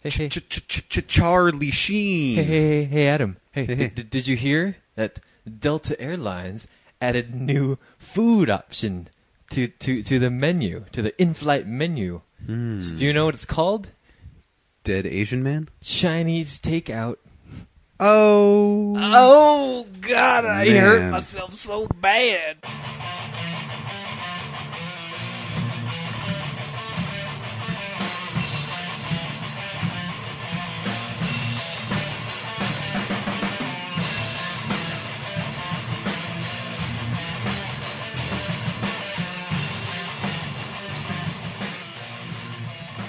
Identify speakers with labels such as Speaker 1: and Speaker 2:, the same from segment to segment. Speaker 1: Hey,
Speaker 2: Ch-
Speaker 1: hey.
Speaker 2: Ch- Ch- Ch- Charlie Sheen.
Speaker 1: Hey, hey, hey, hey, Adam. Hey,
Speaker 2: Hey,
Speaker 1: hey,
Speaker 2: hey, d- did you hear that Delta Airlines added new food option to, to, to the menu, to the in-flight menu? So do you know what it's called?
Speaker 3: Dead Asian man?
Speaker 2: Chinese takeout.
Speaker 3: Oh.
Speaker 2: Oh God, I
Speaker 3: Man.
Speaker 2: hurt myself so bad.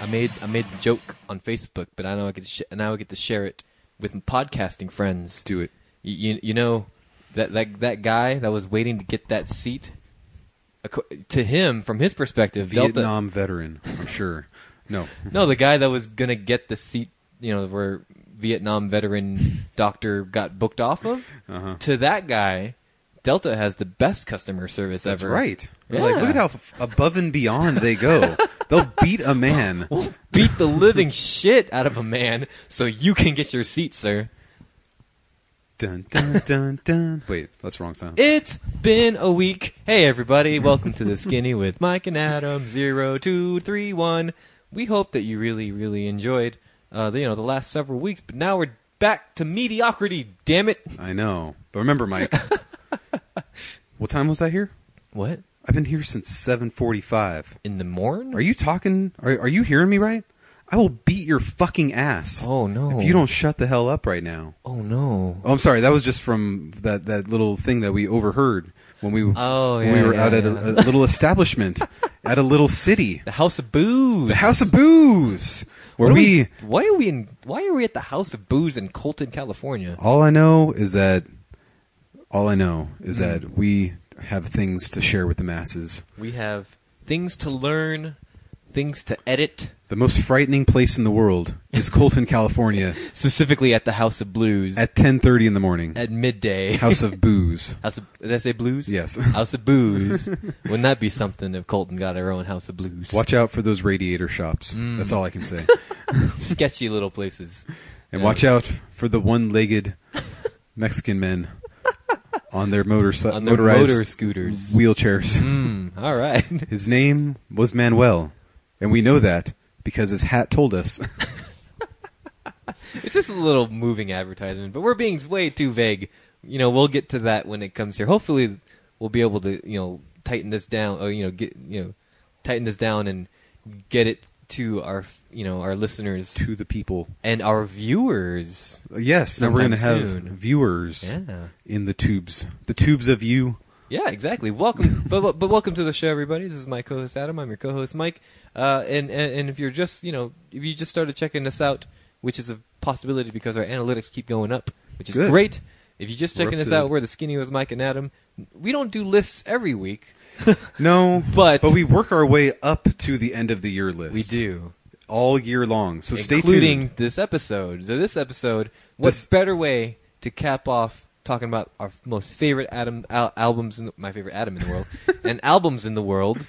Speaker 2: I made I made the joke on Facebook, but I know I get to sh- now I get to share it with my podcasting friends.
Speaker 3: Do it.
Speaker 2: You, you, you know that, that that guy that was waiting to get that seat acco- to him from his perspective Delta
Speaker 3: Vietnam veteran, I'm sure. No.
Speaker 2: No, the guy that was going to get the seat, you know, where Vietnam veteran doctor got booked off of
Speaker 3: Uh-huh.
Speaker 2: to that guy Delta has the best customer service
Speaker 3: That's
Speaker 2: ever.
Speaker 3: right.
Speaker 2: Yeah.
Speaker 3: Like, look at how f- above and beyond they go. They'll beat a man.
Speaker 2: We'll beat the living shit out of a man so you can get your seat, sir.
Speaker 3: Dun dun dun dun. Wait, that's the wrong sound.
Speaker 2: It's been a week. Hey, everybody, welcome to the Skinny with Mike and Adam. Zero, two, three, one. We hope that you really, really enjoyed, uh, the, you know, the last several weeks. But now we're back to mediocrity. Damn it!
Speaker 3: I know, but remember, Mike. what time was I here?
Speaker 2: What
Speaker 3: I've been here since seven forty-five.
Speaker 2: in the morn?
Speaker 3: Are you talking? Are, are you hearing me right? I will beat your fucking ass.
Speaker 2: Oh, no.
Speaker 3: If you don't shut the hell up right now.
Speaker 2: Oh no!
Speaker 3: Oh, I'm sorry. That was just from that, that little thing that we overheard when we
Speaker 2: Oh,
Speaker 3: when
Speaker 2: yeah,
Speaker 3: we were
Speaker 2: yeah,
Speaker 3: out at
Speaker 2: yeah.
Speaker 3: a, a little establishment at a little city,
Speaker 2: The House of Booze.
Speaker 3: the House of Booze, where
Speaker 2: What are
Speaker 3: we,
Speaker 2: Why are we in? Why are we at the House of Booze in Colton, California?
Speaker 3: All I know is that all I know is
Speaker 2: Hmm.
Speaker 3: that we have things to share with the masses.
Speaker 2: We have things to learn, things to edit.
Speaker 3: The most frightening place in the world is Colton, California,
Speaker 2: Specifically at the House of Blues
Speaker 3: at 10:30 in the morning.
Speaker 2: at midday.
Speaker 3: House of Booze.
Speaker 2: House of, did I say blues?
Speaker 3: Yes.
Speaker 2: House of booze. Wouldn't that be something if Colton got her own house of blues?
Speaker 3: Watch out for those radiator shops.
Speaker 2: Hmm.
Speaker 3: That's all I can say.
Speaker 2: sketchy little places.
Speaker 3: And
Speaker 2: Yeah.
Speaker 3: watch out for the one-legged Mexican men on their motorci-
Speaker 2: On their
Speaker 3: motorized
Speaker 2: motor scooters.
Speaker 3: wheelchairs.
Speaker 2: Mm, all right.
Speaker 3: His name was Manuel, and we know that because his hat told us.
Speaker 2: It's just a little moving advertisement, but we're being way too vague. You know, we'll get to that when it comes here. Hopefully, we'll be able to you know tighten this down, or you know get you know tighten this down and get it to our you know our listeners
Speaker 3: to the people.
Speaker 2: and our viewers.
Speaker 3: Uh, Yes, now we're going to
Speaker 2: Sometime
Speaker 3: have
Speaker 2: soon.
Speaker 3: viewers
Speaker 2: Yeah.
Speaker 3: in the tubes. The tubes of you.
Speaker 2: Yeah, exactly. Welcome, but, but but welcome to the show, everybody. This is my co-host Adam. I'm your co-host Mike. Uh, and, and and if you're just you know if you just started checking us out, which is a possibility because our analytics keep going up, which is
Speaker 3: Good.
Speaker 2: great. If you're just
Speaker 3: We're
Speaker 2: checking
Speaker 3: up
Speaker 2: us
Speaker 3: to-
Speaker 2: out, we're the Skinny with Mike and Adam. We don't do lists every week.
Speaker 3: No,
Speaker 2: But-
Speaker 3: but we work our way up to the end of the year list.
Speaker 2: We do,
Speaker 3: all year long. So stay
Speaker 2: including
Speaker 3: tuned.
Speaker 2: this episode. So this episode, what
Speaker 3: This-
Speaker 2: better way to cap off talking about our most favorite Adam al- albums in the, my favorite Adam in the world and albums in the world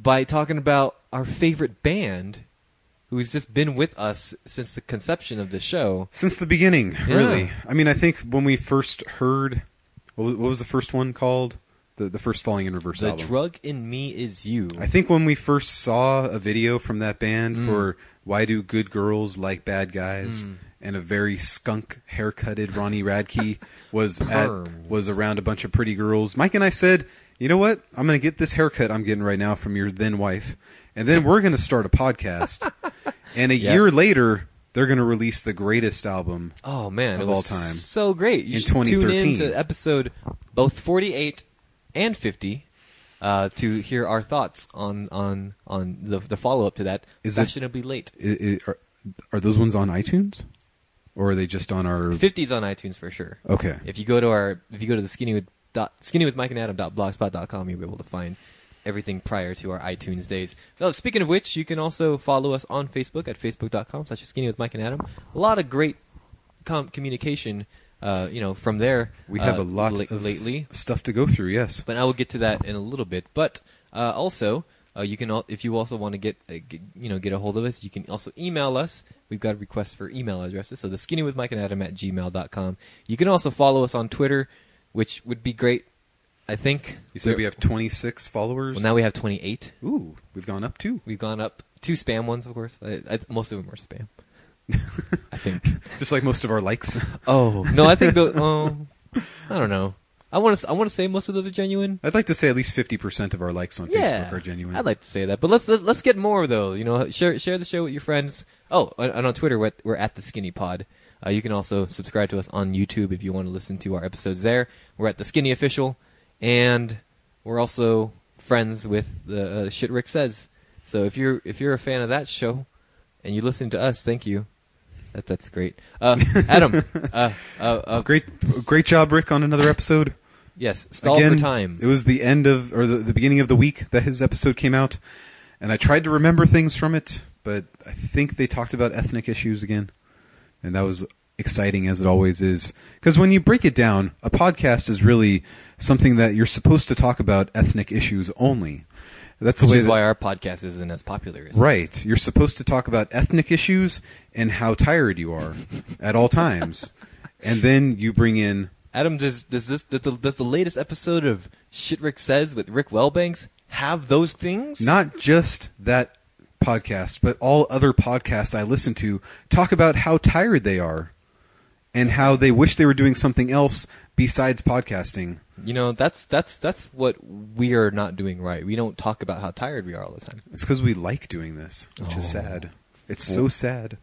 Speaker 2: by talking about our favorite band who's just been with us since the conception of the show.
Speaker 3: Since the beginning, really.
Speaker 2: Yeah.
Speaker 3: I mean, I think when we first heard, what was, what was the first one called? The the first Falling in Reverse
Speaker 2: The
Speaker 3: album.
Speaker 2: drug in me is you.
Speaker 3: I think when we first saw a video from that band
Speaker 2: Mm.
Speaker 3: for "Why Do Good Girls Like Bad Guys." And a very skunk haircutted Ronnie Radke was at,
Speaker 2: Perms.
Speaker 3: was around a bunch of pretty girls. Mike and I said, "You know what? I'm going to get this haircut I'm getting right now from your then wife, and then we're going to start a podcast." and a
Speaker 2: Yeah.
Speaker 3: year later, they're going to release the greatest album.
Speaker 2: Oh man,
Speaker 3: of
Speaker 2: it was
Speaker 3: all time.
Speaker 2: so great. You
Speaker 3: In
Speaker 2: should tune in
Speaker 3: 2013.
Speaker 2: to episode both 48 and 50 uh, to hear our thoughts on on on the the follow up to that.
Speaker 3: Is it-
Speaker 2: fashionably late?
Speaker 3: I- I- are, are those ones on iTunes, or are they just on our?
Speaker 2: 50s on iTunes for sure.
Speaker 3: Okay,
Speaker 2: If you go to our if you go to the skinny with dot, skinny with Mike and Adam dot blogspot dot com, you'll be able to find everything prior to our iTunes days. So speaking of which, you can also follow us on Facebook at facebook.com slash skinny with Mike and Adam. A lot of great com- communication, uh, you know, from there.
Speaker 3: we have
Speaker 2: uh,
Speaker 3: a lot
Speaker 2: la-
Speaker 3: of
Speaker 2: lately.
Speaker 3: stuff to go through. Yes.
Speaker 2: but I will get to that in a little bit. But uh, also, Uh, you can, al- if you also want to get, uh, g- you know, get a hold of us, you can also email us. We've got requests for email addresses. So the skinny with Mike and Adam at gmail.com. You can also follow us on Twitter, which would be great. I think
Speaker 3: You said
Speaker 2: We're-
Speaker 3: we have 26 followers.
Speaker 2: Well, now we have 28.
Speaker 3: Ooh, we've gone up two.
Speaker 2: We've gone up two spam ones, of course. I, I, most of them are spam. I think.
Speaker 3: Just like most of our likes.
Speaker 2: Oh no, I think the. Oh, I don't know. I want to. I want to say most of those are genuine.
Speaker 3: I'd like to say at least 50% of our likes on
Speaker 2: yeah,
Speaker 3: Facebook are genuine.
Speaker 2: I'd like to say that, but let's let, let's get more of those. You know, share share the show with your friends. Oh, and and on Twitter, we're at, we're at the Skinny Pod. Uh, you can also subscribe to us on YouTube if you want to listen to our episodes there. We're at the Skinny Official, and we're also friends with the uh, Shit Rick Says. So if you're if you're a fan of that show, and you listen to us, thank you. That that's great. Uh, Adam, uh, uh, uh,
Speaker 3: great great job Rick on another episode.
Speaker 2: Yes, stall
Speaker 3: Again,
Speaker 2: for time.
Speaker 3: It was the end of or the, the beginning of the week that his episode came out and I tried to remember things from it, but I think they talked about ethnic issues again. And that was exciting as it always is because when you break it down, a podcast is really something that you're supposed to talk about ethnic issues only. That's the
Speaker 2: which
Speaker 3: way
Speaker 2: is
Speaker 3: that-
Speaker 2: why our podcast isn't as popular. As
Speaker 3: Right. You're supposed to talk about ethnic issues and how tired you are at all times. And then you bring in
Speaker 2: Adam, does does this does the, does the latest episode of Shit Rick Says with Rick Wellbanks have those things?
Speaker 3: not just that podcast, but all other podcasts I listen to talk about how tired they are and how they wish they were doing something else besides podcasting.
Speaker 2: you know that's that's that's what we are not doing right. We don't talk about how tired we are all the time.
Speaker 3: It's because we like doing this, which is
Speaker 2: Oh.
Speaker 3: sad. It's so sad.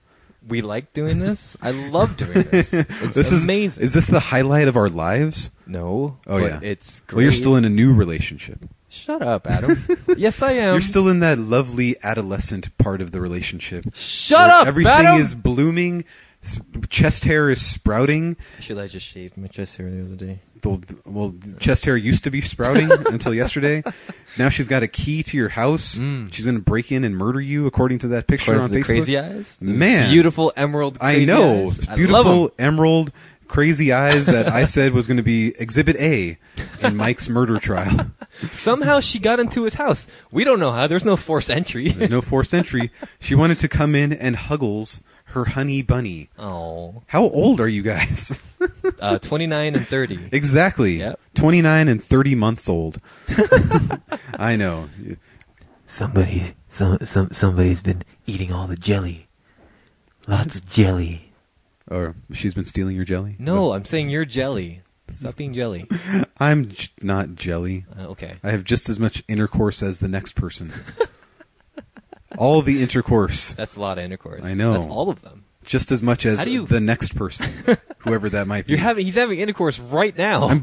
Speaker 2: We like doing this. I love doing this. It's
Speaker 3: this is
Speaker 2: amazing.
Speaker 3: Is this the highlight of our lives?
Speaker 2: no,
Speaker 3: Oh
Speaker 2: but
Speaker 3: yeah,
Speaker 2: it's great.
Speaker 3: Well, you're still in a new relationship.
Speaker 2: Shut up, Adam. yes, I am.
Speaker 3: You're still in that lovely adolescent part of the relationship.
Speaker 2: Shut
Speaker 3: where
Speaker 2: up,
Speaker 3: Everything
Speaker 2: Adam!
Speaker 3: is blooming. s- Chest hair is sprouting.
Speaker 2: Should I just shaved my chest hair the other day?
Speaker 3: The, well, chest hair used to be sprouting until yesterday. Now she's got a key to your house. She's going to break in and murder you, according to that picture
Speaker 2: Where's
Speaker 3: on
Speaker 2: the Mm.
Speaker 3: Facebook.
Speaker 2: crazy eyes? Those
Speaker 3: Man.
Speaker 2: beautiful emerald.
Speaker 3: I
Speaker 2: crazy
Speaker 3: know.
Speaker 2: eyes. I love 'em.
Speaker 3: Beautiful emerald crazy eyes that I said was going to be Exhibit A in Mike's murder trial.
Speaker 2: Somehow she got into his house. We don't know how. There's no force entry.
Speaker 3: There's no forced entry. She wanted to come in and huggles her honey bunny.
Speaker 2: oh,
Speaker 3: How old are you guys?
Speaker 2: uh, 29 and 30.
Speaker 3: Exactly.
Speaker 2: Yep.
Speaker 3: 29 and 30 months old. I know.
Speaker 1: Somebody, some, some, somebody's been eating all the jelly. Lots of jelly.
Speaker 3: Or she's been stealing your jelly?
Speaker 2: No, I'm saying you're jelly. Stop being jelly.
Speaker 3: I'm j- not jelly.
Speaker 2: Uh, okay.
Speaker 3: I have just as much intercourse as the next person. all the intercourse,
Speaker 2: That's a lot of intercourse.
Speaker 3: I know.
Speaker 2: That's all of them.
Speaker 3: just as much as
Speaker 2: How do you-
Speaker 3: the next person, whoever that might be.
Speaker 2: You're having, he's having intercourse right now.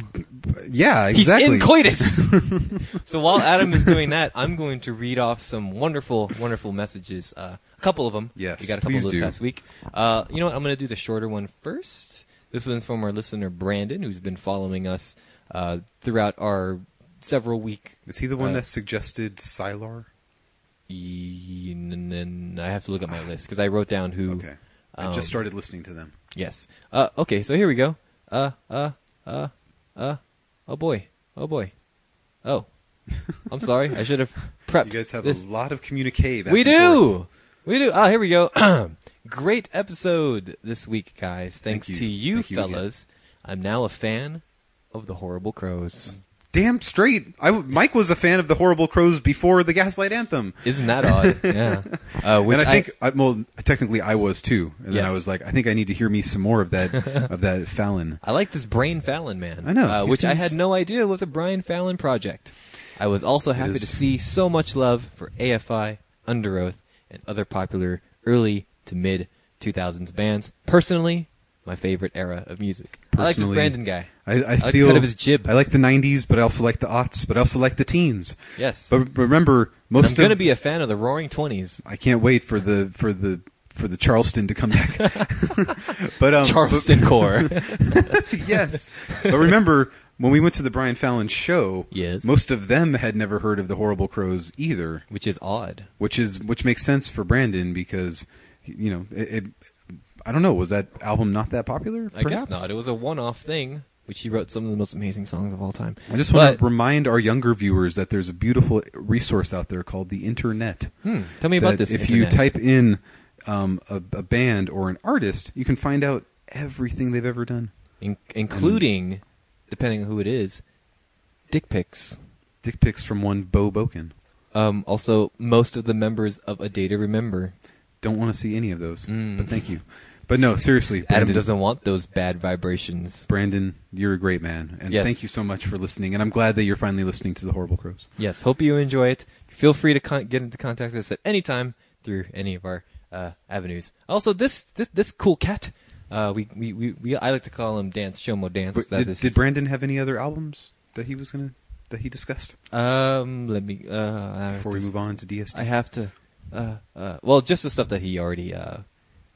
Speaker 3: yeah,
Speaker 2: he's
Speaker 3: exactly.
Speaker 2: in coitus. so while Adam is doing that, I'm going to read off some wonderful, wonderful messages. Uh, a couple of them.
Speaker 3: Yes,
Speaker 2: We got a couple
Speaker 3: please
Speaker 2: of those
Speaker 3: do.
Speaker 2: past week. Uh, you know what? I'm going to do the shorter one first. This one's from our listener, Brandon, who's been following us uh, throughout our several week
Speaker 3: Is he the one
Speaker 2: Uh,
Speaker 3: that suggested Sylar?
Speaker 2: E- n- n- I have to look at my list because I wrote down who.
Speaker 3: Okay. I
Speaker 2: um,
Speaker 3: just started listening to them.
Speaker 2: Yes. Uh, okay, so here we go. Uh, uh, uh, uh. Oh boy. Oh boy. Oh. I'm sorry. I should have prepped.
Speaker 3: You guys have
Speaker 2: uh, this.
Speaker 3: a lot of communique. back
Speaker 2: We
Speaker 3: and forth.
Speaker 2: do. We do. Oh, here we go. Great episode this week, guys. Thanks
Speaker 3: Thank
Speaker 2: to
Speaker 3: you.
Speaker 2: you,
Speaker 3: Thank you again.
Speaker 2: fellas. I'm now a fan of the Horrible Crows.
Speaker 3: Mm. Damn straight. I w Mike was a fan of the Horrible Crows before the Gaslight Anthem.
Speaker 2: Isn't that odd? yeah. Uh, which
Speaker 3: and I think, I, well, technically I was too. And then I
Speaker 2: Yes.
Speaker 3: was like, I think I need to hear me some more of that, of that Fallon.
Speaker 2: I like this Brain Fallon man.
Speaker 3: I know.
Speaker 2: uh,
Speaker 3: He
Speaker 2: which I
Speaker 3: seems-
Speaker 2: had no idea was a Brian Fallon project. I was also happy
Speaker 3: is.
Speaker 2: to see so much love for AFI, Under Oath, and other popular early to mid 2000s bands. Personally, my favorite era of music. I like this
Speaker 3: Personally,
Speaker 2: Brandon guy.
Speaker 3: I, I,
Speaker 2: like
Speaker 3: feel
Speaker 2: kind of his jib.
Speaker 3: I like the '90s, but I also like the aughts, but I also like the teens.
Speaker 2: Yes.
Speaker 3: But remember,
Speaker 2: And
Speaker 3: most
Speaker 2: I'm going to
Speaker 3: of Um,
Speaker 2: be a fan of the Roaring Twenties.
Speaker 3: I can't wait for the for the for the Charleston to come back. but um,
Speaker 2: Charleston Core.
Speaker 3: but- yes. But remember when we went to the Brian Fallon show?
Speaker 2: Yes.
Speaker 3: Most of them had never heard of the Horrible Crows either.
Speaker 2: Which is odd.
Speaker 3: which is which makes sense for Brandon because you know it, it, I don't know was that album not that popular?
Speaker 2: I guess
Speaker 3: perhaps?
Speaker 2: not. It was a one off thing. which he wrote some of the most amazing songs of all time.
Speaker 3: I just want
Speaker 2: But-
Speaker 3: to remind our younger viewers that there's a beautiful resource out there called the internet.
Speaker 2: Hmm, tell me about
Speaker 3: that
Speaker 2: this.
Speaker 3: If
Speaker 2: internet.
Speaker 3: you type in um, a, a band or an artist, you can find out everything they've ever done.
Speaker 2: In- including, depending on who it is, dick pics.
Speaker 3: Dick pics from one Bo Boken.
Speaker 2: Um, also, most of the members of A Day to Remember.
Speaker 3: Don't want to see any of those,
Speaker 2: Mm.
Speaker 3: but thank you. But no, seriously, Brandon,
Speaker 2: Adam doesn't want those bad vibrations.
Speaker 3: Brandon, you're a great man, and
Speaker 2: Yes.
Speaker 3: thank you so much for listening. And I'm glad that you're finally listening to the Horrible Crows.
Speaker 2: Yes, hope you enjoy it. Feel free to con- get into contact with us at any time through any of our uh, avenues. Also, this this, this cool cat, uh, we, we, we, we I like to call him Dance Shomo Dance.
Speaker 3: But
Speaker 2: That
Speaker 3: did,
Speaker 2: is-
Speaker 3: did Brandon have any other albums that he was gonna that he discussed
Speaker 2: um, let me uh, I have
Speaker 3: before
Speaker 2: to-
Speaker 3: we move on to DSD?
Speaker 2: I have to. Uh, uh, well, just the stuff that he already uh,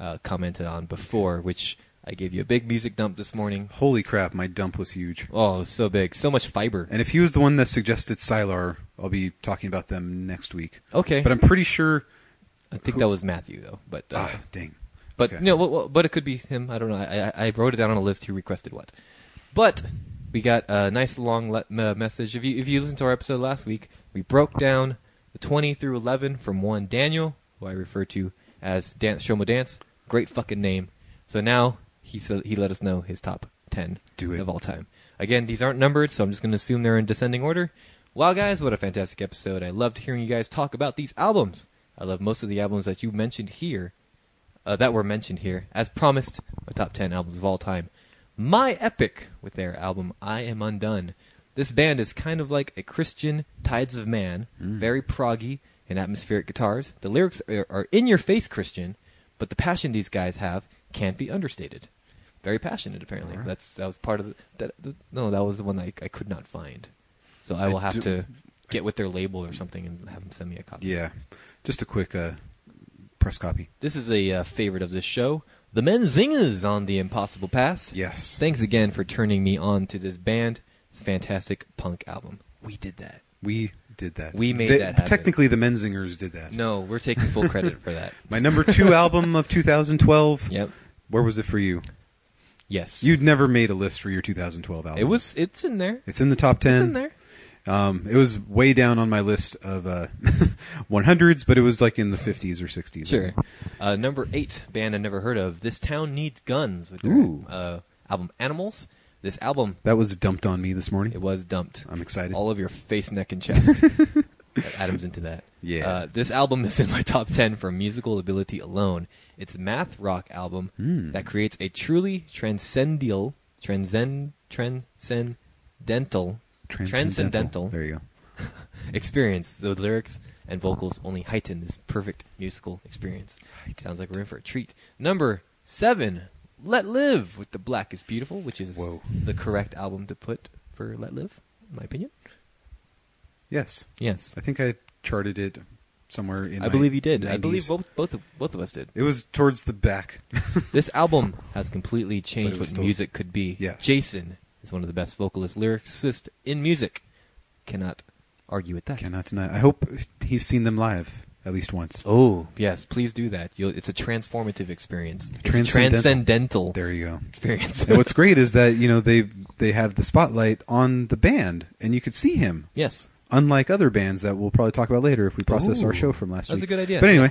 Speaker 2: uh, commented on before, which I gave you a big music dump this morning.
Speaker 3: Holy crap, my dump was huge.
Speaker 2: Oh, it was so big, so much fiber.
Speaker 3: And if he was the one that suggested Sylar, I'll be talking about them next week.
Speaker 2: Okay,
Speaker 3: But I'm pretty sure.
Speaker 2: I think that was Matthew though. But uh,
Speaker 3: Ah, dang.
Speaker 2: But
Speaker 3: Okay.
Speaker 2: no, well, well, but it could be him. I don't know. I, I, I wrote it down on a list. Who requested what? But we got a nice long le- me- message. If you if you listened to our episode last week, we broke down the twenty through eleven from one Daniel, who I refer to as Dance Shomo Dance. Great fucking name. So now he said he let us know his top ten
Speaker 3: Do it.
Speaker 2: of all time. Again, these aren't numbered, so I'm just going to assume they're in descending order. Wow, guys, what a fantastic episode! I loved hearing you guys talk about these albums. I love most of the albums that you mentioned here uh, that were mentioned here. As promised, my top 10 albums of all time. My Epic with their album I Am Undone. This band is kind of like a Christian Tides of Man,
Speaker 3: Mm.
Speaker 2: very proggy and atmospheric guitars. The lyrics are, are in your face Christian, but the passion these guys have can't be understated. Very passionate, apparently.
Speaker 3: Alright.
Speaker 2: That's that was part of the, that. th- No, that was the one I, I could not find. So I
Speaker 3: I
Speaker 2: will have
Speaker 3: do-
Speaker 2: to get with their label or something and have them send me a copy.
Speaker 3: Yeah, just a quick uh, press copy.
Speaker 2: This is a uh, favorite of this show. The Men Zingers on the Impossible Pass.
Speaker 3: Yes.
Speaker 2: Thanks again for turning me on to this band. This fantastic punk album. We did that.
Speaker 3: we did that.
Speaker 2: We made
Speaker 3: They-
Speaker 2: that happen.
Speaker 3: Technically, the Menzingers did that.
Speaker 2: No, we're taking full credit for that.
Speaker 3: My number two album of 2012.
Speaker 2: Yep.
Speaker 3: Where was it for you?
Speaker 2: Yes.
Speaker 3: You'd never made a list for your 2012 album.
Speaker 2: It was. It's in there.
Speaker 3: It's in the top 10.
Speaker 2: It's in there.
Speaker 3: Um, it was way down on my list of uh, 100s, but it was like in the 50s or 60s. I
Speaker 2: Sure.
Speaker 3: think.
Speaker 2: Uh, number eight band I never heard of. This town needs guns with
Speaker 3: Ooh.
Speaker 2: their uh, album Animals. This album
Speaker 3: That was dumped on me this morning.
Speaker 2: it was dumped.
Speaker 3: I'm excited.
Speaker 2: all of your face, neck, and chest. Adam's into that.
Speaker 3: Yeah.
Speaker 2: Uh, this album is in my top 10 for musical ability alone. It's a math rock album
Speaker 3: Hmm.
Speaker 2: that creates a truly transcendial, transcend, transcendental, transcendental
Speaker 3: There you go.
Speaker 2: experience. The lyrics and vocals only heighten this perfect musical experience. Sounds like we're in for a treat. Number seven, Let Live with The Black is Beautiful, which is
Speaker 3: Whoa.
Speaker 2: the correct album to put for Let Live, in my opinion.
Speaker 3: Yes.
Speaker 2: Yes.
Speaker 3: I think I charted it somewhere in
Speaker 2: I
Speaker 3: my
Speaker 2: believe you did. I
Speaker 3: 90s.
Speaker 2: believe both both of, both of us did.
Speaker 3: It was towards the back.
Speaker 2: This album has completely
Speaker 3: But
Speaker 2: changed
Speaker 3: it was
Speaker 2: what
Speaker 3: still-
Speaker 2: music could be.
Speaker 3: Yes.
Speaker 2: Jason is one of the best vocalist lyricist in music. Cannot argue with that.
Speaker 3: Cannot deny. I hope he's seen them live at least once.
Speaker 2: Oh yes, please do that. You'll, it's a transformative experience. It's a
Speaker 3: Transcendental.
Speaker 2: transcendental
Speaker 3: There you go.
Speaker 2: experience.
Speaker 3: and what's great is that you know they they have the spotlight on the band, and you could see him.
Speaker 2: yes.
Speaker 3: Unlike other bands that we'll probably talk about later if we process
Speaker 2: Ooh.
Speaker 3: our show from last
Speaker 2: That's
Speaker 3: week.
Speaker 2: a good idea.
Speaker 3: But anyway,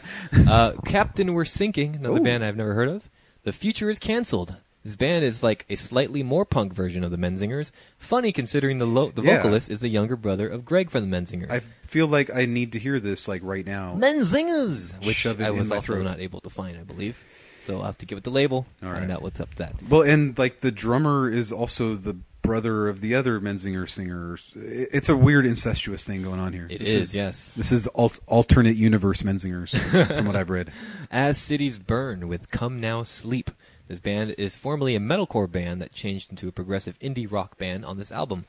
Speaker 2: uh, Captain We're Sinking, another
Speaker 3: Ooh.
Speaker 2: band I've never heard of. The Future is Cancelled. This band is like a slightly more punk version of the Menzingers. Funny considering the lo- the
Speaker 3: Yeah.
Speaker 2: vocalist is the younger brother of Greg from the Menzingers.
Speaker 3: I feel like I need to hear this like right now.
Speaker 2: Menzingers, which
Speaker 3: Shove it
Speaker 2: I
Speaker 3: in
Speaker 2: was
Speaker 3: my
Speaker 2: also
Speaker 3: throat.
Speaker 2: not able to find, I believe. So I'll have to get with the label,
Speaker 3: All
Speaker 2: find
Speaker 3: right.
Speaker 2: out what's up with that.
Speaker 3: Well, and like the drummer is also the brother of the other Menzinger singer. It- It's a weird incestuous thing going on here.
Speaker 2: It
Speaker 3: This
Speaker 2: is, yes.
Speaker 3: This is alt- alternate universe Menzingers, from what I've read.
Speaker 2: As Cities Burn with Come Now Sleep. This band is formerly a metalcore band that changed into a progressive indie rock band on this album.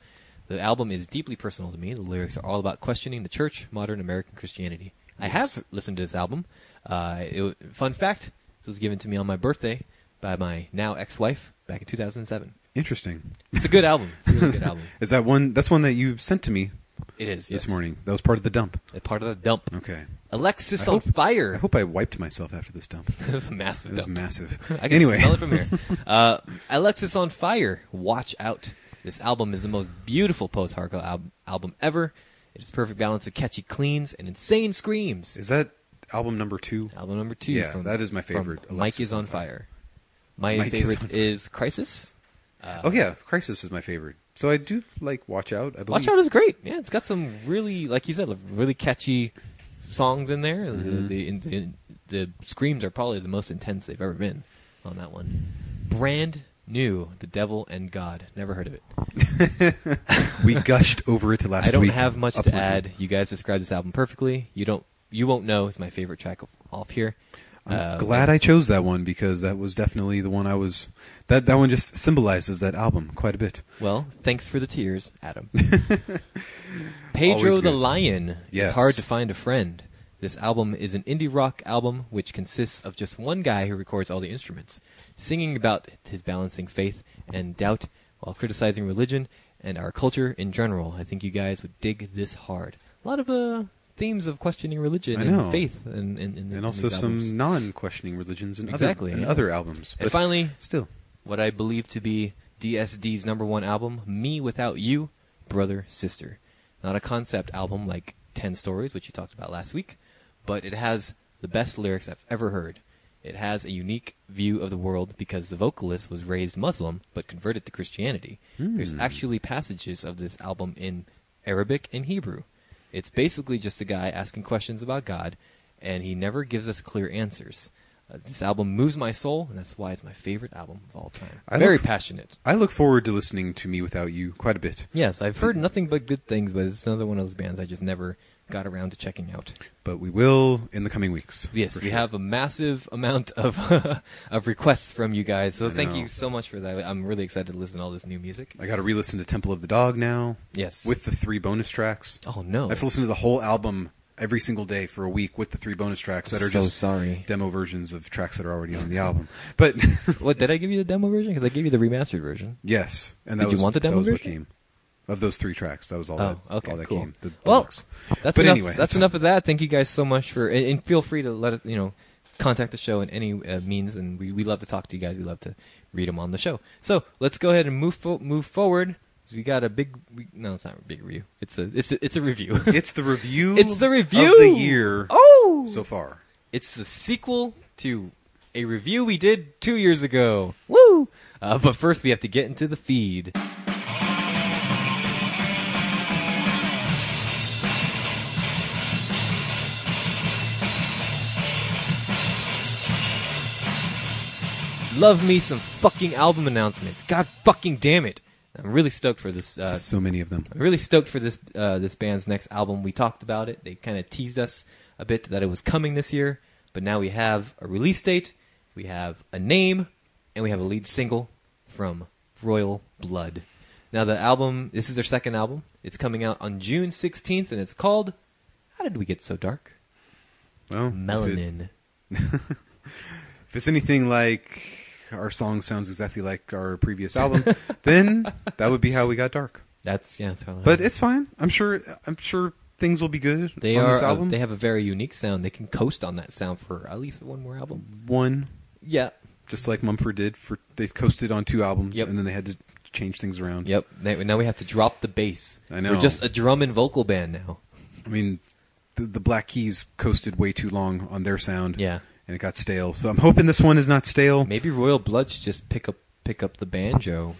Speaker 2: The album is deeply personal to me. The lyrics are all about questioning the church, modern American Christianity. I have listened to this album. Uh, it, w- fun fact this was given to me on my birthday by my now ex wife back in 2007.
Speaker 3: Interesting.
Speaker 2: It's a good album. It's a really good album.
Speaker 3: Is that one? That's one that you sent to me
Speaker 2: It is.
Speaker 3: this
Speaker 2: yes.
Speaker 3: morning. That was part of the dump.
Speaker 2: A part of the dump.
Speaker 3: Okay.
Speaker 2: Alexis
Speaker 3: I
Speaker 2: on
Speaker 3: hope-
Speaker 2: fire.
Speaker 3: I hope I wiped myself after this dump.
Speaker 2: it was a massive
Speaker 3: It was
Speaker 2: dump.
Speaker 3: massive.
Speaker 2: I can
Speaker 3: anyway,
Speaker 2: smell it from here. Uh, Alexis on fire. Watch out. This album is the most beautiful post hardcore al- album ever. It is perfect balance of catchy cleans and insane screams.
Speaker 3: Is that album number two?
Speaker 2: album number two.
Speaker 3: Yeah,
Speaker 2: from,
Speaker 3: that is my
Speaker 2: from
Speaker 3: favorite,
Speaker 2: Mike
Speaker 3: Alexis
Speaker 2: is on fire. My
Speaker 3: Mike is on
Speaker 2: favorite
Speaker 3: Fire.
Speaker 2: is Crisis. Uh,
Speaker 3: oh yeah, Crisis is my favorite. So I do like Watch Out. I believe.
Speaker 2: Watch Out is great. Yeah, it's got some really, like you said, like, really catchy songs in there.
Speaker 3: Mm-hmm.
Speaker 2: The, the, the, the screams are probably the most intense they've ever been on that one. Brand new, The Devil and God. Never heard of it.
Speaker 3: we gushed over it last week.
Speaker 2: I don't have much to
Speaker 3: Uploaded.
Speaker 2: add. You guys described this album perfectly. You don't, you won't know. It's my favorite track of- off here.
Speaker 3: I'm
Speaker 2: Uh,
Speaker 3: glad I chose that one because that was definitely the one I was. That that one just symbolizes that album quite a bit.
Speaker 2: Well, thanks for the tears, Adam.
Speaker 3: Always
Speaker 2: Pedro
Speaker 3: good.
Speaker 2: the Lion.
Speaker 3: Yes.
Speaker 2: It's hard to find a friend. This album is an indie rock album which consists of just one guy who records all the instruments, singing about his balancing faith and doubt while criticizing religion and our culture in general. I think you guys would dig this hard. A lot of uh, themes of questioning religion
Speaker 3: I know.
Speaker 2: and faith, and and, and,
Speaker 3: and also some non-questioning religions and
Speaker 2: Exactly,
Speaker 3: other, and
Speaker 2: yeah.
Speaker 3: other albums.
Speaker 2: And finally,
Speaker 3: still,
Speaker 2: what I believe to be DSD's number one album, Me Without You, Brother Sister. Not a concept album like 10 Stories, which you talked about last week, but it has the best lyrics I've ever heard. It has a unique view of the world because the vocalist was raised Muslim but converted to Christianity. There's actually passages of this album in Arabic and Hebrew. It's basically just a guy asking questions about God, and he never gives us clear answers. Uh, this album moves my soul, and that's why it's my favorite album of all time.
Speaker 3: I
Speaker 2: Very
Speaker 3: look f-
Speaker 2: passionate.
Speaker 3: I look forward to listening to "Me Without You" quite a bit.
Speaker 2: Yes, I've heard nothing but good things, but it's another one of those bands I just never got around to checking out.
Speaker 3: But we will in the coming weeks.
Speaker 2: Yes,
Speaker 3: for
Speaker 2: we
Speaker 3: sure.
Speaker 2: have a massive amount of of requests from you guys, so
Speaker 3: I
Speaker 2: thank
Speaker 3: know.
Speaker 2: you so much for that. I'm really excited to listen to all this new music.
Speaker 3: I got to re-listen to "Temple of the Dog" now
Speaker 2: Yes.
Speaker 3: with the three bonus tracks.
Speaker 2: oh no,
Speaker 3: I have to listen to the whole album every single day for a week with the three bonus tracks that are
Speaker 2: so
Speaker 3: just
Speaker 2: sorry.
Speaker 3: demo versions of tracks that are already on the album. But
Speaker 2: what did I give you the demo version? Because I gave you the remastered version.
Speaker 3: yes, and
Speaker 2: Did
Speaker 3: that
Speaker 2: you
Speaker 3: was,
Speaker 2: want the
Speaker 3: that
Speaker 2: demo
Speaker 3: was what
Speaker 2: version?
Speaker 3: came of those three tracks. That was all.
Speaker 2: Oh,
Speaker 3: that,
Speaker 2: okay,
Speaker 3: all that
Speaker 2: cool.
Speaker 3: came. The
Speaker 2: Well,
Speaker 3: deluxe.
Speaker 2: That's
Speaker 3: But
Speaker 2: enough.
Speaker 3: anyway,
Speaker 2: that's
Speaker 3: so-
Speaker 2: enough of that. Thank you guys so much for, and, and feel free to let us, you know, contact the show in any uh, means, and we, we love to talk to you guys. We love to read them on the show. So let's go ahead and move fo- move forward. 'cause We got a big. We, no, it's not a big review. It's a it's a, it's a review.
Speaker 3: It's the review.
Speaker 2: it's the review
Speaker 3: of the year
Speaker 2: Oh,
Speaker 3: so far.
Speaker 2: it's the sequel to a review we did two years ago. Woo! Uh, but first, we have to get into the feed. Love me some fucking album announcements. God fucking damn it! I'm really stoked for this uh,
Speaker 3: so many of them.
Speaker 2: I'm really stoked for this uh, this band's next album. We talked about it. They kind of teased us a bit that it was coming this year, but now we have a release date, we have a name, and we have a lead single from Royal Blood. Now the album, this is their second album. It's coming out on June 16th, and it's called "How Did We Get So Dark?"
Speaker 3: Well, if it-
Speaker 2: Melanin.
Speaker 3: If it's anything like our song sounds exactly like our previous album, then that would be how we got dark.
Speaker 2: That's yeah. That's how I-
Speaker 3: But it's fine. I'm sure. I'm sure things will be good
Speaker 2: they
Speaker 3: on
Speaker 2: are
Speaker 3: this
Speaker 2: a-
Speaker 3: album.
Speaker 2: they have a very unique sound. They can coast on that sound for at least one more album.
Speaker 3: one,
Speaker 2: Yeah.
Speaker 3: just like Mumford did. For they coasted on two albums,
Speaker 2: Yep.
Speaker 3: and then they had to change things around.
Speaker 2: Yep. Now now we have to drop the bass.
Speaker 3: I know.
Speaker 2: We're just a drum and vocal band now.
Speaker 3: I mean, the, the Black Keys coasted way too long on their sound.
Speaker 2: Yeah.
Speaker 3: and it got stale. So I'm hoping this one is not stale.
Speaker 2: Maybe Royal Blood should just pick up pick up the banjo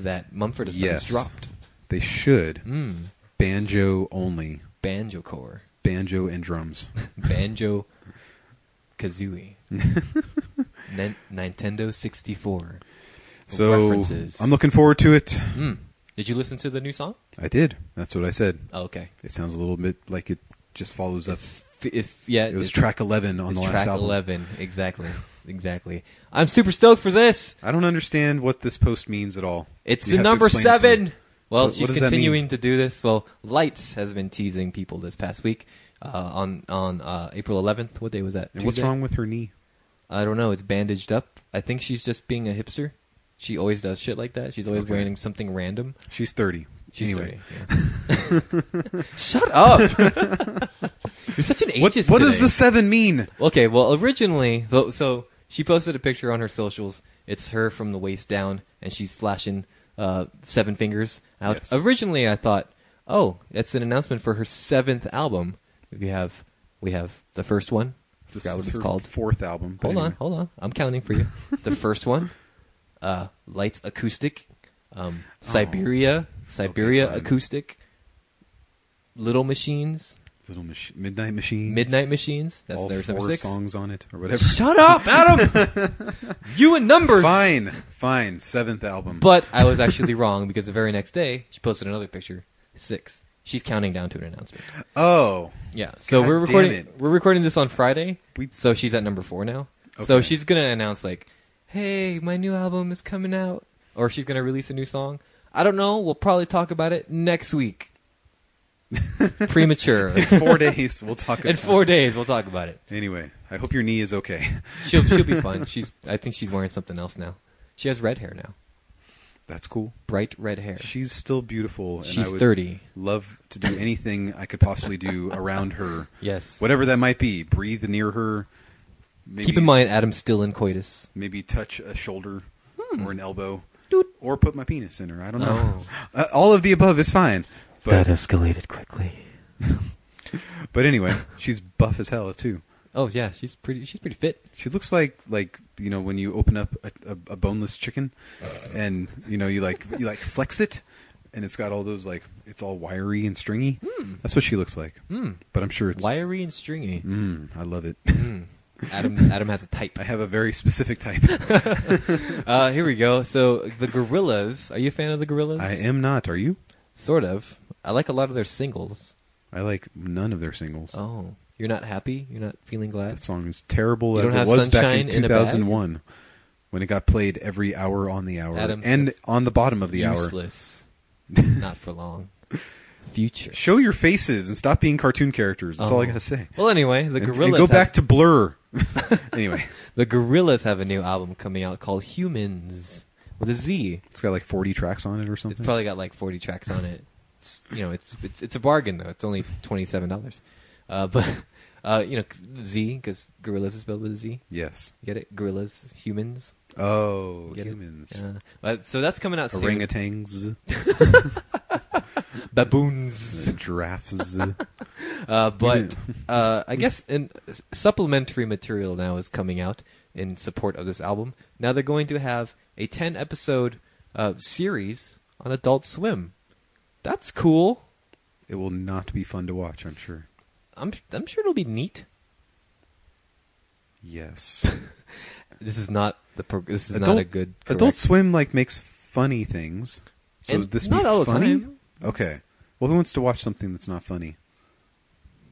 Speaker 2: that Mumford and Sons
Speaker 3: Yes.
Speaker 2: dropped.
Speaker 3: They should
Speaker 2: Mm.
Speaker 3: banjo only,
Speaker 2: Banjo core,
Speaker 3: banjo and drums.
Speaker 2: banjo kazooie, Nin- Nintendo sixty four.
Speaker 3: so
Speaker 2: references.
Speaker 3: I'm looking forward to it.
Speaker 2: Mm. Did you listen to the new song?
Speaker 3: I did. That's what I said.
Speaker 2: Oh, okay.
Speaker 3: It sounds a little bit like it just follows up.
Speaker 2: F- If yeah,
Speaker 3: It was
Speaker 2: it's-
Speaker 3: track 11 on
Speaker 2: it's
Speaker 3: the last
Speaker 2: track
Speaker 3: album.
Speaker 2: eleven exactly, exactly. I'm super stoked for this.
Speaker 3: I don't understand what this post means at all.
Speaker 2: It's
Speaker 3: You
Speaker 2: the
Speaker 3: have to
Speaker 2: number
Speaker 3: explain it to
Speaker 2: seven.
Speaker 3: me.
Speaker 2: Well,
Speaker 3: What- what
Speaker 2: she's
Speaker 3: does that
Speaker 2: continuing
Speaker 3: mean?
Speaker 2: to do this. Well, Lights has been teasing people this past week uh, on on uh, April 11th. What day was that?
Speaker 3: And what's
Speaker 2: Tuesday?
Speaker 3: wrong with her knee?
Speaker 2: I don't know. It's bandaged up. I think she's just being a hipster. She always does shit like that. She's always
Speaker 3: Okay.
Speaker 2: wearing something random.
Speaker 3: She's 30.
Speaker 2: She's
Speaker 3: anyway,
Speaker 2: 30, yeah. Shut up! You're such an
Speaker 3: what,
Speaker 2: ageist.
Speaker 3: what
Speaker 2: today.
Speaker 3: does the seven mean?
Speaker 2: Okay, well, originally, so, so she posted a picture on her socials. It's her from the waist down, and she's flashing uh, Seven Fingers out.
Speaker 3: Yes.
Speaker 2: Originally, I thought, oh, that's an announcement for her seventh album. We have we have the first one.
Speaker 3: This
Speaker 2: forgot what
Speaker 3: is
Speaker 2: it's
Speaker 3: her
Speaker 2: called.
Speaker 3: Fourth album. but
Speaker 2: Hold on,
Speaker 3: anyway.
Speaker 2: hold on. I'm counting for you. the first one, uh, Lights Acoustic, um, Siberia, Siberia
Speaker 3: Oh. fine.
Speaker 2: Acoustic, Little Machines,
Speaker 3: Little Mach- Midnight Machine.
Speaker 2: Midnight Machines. That's
Speaker 3: All
Speaker 2: there's number
Speaker 3: four
Speaker 2: six.
Speaker 3: songs on it or whatever.
Speaker 2: Shut up, Adam. you and numbers.
Speaker 3: Fine, fine. Seventh album.
Speaker 2: But I was actually wrong because the very next day she posted another picture, six. She's counting down to an announcement.
Speaker 3: oh,
Speaker 2: Yeah. So
Speaker 3: God
Speaker 2: we're
Speaker 3: damn
Speaker 2: recording.
Speaker 3: it.
Speaker 2: We're recording this on Friday.
Speaker 3: We-
Speaker 2: so she's at number four now. So
Speaker 3: Okay.
Speaker 2: she's gonna announce like, "Hey, my new album is coming out," or she's gonna release a new song. I don't know. We'll probably talk about it next week. Premature.
Speaker 3: in four days we'll talk. About
Speaker 2: In four days, we'll talk about it.
Speaker 3: Anyway, I hope your knee is okay.
Speaker 2: She'll she'll be fun. She's. I think she's wearing something else now. She has red hair now.
Speaker 3: That's cool.
Speaker 2: Bright red hair.
Speaker 3: She's still beautiful. And
Speaker 2: She's
Speaker 3: I would
Speaker 2: 30.
Speaker 3: Love to do anything I could possibly do around her.
Speaker 2: Yes.
Speaker 3: Whatever that might be, breathe near her. Maybe,
Speaker 2: Keep in mind, Adam's still in coitus.
Speaker 3: Maybe touch a shoulder
Speaker 2: Hmm.
Speaker 3: or an elbow, or put my penis in her. I don't know.
Speaker 2: Oh.
Speaker 3: Uh, all of the above is fine. But
Speaker 1: that escalated quickly.
Speaker 3: but anyway, she's buff as hell too.
Speaker 2: Oh yeah, she's pretty. She's pretty fit.
Speaker 3: She looks like like you know when you open up a, a, a boneless chicken, and you know you like you like flex it, and it's got all those like it's all wiry and stringy.
Speaker 2: Hmm.
Speaker 3: That's what she looks like.
Speaker 2: Mm.
Speaker 3: But I'm sure it's
Speaker 2: Wiry and stringy.
Speaker 3: Mm, I love it.
Speaker 2: Mm. Adam Adam has a type.
Speaker 3: I have a very specific type.
Speaker 2: Uh, here we go. So the Gorillas. Are you a fan of the Gorillas?
Speaker 3: I am not. Are you?
Speaker 2: Sort of. I like a lot of their singles.
Speaker 3: I like none of their singles.
Speaker 2: Oh, you're not happy. You're not feeling glad.
Speaker 3: That song is terrible
Speaker 2: You
Speaker 3: as
Speaker 2: don't
Speaker 3: it
Speaker 2: have
Speaker 3: was back in
Speaker 2: sunshine in a bag?
Speaker 3: 2001 when it got played every hour on the hour
Speaker 2: Adam,
Speaker 3: and
Speaker 2: that's
Speaker 3: on the bottom of the hour.
Speaker 2: Useless. not for long. Future.
Speaker 3: Show your faces and stop being cartoon characters. That's all I
Speaker 2: Oh.
Speaker 3: gotta say.
Speaker 2: Well, anyway, the
Speaker 3: And- and,
Speaker 2: Gorillas.
Speaker 3: go
Speaker 2: have-
Speaker 3: back to Blur. anyway,
Speaker 2: the Gorillas have a new album coming out called Humans with a Z.
Speaker 3: it's got like 40 tracks on it or something.
Speaker 2: It's probably got like forty tracks on it. It's- You know, it's it's it's a bargain though. It's only twenty seven dollars. Uh, but uh, you know, Z because gorillas is spelled with a Z.
Speaker 3: yes.
Speaker 2: You get it? Gorillas, humans.
Speaker 3: Oh,
Speaker 2: You Get
Speaker 3: humans.
Speaker 2: It? Yeah. But- so that's coming out soon.
Speaker 3: Orangutans,
Speaker 2: Baboons.
Speaker 3: giraffes.
Speaker 2: Uh, but uh, I guess an, supplementary material now is coming out in support of this album. Now they're going to have a ten episode uh, series on Adult Swim. That's cool.
Speaker 3: it will not be fun to watch, I'm sure.
Speaker 2: I'm I'm sure it'll be neat.
Speaker 3: Yes.
Speaker 2: This is not the pro- this is
Speaker 3: Adult-
Speaker 2: not a good
Speaker 3: Adult
Speaker 2: correct-
Speaker 3: Swim like makes funny things. So
Speaker 2: And
Speaker 3: would this
Speaker 2: not
Speaker 3: be
Speaker 2: all the
Speaker 3: funny?
Speaker 2: time.
Speaker 3: Okay. Well, who wants to watch something that's not funny?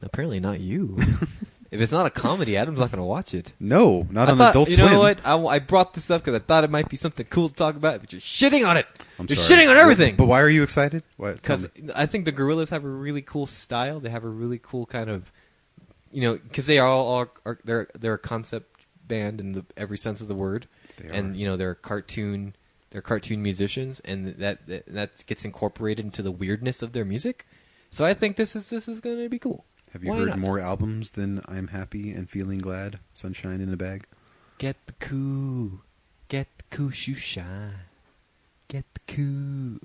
Speaker 2: Apparently not you. if it's not a comedy, Adam's not going to watch it.
Speaker 3: No, not
Speaker 2: I
Speaker 3: on
Speaker 2: thought-
Speaker 3: Adult
Speaker 2: you
Speaker 3: Swim.
Speaker 2: know what? I, I brought this up because I thought it might be something cool to talk about, but you're shitting on it.
Speaker 3: I'm
Speaker 2: you're
Speaker 3: sorry.
Speaker 2: shitting on everything.
Speaker 3: But why are you excited? Why, tell
Speaker 2: Because
Speaker 3: me.
Speaker 2: I think the gorillas have a really cool style. They have a really cool kind of, you know, because they are all are, are they're they're a concept band in the, every sense of the word,
Speaker 3: They
Speaker 2: and
Speaker 3: are.
Speaker 2: you know they're cartoon they're cartoon musicians, and that, that that gets incorporated into the weirdness of their music. So I think this is this is going to be cool.
Speaker 3: have you
Speaker 2: Why
Speaker 3: heard
Speaker 2: not?
Speaker 3: more albums than "I'm Happy" and "Feeling Glad"? Sunshine in a bag.
Speaker 2: Get the coo, get the coo shoe shine, get the coo,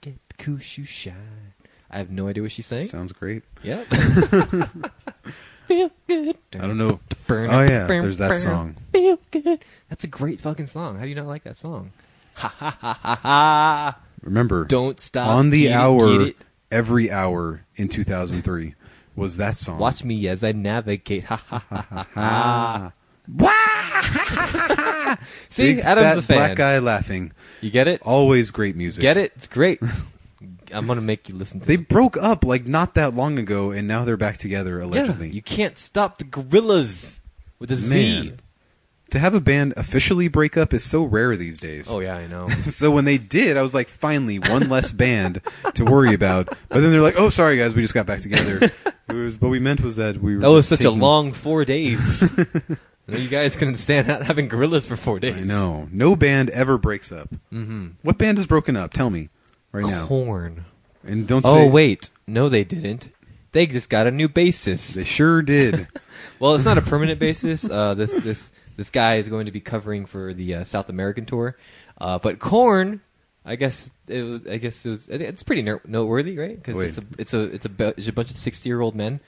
Speaker 2: get the coo shoe shine. I have no idea what she's saying.
Speaker 3: Sounds great.
Speaker 2: Yep. Feel good.
Speaker 3: I don't know.
Speaker 2: Burn,
Speaker 3: Oh, yeah,
Speaker 2: burn,
Speaker 3: there's that
Speaker 2: burn.
Speaker 3: song.
Speaker 2: Feel good. That's a great fucking song. How do you not like that song? Ha ha ha ha ha.
Speaker 3: Remember,
Speaker 2: Don't stop.
Speaker 3: on the
Speaker 2: Get it,
Speaker 3: hour.
Speaker 2: get it.
Speaker 3: Every hour in 2003 was that song.
Speaker 2: Watch me as I navigate. Ha ha ha ha.
Speaker 3: Ah.
Speaker 2: See,
Speaker 3: Big
Speaker 2: Adam's
Speaker 3: fat
Speaker 2: a fan.
Speaker 3: Black guy laughing.
Speaker 2: You get it?
Speaker 3: Always great music.
Speaker 2: Get it? It's great. I'm gonna make you listen to.
Speaker 3: They
Speaker 2: them.
Speaker 3: broke up like not that long ago, and now they're back together allegedly.
Speaker 2: Yeah, you can't stop the gorillas with a Z.
Speaker 3: Man. to have a band officially break up is so rare these days.
Speaker 2: Oh yeah, I know.
Speaker 3: So when they did, I was like, finally, one less band to worry about. But then they're like, oh, sorry guys, we just got back together. It was, what we meant was that we were.
Speaker 2: That was
Speaker 3: just
Speaker 2: such a
Speaker 3: taking-
Speaker 2: long four days. I know you guys couldn't stand out having gorillas for four days.
Speaker 3: I know. No band ever breaks up.
Speaker 2: Mm-hmm.
Speaker 3: What band has broken up? Tell me right now.
Speaker 2: Corn.
Speaker 3: And don't say.
Speaker 2: Oh wait, no, they didn't. They just got a new
Speaker 3: They
Speaker 2: bassist.
Speaker 3: sure did.
Speaker 2: well, it's not a permanent bassist. Uh, this this this guy is going to be covering for the uh, South American tour. Uh, but Corn I guess it was, I guess it was, I think it's pretty ner- noteworthy, right? Because
Speaker 3: Wait.
Speaker 2: it's a it's a it's a, bu- it's a bunch of sixty year old men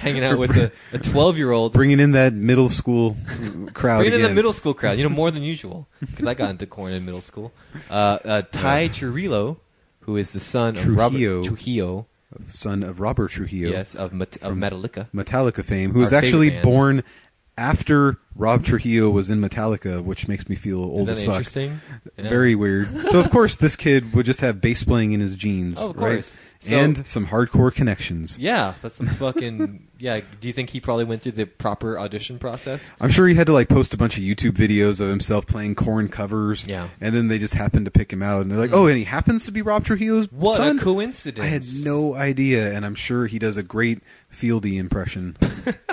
Speaker 2: hanging out with a a twelve year old.
Speaker 3: Bringing in that middle school crowd.
Speaker 2: Bringing in the
Speaker 3: again.
Speaker 2: middle school crowd, you know, more than usual, because I got into corn in middle school. Uh, uh, Ty Churillo, who is the son
Speaker 3: Trujillo.
Speaker 2: of Robert Trujillo,
Speaker 3: son of Robert Trujillo,
Speaker 2: yes, of, Met- of
Speaker 3: From-
Speaker 2: Metallica.
Speaker 3: Metallica fame, who was
Speaker 2: Our favorite
Speaker 3: actually
Speaker 2: band.
Speaker 3: born after Rob Trujillo was in Metallica, which makes me feel
Speaker 2: Isn't
Speaker 3: old as
Speaker 2: that
Speaker 3: fuck.
Speaker 2: interesting? Yeah.
Speaker 3: Very weird. So of course this kid would just have bass playing in his jeans,
Speaker 2: Oh, of
Speaker 3: right?
Speaker 2: course. So-
Speaker 3: and some hardcore connections.
Speaker 2: Yeah, that's some fucking. yeah, do you think he probably went through the proper audition process?
Speaker 3: I'm sure he had to like post a bunch of YouTube videos of himself playing corn covers.
Speaker 2: Yeah.
Speaker 3: And then they just happened to pick him out and they're like, Oh, and he happens to be Rob Trujillo's
Speaker 2: What
Speaker 3: son?
Speaker 2: a coincidence!
Speaker 3: I had no idea, and I'm sure he does a great Fieldy impression.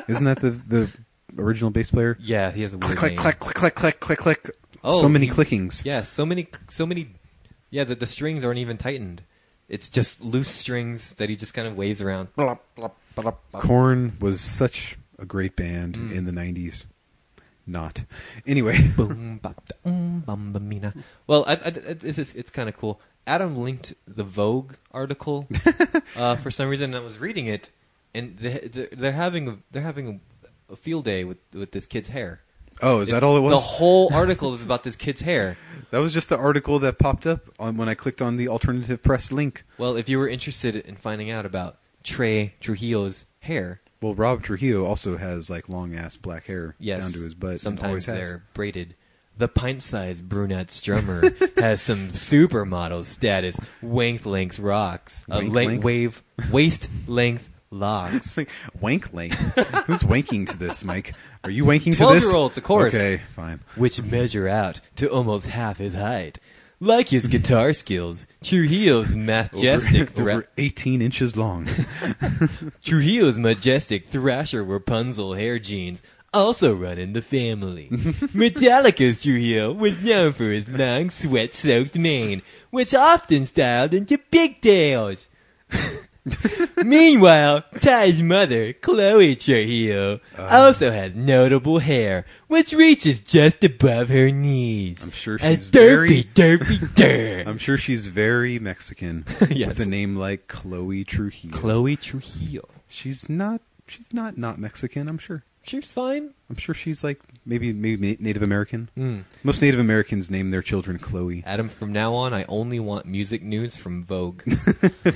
Speaker 3: Isn't that the the original bass player?
Speaker 2: Yeah, he has a weird
Speaker 3: Click, click,
Speaker 2: name.
Speaker 3: click, click, click, click, click, click.
Speaker 2: Oh,
Speaker 3: so many
Speaker 2: he-
Speaker 3: clickings.
Speaker 2: Yeah, so many, so many. Yeah, the, the strings aren't even tightened. It's just loose strings that he just kind of waves around.
Speaker 3: Corn was such a great band in the 90s. Not. Anyway,
Speaker 2: Boom, bop, da, um, bum, bum, mina. Well, I, I, it- it's just, it's kind of cool. Adam linked the Vogue article uh, for some reason, and I was reading it, and they, they're, they're having a, they're having a, a field day with with this kid's hair.
Speaker 3: oh, is that all it was?
Speaker 2: The whole article is about this kid's hair.
Speaker 3: that was just the article that popped up on when I clicked on the alternative press link.
Speaker 2: Well, if you were interested in finding out about Trey Trujillo's hair,
Speaker 3: Well, Rob Trujillo also has like long ass black hair
Speaker 2: yes,
Speaker 3: down to his butt. and
Speaker 2: Sometimes
Speaker 3: always has.
Speaker 2: they're braided. The pint-sized brunette strummer has some supermodel status. Wank length rocks. Uh,
Speaker 3: Wank
Speaker 2: lang-
Speaker 3: length?
Speaker 2: wave waist length locks.
Speaker 3: Like, wank link. Who's wanking to this, Mike? Are you wanking to this?
Speaker 2: 12-year-olds, of course.
Speaker 3: Okay, fine.
Speaker 2: which measure out to almost half his height. Like his guitar skills, Trujillo's majestic
Speaker 3: over,
Speaker 2: thra-
Speaker 3: over 18 inches long.
Speaker 2: Trujillo's majestic Thrasher Rapunzel hair jeans also run in the family. Metallica's Trujillo was known for his long, sweat-soaked mane, which often styled into pigtails. Meanwhile, Ty's mother, Chloe Trujillo,
Speaker 3: Uh.
Speaker 2: also has notable hair, which reaches just above her knees.
Speaker 3: I'm sure
Speaker 2: And
Speaker 3: she's very-
Speaker 2: derpy, derpy,
Speaker 3: I'm sure she's very Mexican
Speaker 2: Yes.
Speaker 3: with a name like Chloe Trujillo.
Speaker 2: der. Chloe Trujillo.
Speaker 3: she's not. She's not not Mexican. I'm sure.
Speaker 2: She's fine.
Speaker 3: I'm sure she's like maybe maybe Na- Native American.
Speaker 2: Hmm.
Speaker 3: Most Native Americans name their children Chloe
Speaker 2: Adam, from now on, I only want music news from Vogue.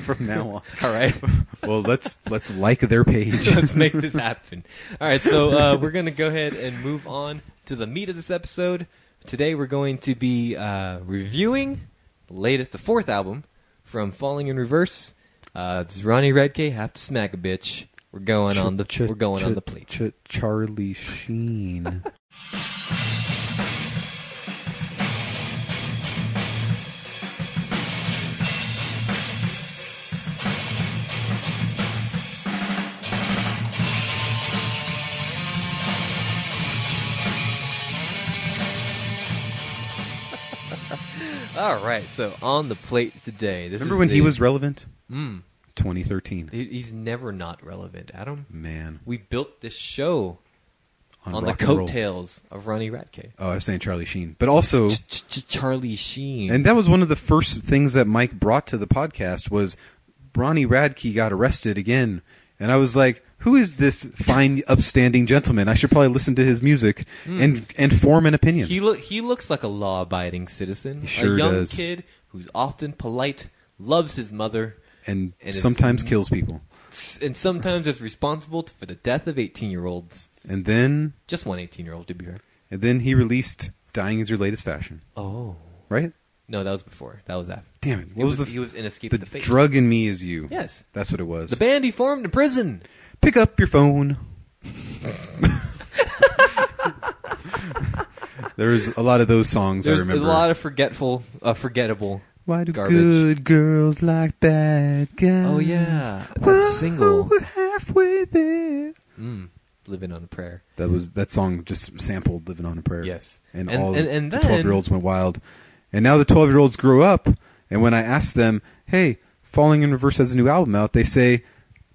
Speaker 3: from now on.
Speaker 2: All right,
Speaker 3: well, let's let's like their page.
Speaker 2: let's make this happen. All right, so uh, we're gonna go ahead and move on to the meat of this episode. Today, we're going to be uh, reviewing the latest, the fourth album from Falling in Reverse. Uh, it's Ronnie Redkay, "Have to Smack a Bitch." We're going on the
Speaker 3: Ch-
Speaker 2: we're going
Speaker 3: ch-
Speaker 2: on the plea.
Speaker 3: ch- Charlie Sheen.
Speaker 2: All right, so on the plate today. This
Speaker 3: Remember
Speaker 2: is
Speaker 3: when he
Speaker 2: the-
Speaker 3: was relevant?
Speaker 2: Mm,
Speaker 3: 2013.
Speaker 2: he- he's never not relevant, Adam.
Speaker 3: Man,
Speaker 2: We built this show on, the
Speaker 3: rock and roll.
Speaker 2: coattails of Ronnie Radke.
Speaker 3: Oh, I was saying Charlie Sheen, but also,
Speaker 2: Ch- ch- Charlie Sheen.
Speaker 3: and that was one of the first things that Mike brought to the podcast was Ronnie Radke got arrested again, and I was like, who is this fine, upstanding gentleman? I should probably listen to his music and and form an opinion.
Speaker 2: Hmm. he look he looks like a law-abiding citizen,
Speaker 3: He sure
Speaker 2: a young
Speaker 3: does.
Speaker 2: kid who's often polite, loves his mother,
Speaker 3: and
Speaker 2: and is-
Speaker 3: sometimes kills people.
Speaker 2: s- and sometimes is responsible for the death of 18-year-olds.
Speaker 3: And then
Speaker 2: Just one 18-year-old to be fair.
Speaker 3: and then he released "Dying Is Your Latest Fashion,"
Speaker 2: Oh.
Speaker 3: right?
Speaker 2: No, that was before. That was after.
Speaker 3: Damn it! What
Speaker 2: He was,
Speaker 3: was,
Speaker 2: he
Speaker 3: the
Speaker 2: was in Escape
Speaker 3: the,
Speaker 2: to the Fate.
Speaker 3: drug in me is you?
Speaker 2: Yes.
Speaker 3: that's what it was.
Speaker 2: The band he formed in prison.
Speaker 3: Pick up your phone. There's a lot of those songs
Speaker 2: There's
Speaker 3: I
Speaker 2: a
Speaker 3: remember.
Speaker 2: lot of forgetful uh, forgettable
Speaker 3: Why do
Speaker 2: garbage.
Speaker 3: good girls like bad guys?
Speaker 2: Oh yeah. That
Speaker 3: Whoa,
Speaker 2: single.
Speaker 3: We're halfway there.
Speaker 2: Mm, living on a prayer.
Speaker 3: That was that song just sampled "Living on a Prayer."
Speaker 2: Yes.
Speaker 3: and,
Speaker 2: And-
Speaker 3: all
Speaker 2: and- and
Speaker 3: the
Speaker 2: then-
Speaker 3: twelve-year-olds went wild. And now the twelve-year-olds grew up. And when I asked them, "Hey, Falling in Reverse has a new album out," they say,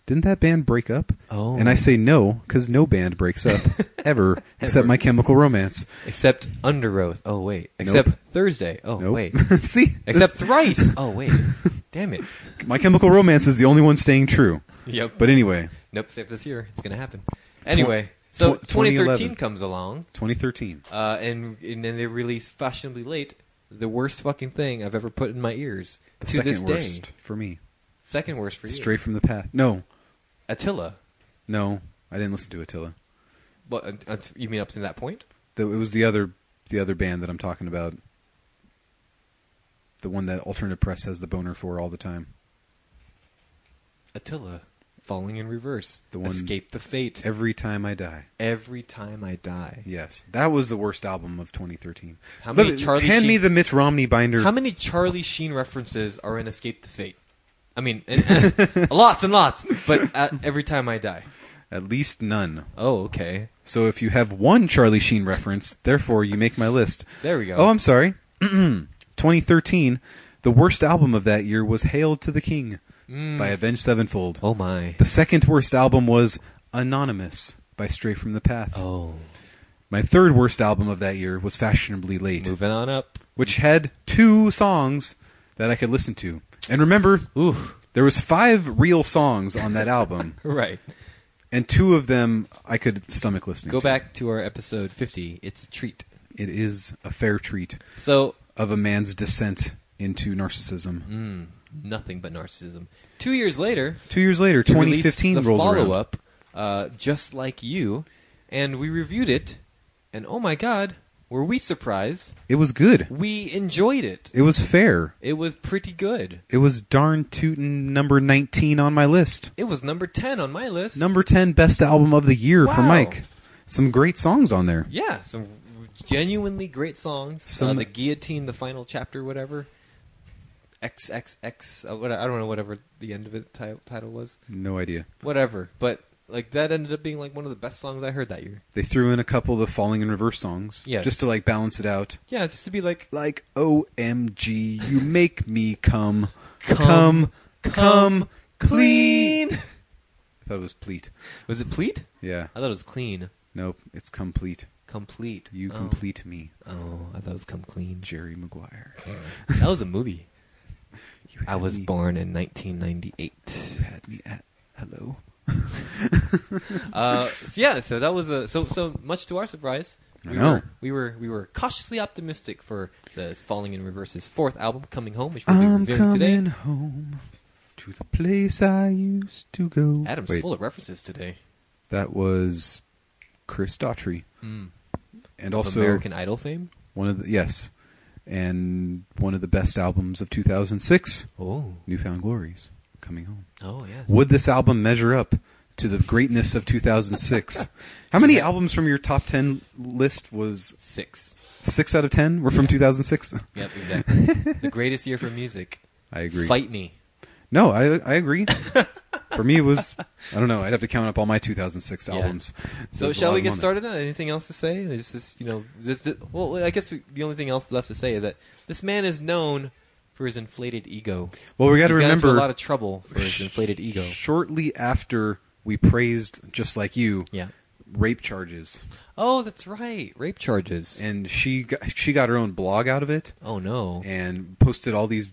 Speaker 3: didn't that band break up?
Speaker 1: Oh.
Speaker 3: And I say no because no band breaks up ever except My Chemical Romance.
Speaker 2: Except Under Oath. Oh wait. Except Thursday. Oh
Speaker 3: Nope.
Speaker 2: wait.
Speaker 3: See,
Speaker 2: Except thrice. Oh wait. Damn it.
Speaker 3: My Chemical Romance is the only one staying true.
Speaker 2: Yep.
Speaker 3: But anyway,
Speaker 2: nope. Except this year, it's gonna happen. Anyway, so
Speaker 3: tw-
Speaker 2: 2013
Speaker 3: 2011.
Speaker 2: comes along,
Speaker 3: 2013.
Speaker 2: uh, and and then they release fashionably late, the worst fucking thing I've ever put in my ears
Speaker 3: The
Speaker 2: to
Speaker 3: second
Speaker 2: this day.
Speaker 3: worst for me.
Speaker 2: Second worst for you.
Speaker 3: Straight from the path. No,
Speaker 2: Attila.
Speaker 3: no, I didn't listen to Attila.
Speaker 2: But uh, uh, you mean up to that point?
Speaker 3: The, it was the other the other band that I'm talking about. The one that alternative press has the boner for all the time.
Speaker 2: Attila, falling in reverse.
Speaker 3: The one-
Speaker 2: escape the fate. Every,
Speaker 3: Every time I die.
Speaker 2: time I die.
Speaker 3: Yes, that was the worst album of 2013.
Speaker 2: How many
Speaker 3: me-
Speaker 2: Charlie
Speaker 3: hand me
Speaker 2: Sheen-
Speaker 3: the Mitt Romney binder.
Speaker 2: How many Charlie Sheen references are in Escape the Fate? I mean, and, lots and lots. But uh every time I die.
Speaker 3: At least none.
Speaker 2: Oh, okay.
Speaker 3: So if you have one Charlie Sheen reference, therefore you make my list.
Speaker 2: There we go.
Speaker 3: Oh, I'm sorry. 2013, the worst album of that year was "Hail to the King"
Speaker 2: Mm.
Speaker 3: by Avenged Sevenfold.
Speaker 2: Oh my.
Speaker 3: The second worst album was "Anonymous" by Stray from the Path.
Speaker 2: Oh.
Speaker 3: My third worst album of that year was "Fashionably Late,"
Speaker 2: Moving on up.
Speaker 3: which had two songs that I could listen to. And remember,
Speaker 2: Ooh.
Speaker 3: there was five real songs on that album.
Speaker 2: Right.
Speaker 3: and two of them I could stomach listening.
Speaker 2: Go
Speaker 3: to.
Speaker 2: back to our episode 50. It's a treat.
Speaker 3: It is a fair treat
Speaker 2: So,
Speaker 3: of a man's descent into narcissism.
Speaker 2: mm, nothing but narcissism. Two years later,
Speaker 3: Two years later,
Speaker 2: we
Speaker 3: 2015
Speaker 2: released the
Speaker 3: rolls
Speaker 2: follow
Speaker 3: around.
Speaker 2: up, uh, just like you, and we reviewed it, and oh my god, were we surprised?
Speaker 3: It was good.
Speaker 2: We enjoyed it.
Speaker 3: It was fair.
Speaker 2: It was pretty good.
Speaker 3: It was darn tootin' number 19 on my list.
Speaker 2: It was number ten on my list.
Speaker 3: Number 10 best album of the year for
Speaker 2: Wow.
Speaker 3: Mike. Some great songs on there.
Speaker 2: yeah, some genuinely great songs. uh,
Speaker 3: Some-
Speaker 2: the guillotine, the final chapter, whatever. X X X. Uh, what, I don't know whatever the end of it title, title was.
Speaker 3: No idea.
Speaker 2: Whatever, but like that ended up being like one of the best songs I heard that year.
Speaker 3: They threw in a couple of the falling in reverse songs
Speaker 2: Yes.
Speaker 3: just to like balance it out.
Speaker 2: Yeah, just to be like
Speaker 3: Like OMG, you make me come,
Speaker 2: Come,
Speaker 3: come,
Speaker 2: come
Speaker 3: come, clean. I thought it was pleat.
Speaker 2: Was it pleat?
Speaker 3: Yeah.
Speaker 2: I thought it was clean.
Speaker 3: Nope, it's complete.
Speaker 2: Complete.
Speaker 3: You
Speaker 2: Oh.
Speaker 3: complete me,
Speaker 2: Oh, I thought it was come clean.
Speaker 3: Jerry Maguire.
Speaker 2: That was a movie.
Speaker 3: You had
Speaker 2: I was
Speaker 3: me-
Speaker 2: born in 1998.
Speaker 3: You had me at hello.
Speaker 2: Uh, so yeah, so that was a so so much to our surprise.
Speaker 3: I
Speaker 2: We
Speaker 3: know.
Speaker 2: were, we were we were cautiously optimistic for the Falling in Reverse's fourth album, Coming Home, which we'll be
Speaker 3: I'm
Speaker 2: reviewing
Speaker 3: coming
Speaker 2: today.
Speaker 3: home to the place I used to go.
Speaker 2: Adam's
Speaker 3: Wait,
Speaker 2: full of references today.
Speaker 3: that was Chris Daughtry,
Speaker 2: Mm.
Speaker 3: and also
Speaker 2: American Idol fame.
Speaker 3: one of the yes, and one of the best albums of 2006,
Speaker 2: Oh,
Speaker 3: Newfound Glories, coming home.
Speaker 2: oh yes.
Speaker 3: Would this album measure up to the greatness of 2006? How many albums from your top 10 list was
Speaker 2: six?
Speaker 3: six out of ten were from 2006.
Speaker 2: Yep, exactly. the greatest year for music.
Speaker 3: I agree.
Speaker 2: Fight me.
Speaker 3: No, I I agree. For me, it was I don't know. I'd have to count up all my 2006
Speaker 2: Yeah.
Speaker 3: albums.
Speaker 2: So
Speaker 3: There's a
Speaker 2: shall
Speaker 3: lot
Speaker 2: we
Speaker 3: of
Speaker 2: get
Speaker 3: money.
Speaker 2: started? On it? anything else to say? This is you know this, this- well I guess we, the only thing else left to say is that this man is known for his inflated ego.
Speaker 3: Well, we got to
Speaker 2: He's gotten into
Speaker 3: remember
Speaker 2: a lot of trouble for his inflated ego.
Speaker 3: Shortly after we praised, just like you,
Speaker 2: Yeah.
Speaker 3: rape charges,
Speaker 2: Oh, that's right, rape charges.
Speaker 3: and she got, she got her own blog out of it
Speaker 2: oh no.
Speaker 3: and posted all these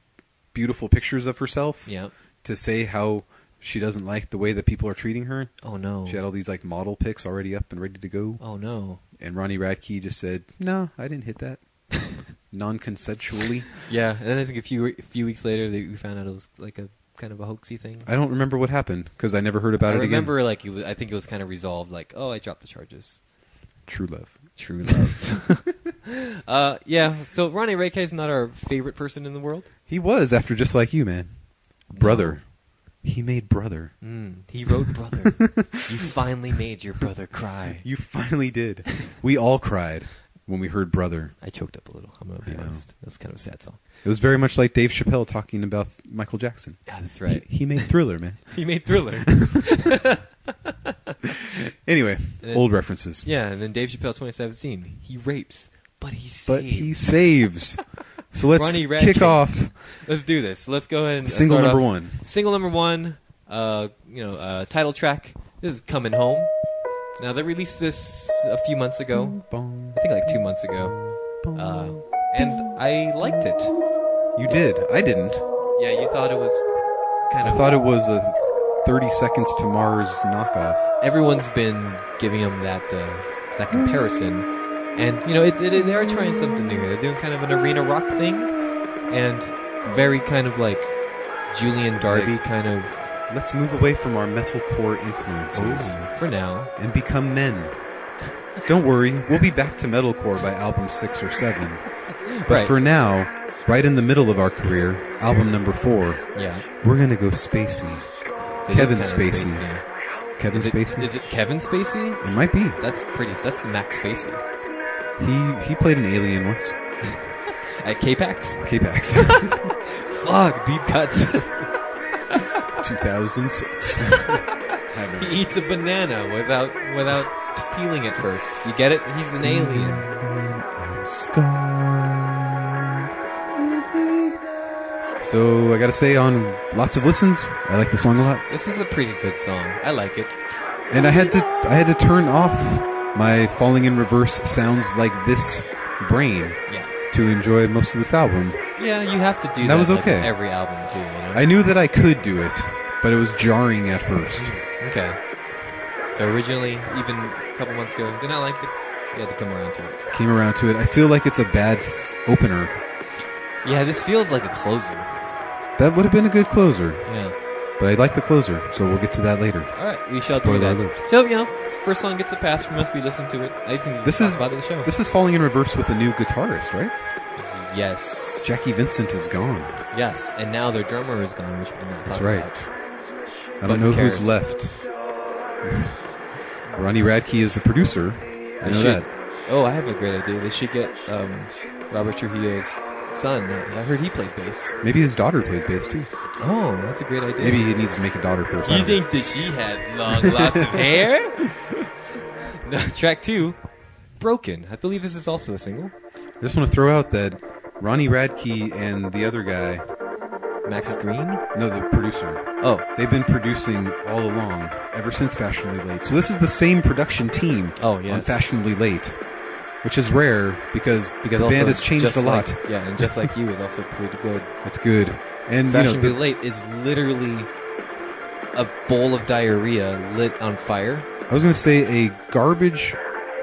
Speaker 3: beautiful pictures of herself
Speaker 2: yeah.
Speaker 3: to say how she doesn't like the way that people are treating her.
Speaker 2: Oh no.
Speaker 3: She had all these like model pics already up and ready to go.
Speaker 2: oh no.
Speaker 3: And Ronnie Radke just said, "No, I didn't hit that, non-consensually."
Speaker 2: Yeah, and then I think a few a few weeks later they, we found out it was like a kind of a hoaxy thing.
Speaker 3: I don't remember what happened because I never heard about
Speaker 2: I
Speaker 3: it
Speaker 2: remember like it was, I think it was kind of resolved like oh I dropped the charges.
Speaker 3: again. True love.
Speaker 2: True love. uh, yeah. So Ronnie Radke is not our favorite person in the world.
Speaker 3: He was after just like you, man. Brother. He made brother.
Speaker 2: Mm, he wrote brother. you finally made your brother cry.
Speaker 3: You finally did. we all cried when we heard brother.
Speaker 2: I choked up a little. I'm gonna be
Speaker 3: I know.
Speaker 2: honest. That's kind of a sad song.
Speaker 3: It was very much like Dave Chappelle talking about Michael Jackson.
Speaker 2: Yeah, that's right.
Speaker 3: He, he made Thriller, man.
Speaker 2: he made Thriller.
Speaker 3: Anyway,
Speaker 2: Uh,
Speaker 3: old references.
Speaker 2: yeah, and then Dave Chappelle 2017. He rapes, but he saves.
Speaker 3: But he saves. So let's
Speaker 2: Ronnie Radke.
Speaker 3: kick off
Speaker 2: Let's do this. Let's go ahead and
Speaker 3: single
Speaker 2: start
Speaker 3: number
Speaker 2: off-
Speaker 3: one.
Speaker 2: Single number one. uh, you know, uh, title track. This is "Coming Home." Now they released this a few months ago.
Speaker 3: Bong,
Speaker 2: I think like two months ago,
Speaker 3: bong.
Speaker 2: uh, and I liked it.
Speaker 3: you did. I didn't.
Speaker 2: Yeah, you thought it was kind
Speaker 3: I
Speaker 2: of.
Speaker 3: thought it was a 30 Seconds to Mars knockoff.
Speaker 2: everyone's been giving him that uh, that comparison, and you know it, it, they are trying something new. here. They're doing kind of an arena rock thing, and very kind of like Julian Darby
Speaker 3: Like-
Speaker 2: kind of
Speaker 3: Let's move away from our metalcore influences
Speaker 2: for now.
Speaker 3: and become men. Don't worry, we'll be back to metalcore by album six or seven. But
Speaker 2: Right.
Speaker 3: for now, right in the middle of our career, album number four,
Speaker 2: Yeah,
Speaker 3: we're gonna go spacey.
Speaker 2: It is
Speaker 3: Kevin
Speaker 2: kinda
Speaker 3: Spacey.
Speaker 2: now.
Speaker 3: Kevin
Speaker 2: Is it,
Speaker 3: Spacey.
Speaker 2: is it Kevin Spacey?
Speaker 3: it might be.
Speaker 2: That's pretty. That's Max Spacey
Speaker 3: He he played an alien once.
Speaker 2: at K-Pax.
Speaker 3: K-Pax.
Speaker 2: Fuck, deep cuts.
Speaker 3: 2006. I don't know.
Speaker 2: he eats a banana without without peeling it first. You get it? He's an alien.
Speaker 3: So I gotta say, on lots of listens, I like the song a lot,
Speaker 2: This is a pretty good song. I like it.
Speaker 3: and I had to I had to turn off my falling in reverse sounds like this brain
Speaker 2: Yeah.
Speaker 3: to enjoy most of this album.
Speaker 2: Yeah, you have to do that.
Speaker 3: That was
Speaker 2: with
Speaker 3: okay.
Speaker 2: Every album too. You know?
Speaker 3: I knew that I could do it, but it was jarring at first.
Speaker 2: okay. So originally, even a couple months ago, did not like it. You had to come around to it.
Speaker 3: Came around to it. I feel like it's a bad opener.
Speaker 2: Yeah, this feels like a closer.
Speaker 3: That would have been a good closer,
Speaker 2: Yeah.
Speaker 3: but I like the closer, so we'll get to that later.
Speaker 2: All right, we shall
Speaker 3: Spoiler
Speaker 2: do that.
Speaker 3: alert.
Speaker 2: So you know, first song gets a pass from us. We listen to it. I think we
Speaker 3: This
Speaker 2: talk
Speaker 3: is-
Speaker 2: about it in the show.
Speaker 3: This is falling in reverse with a new guitarist, right?
Speaker 2: yes,
Speaker 3: Jackie Vincent is gone.
Speaker 2: Yes, and now their drummer is gone, which we're not
Speaker 3: That's
Speaker 2: talking
Speaker 3: right.
Speaker 2: about.
Speaker 3: I
Speaker 2: But
Speaker 3: don't
Speaker 2: who
Speaker 3: know who's
Speaker 2: cares?
Speaker 3: left. Ronnie Radke is the producer. I
Speaker 2: They
Speaker 3: know
Speaker 2: should-
Speaker 3: that.
Speaker 2: Oh, I have a great idea. They should get um, Robert Trujillo's son. I heard he plays bass.
Speaker 3: Maybe his daughter plays bass too.
Speaker 2: Oh, that's a great idea.
Speaker 3: Maybe he needs to make a daughter first. I
Speaker 2: You
Speaker 3: don't know.
Speaker 2: think that she has long locks of hair? No, track two, Broken. I believe this is also a single.
Speaker 3: I just want to throw out that Ronnie Radke and the other guy,
Speaker 2: Max Green.
Speaker 3: no, the producer,
Speaker 2: Oh,
Speaker 3: they've been producing all along, ever since Fashionably Late. So this is the same production team
Speaker 2: Oh, yes.
Speaker 3: on Fashionably Late, which is rare because, the
Speaker 2: also
Speaker 3: band has changed
Speaker 2: Just
Speaker 3: a lot.
Speaker 2: Like, yeah, and just like you is also pretty good.
Speaker 3: It's good. And you know,
Speaker 2: Fashionably
Speaker 3: the-
Speaker 2: Late is literally a bowl of diarrhea lit on fire.
Speaker 3: I was going to say a garbage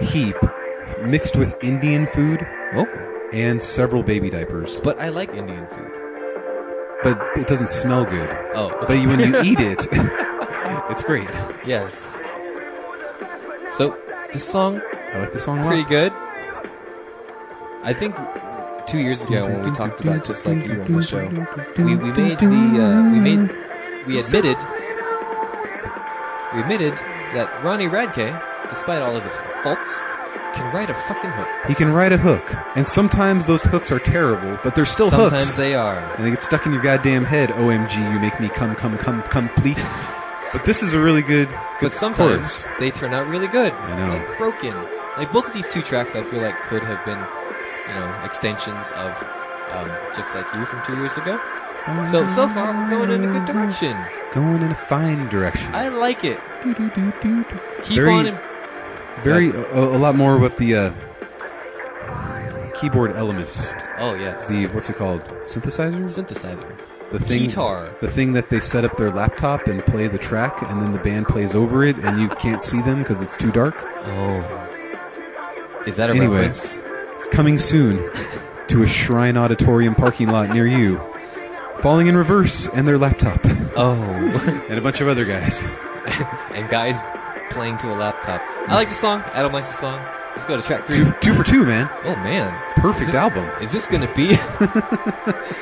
Speaker 3: heap mixed with Indian food
Speaker 2: Oh,
Speaker 3: and several baby diapers,
Speaker 2: but I like Indian food.
Speaker 3: but it doesn't smell good.
Speaker 2: Oh,
Speaker 3: But you, when you eat it, it's great.
Speaker 2: yes. So this song
Speaker 3: I like the song a lot.
Speaker 2: pretty good. I think two years ago when we talked about just like you on the show, we, we made the uh, we made we admitted we admitted that Ronnie Radke, despite all of his faults, can write a fucking hook.
Speaker 3: He can write a hook, and sometimes those hooks are terrible, but they're still
Speaker 2: Sometimes
Speaker 3: hooks.
Speaker 2: they are.
Speaker 3: and they get stuck in your goddamn head. OMG, you make me come, come, come, complete. But this is a really good, good
Speaker 2: But sometimes
Speaker 3: chorus.
Speaker 2: they turn out really good.
Speaker 3: I know.
Speaker 2: Like broken. Like both of these two tracks, I feel like could have been, you know, extensions of um, just like you from two years ago. So so far, we're going in a good direction.
Speaker 3: Going in a fine direction.
Speaker 2: I like it. Keep
Speaker 3: Very-
Speaker 2: on. im-
Speaker 3: Very a, a lot more with the uh, keyboard elements.
Speaker 2: oh yes.
Speaker 3: The what's it called? Synthesizer.
Speaker 2: synthesizer.
Speaker 3: The thing.
Speaker 2: guitar.
Speaker 3: The thing that they set up their laptop and play the track, and then the band plays over it, and you can't see them because it's too dark.
Speaker 2: Oh. Is that a
Speaker 3: Anyway.
Speaker 2: reference?
Speaker 3: Coming soon to a Shrine Auditorium parking lot near you. Falling in reverse and their laptop,
Speaker 2: Oh.
Speaker 3: and a bunch of other guys.
Speaker 2: and guys playing to a laptop. I like the song. Adam likes the song. Let's go to track three.
Speaker 3: Two, two for two, man.
Speaker 2: Oh man.
Speaker 3: Perfect
Speaker 2: Is this-
Speaker 3: album.
Speaker 2: Is this gonna be? is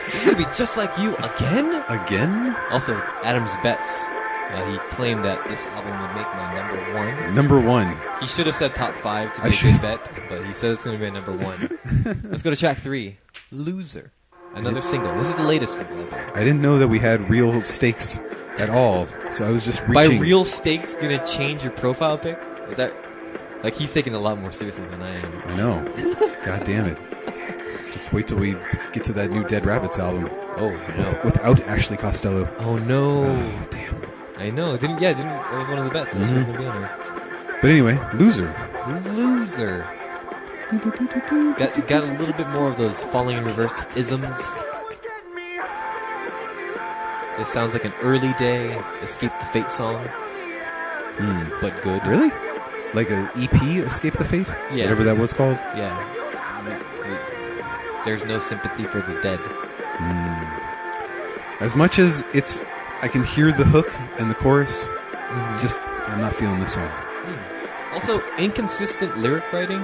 Speaker 2: this gonna be just like you again?
Speaker 3: Again,
Speaker 2: Also, Adam's bets. Uh, he claimed that this album would make my number one.
Speaker 3: number one.
Speaker 2: He should have said top five to
Speaker 3: I
Speaker 2: make his
Speaker 3: should-
Speaker 2: bet, but he said it's gonna be number one. Let's go to track three. Loser. Another single. This is the latest single. I believe.
Speaker 3: I didn't know that we had real stakes at all, so I was just reaching.
Speaker 2: By real stakes gonna change your profile pic? Is that like he's taking it a lot more seriously than I am?
Speaker 3: I know. God damn it. Just wait till we get to that new Dead Rabbits album
Speaker 2: Oh no!
Speaker 3: without Ashley Costello.
Speaker 2: Oh no!
Speaker 3: Damn.
Speaker 2: I know. it Didn't yeah? it Didn't that was one of the bets? That she was gonna be on there.
Speaker 3: But anyway, loser.
Speaker 2: Loser. Got got a little bit more of those falling in reverse isms. This sounds like an early day Escape the Fate song, Hmm, but good.
Speaker 3: Really? Like a EP, Escape the Fate?
Speaker 2: Yeah.
Speaker 3: Whatever that was called.
Speaker 2: Yeah. There's no sympathy for the dead.
Speaker 3: Mm. As much as it's, I can hear the hook and the chorus. Just, I'm not feeling this song.
Speaker 2: Hmm. Also, inconsistent lyric writing.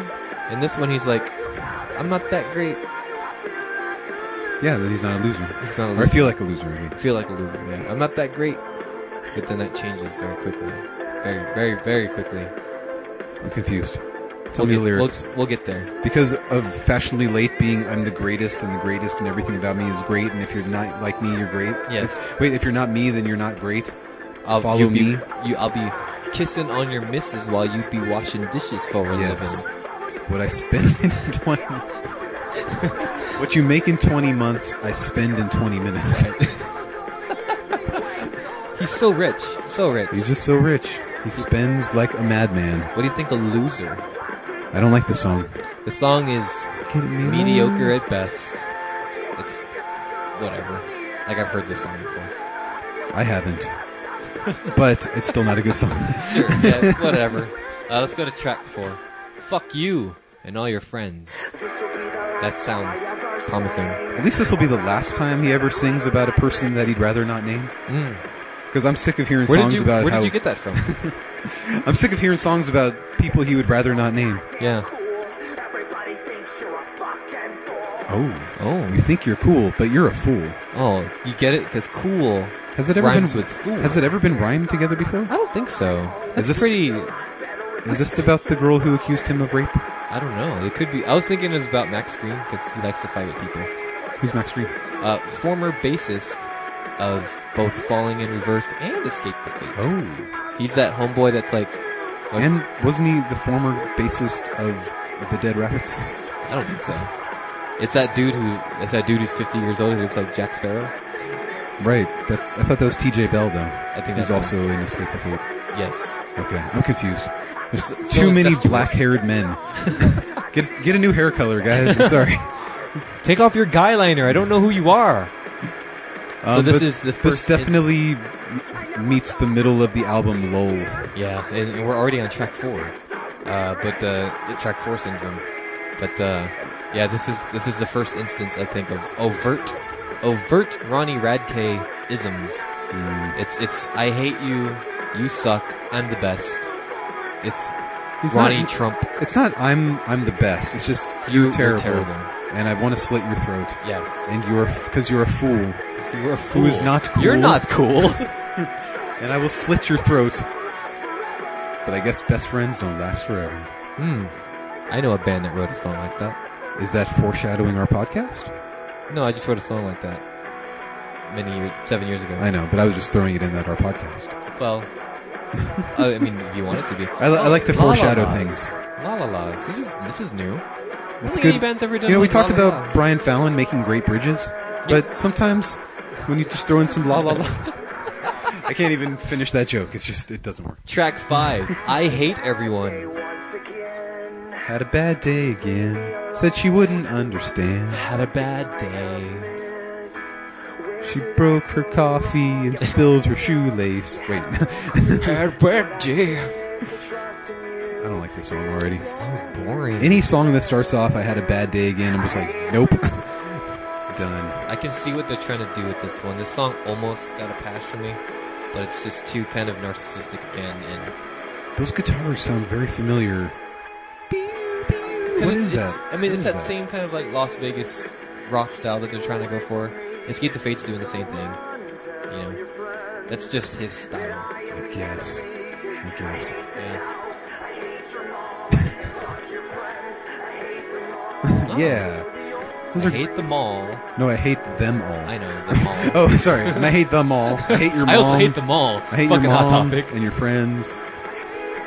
Speaker 2: In this one, he's like, "I'm not that great."
Speaker 3: Yeah, that he's not a loser.
Speaker 2: He's not a
Speaker 3: Or I
Speaker 2: loser.
Speaker 3: feel like a loser. I mean.
Speaker 2: I feel like a loser. Yeah. I'm not that great, but then that changes very quickly, very, very, very quickly.
Speaker 3: I'm confused.
Speaker 2: we'll
Speaker 3: Tell me
Speaker 2: get,
Speaker 3: the lyrics.
Speaker 2: We'll, we'll get there.
Speaker 3: because of fashionably late being I'm the greatest and the greatest and everything about me is great and if you're not like me you're great.
Speaker 2: Yes.
Speaker 3: If- wait, if you're not me then you're not great.
Speaker 2: I'll,
Speaker 3: Follow
Speaker 2: you'll be-
Speaker 3: me.
Speaker 2: you, I'll be kissing on your missus while you be washing dishes for a
Speaker 3: Yes.
Speaker 2: living.
Speaker 3: What I spend in 20 What you make in 20 months I spend in 20 minutes.
Speaker 2: He's so rich, so rich.
Speaker 3: He's just so rich. He spends like a madman.
Speaker 2: what do you think of loser?
Speaker 3: I don't like the song.
Speaker 2: The song is mediocre at best. It's whatever. Like I've heard this song before.
Speaker 3: I haven't. But it's still not a good song.
Speaker 2: Sure, yeah, whatever. Uh, let's go to track four. Fuck you and all your friends. That sounds promising.
Speaker 3: At least this will be the last time he ever sings about a person that he'd rather not name.
Speaker 2: Mm.
Speaker 3: Because I'm sick of hearing
Speaker 2: Where
Speaker 3: songs
Speaker 2: did you
Speaker 3: about
Speaker 2: Where
Speaker 3: how
Speaker 2: did you get that from?
Speaker 3: I'm sick of hearing songs about people he would rather not name.
Speaker 2: yeah.
Speaker 3: Oh, you
Speaker 2: Oh.
Speaker 3: think you're cool, but you're a fool.
Speaker 2: Oh, you get it because cool.
Speaker 3: Has it ever
Speaker 2: Rhymes
Speaker 3: been
Speaker 2: with fool.
Speaker 3: Has it ever been rhymed together before?
Speaker 2: I don't think so. That's
Speaker 3: Is this-
Speaker 2: pretty?
Speaker 3: Is this about the girl who accused him of rape?
Speaker 2: I don't know. It could be. I was thinking it was about Max Green because he likes to fight with people.
Speaker 3: Who's Max Reed?
Speaker 2: Uh, former bassist of both Falling in Reverse and Escape the Fate.
Speaker 3: Oh,
Speaker 2: He's that homeboy that's like, like
Speaker 3: and wasn't he the former bassist of the Dead Rabbits?
Speaker 2: I don't think so. It's that dude who. It's that dude who's 50 years old who looks like Jack Sparrow.
Speaker 3: Right. That's. I thought that was T.J. Bell though.
Speaker 2: I think
Speaker 3: Who's
Speaker 2: that's
Speaker 3: also in Escape the Fate.
Speaker 2: Yes.
Speaker 3: Okay, I'm confused. There's
Speaker 2: So- so
Speaker 3: too many
Speaker 2: incestuous.
Speaker 3: black-haired men. get get a new hair color, guys. I'm sorry.
Speaker 2: Take off your guy liner. I don't know who you are. So
Speaker 3: Um,
Speaker 2: this
Speaker 3: but
Speaker 2: is the
Speaker 3: This
Speaker 2: first in-
Speaker 3: definitely meets the middle of the album "Lol."
Speaker 2: Yeah, and, and we're already on track four. Uh, but the, the track four syndrome. But uh, yeah, this is this is the first instance I think of overt, overt Ronnie Radke isms.
Speaker 3: Mm.
Speaker 2: It's it's I hate you, you suck, I'm the best. It's
Speaker 3: He's
Speaker 2: Ronnie
Speaker 3: not-
Speaker 2: Trump.
Speaker 3: It's not I'm I'm the best. It's just
Speaker 2: You-
Speaker 3: you're,
Speaker 2: you're
Speaker 3: terrible,
Speaker 2: terrible.
Speaker 3: and I want to slit your throat.
Speaker 2: Yes,
Speaker 3: And you're because you're a fool,
Speaker 2: you're a fool.
Speaker 3: Who is not cool.
Speaker 2: You're not cool.
Speaker 3: and I will slit your throat. But I guess best friends don't last forever.
Speaker 2: Hmm. I know a band that wrote a song like that.
Speaker 3: Is that foreshadowing our podcast?
Speaker 2: No, I just wrote a song like that many years, seven years ago.
Speaker 3: I know, but I was just throwing it in that our podcast.
Speaker 2: Well, I I mean, if you want it to be.
Speaker 3: I, li- I like to
Speaker 2: La La
Speaker 3: foreshadow
Speaker 2: Las.
Speaker 3: things.
Speaker 2: La la la's. This is this is new.
Speaker 3: That's
Speaker 2: think
Speaker 3: good.
Speaker 2: any band's ever done
Speaker 3: you know, we
Speaker 2: like La
Speaker 3: talked
Speaker 2: La
Speaker 3: about
Speaker 2: La.
Speaker 3: Brian Fallon making great bridges, but sometimes when you just throw in some la la la, I can't even finish that joke. It's just it doesn't work.
Speaker 2: Track five. I hate everyone.
Speaker 3: Had a bad day again. Said she wouldn't understand.
Speaker 2: Had a bad day.
Speaker 3: She broke her coffee and spilled her shoelace. Wait, I
Speaker 2: Had a bad day.
Speaker 3: don't like this song already.
Speaker 2: This song's boring.
Speaker 3: Any song that starts off, I had a bad day again, I'm just like, nope. it's done.
Speaker 2: I can see what they're trying to do with this one. This song almost got a pass for me, but it's just too kind of narcissistic again. And
Speaker 3: Those guitars sound very familiar. What
Speaker 2: it's,
Speaker 3: is
Speaker 2: it's-
Speaker 3: that?
Speaker 2: I mean,
Speaker 3: What
Speaker 2: it's
Speaker 3: is
Speaker 2: that, same kind of like Las Vegas rock style that they're trying to go for. Escape the Fate's doing the same thing. You know, that's just his style.
Speaker 3: I guess. I guess.
Speaker 2: Yeah.
Speaker 3: Yeah. Those
Speaker 2: I
Speaker 3: are.
Speaker 2: hate them all.
Speaker 3: no, I hate them all.
Speaker 2: I know them all.
Speaker 3: Oh, sorry. And I hate them all. I hate your mom.
Speaker 2: I also hate them all.
Speaker 3: I hate
Speaker 2: Fucking
Speaker 3: your
Speaker 2: hot
Speaker 3: mom
Speaker 2: topic.
Speaker 3: and your friends.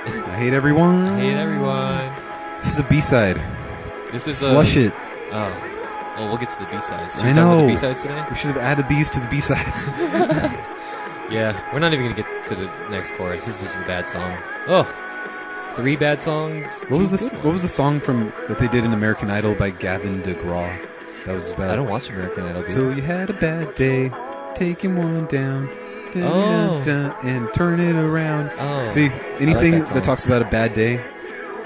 Speaker 3: I hate everyone.
Speaker 2: I hate everyone.
Speaker 3: This is a B-side.
Speaker 2: This is a
Speaker 3: Flush it.
Speaker 2: Oh, well, we'll get to the B sides. Should
Speaker 3: I
Speaker 2: we talk about the
Speaker 3: know.
Speaker 2: B sides today?
Speaker 3: We should have added these to the B-sides.
Speaker 2: Yeah, we're not even gonna get to the next chorus. This is just a bad song. Oh, three bad songs.
Speaker 3: What was
Speaker 2: two
Speaker 3: this?
Speaker 2: good
Speaker 3: What was the
Speaker 2: ones.
Speaker 3: song from that they did in American Idol by Gavin DeGraw? That was about.
Speaker 2: I don't watch American Idol. dude.
Speaker 3: So you had a bad day, taking one down, dun,
Speaker 2: Oh.
Speaker 3: dun, dun, and turn it around.
Speaker 2: Oh.
Speaker 3: See, anything
Speaker 2: that
Speaker 3: that,
Speaker 2: song.
Speaker 3: talks about a bad day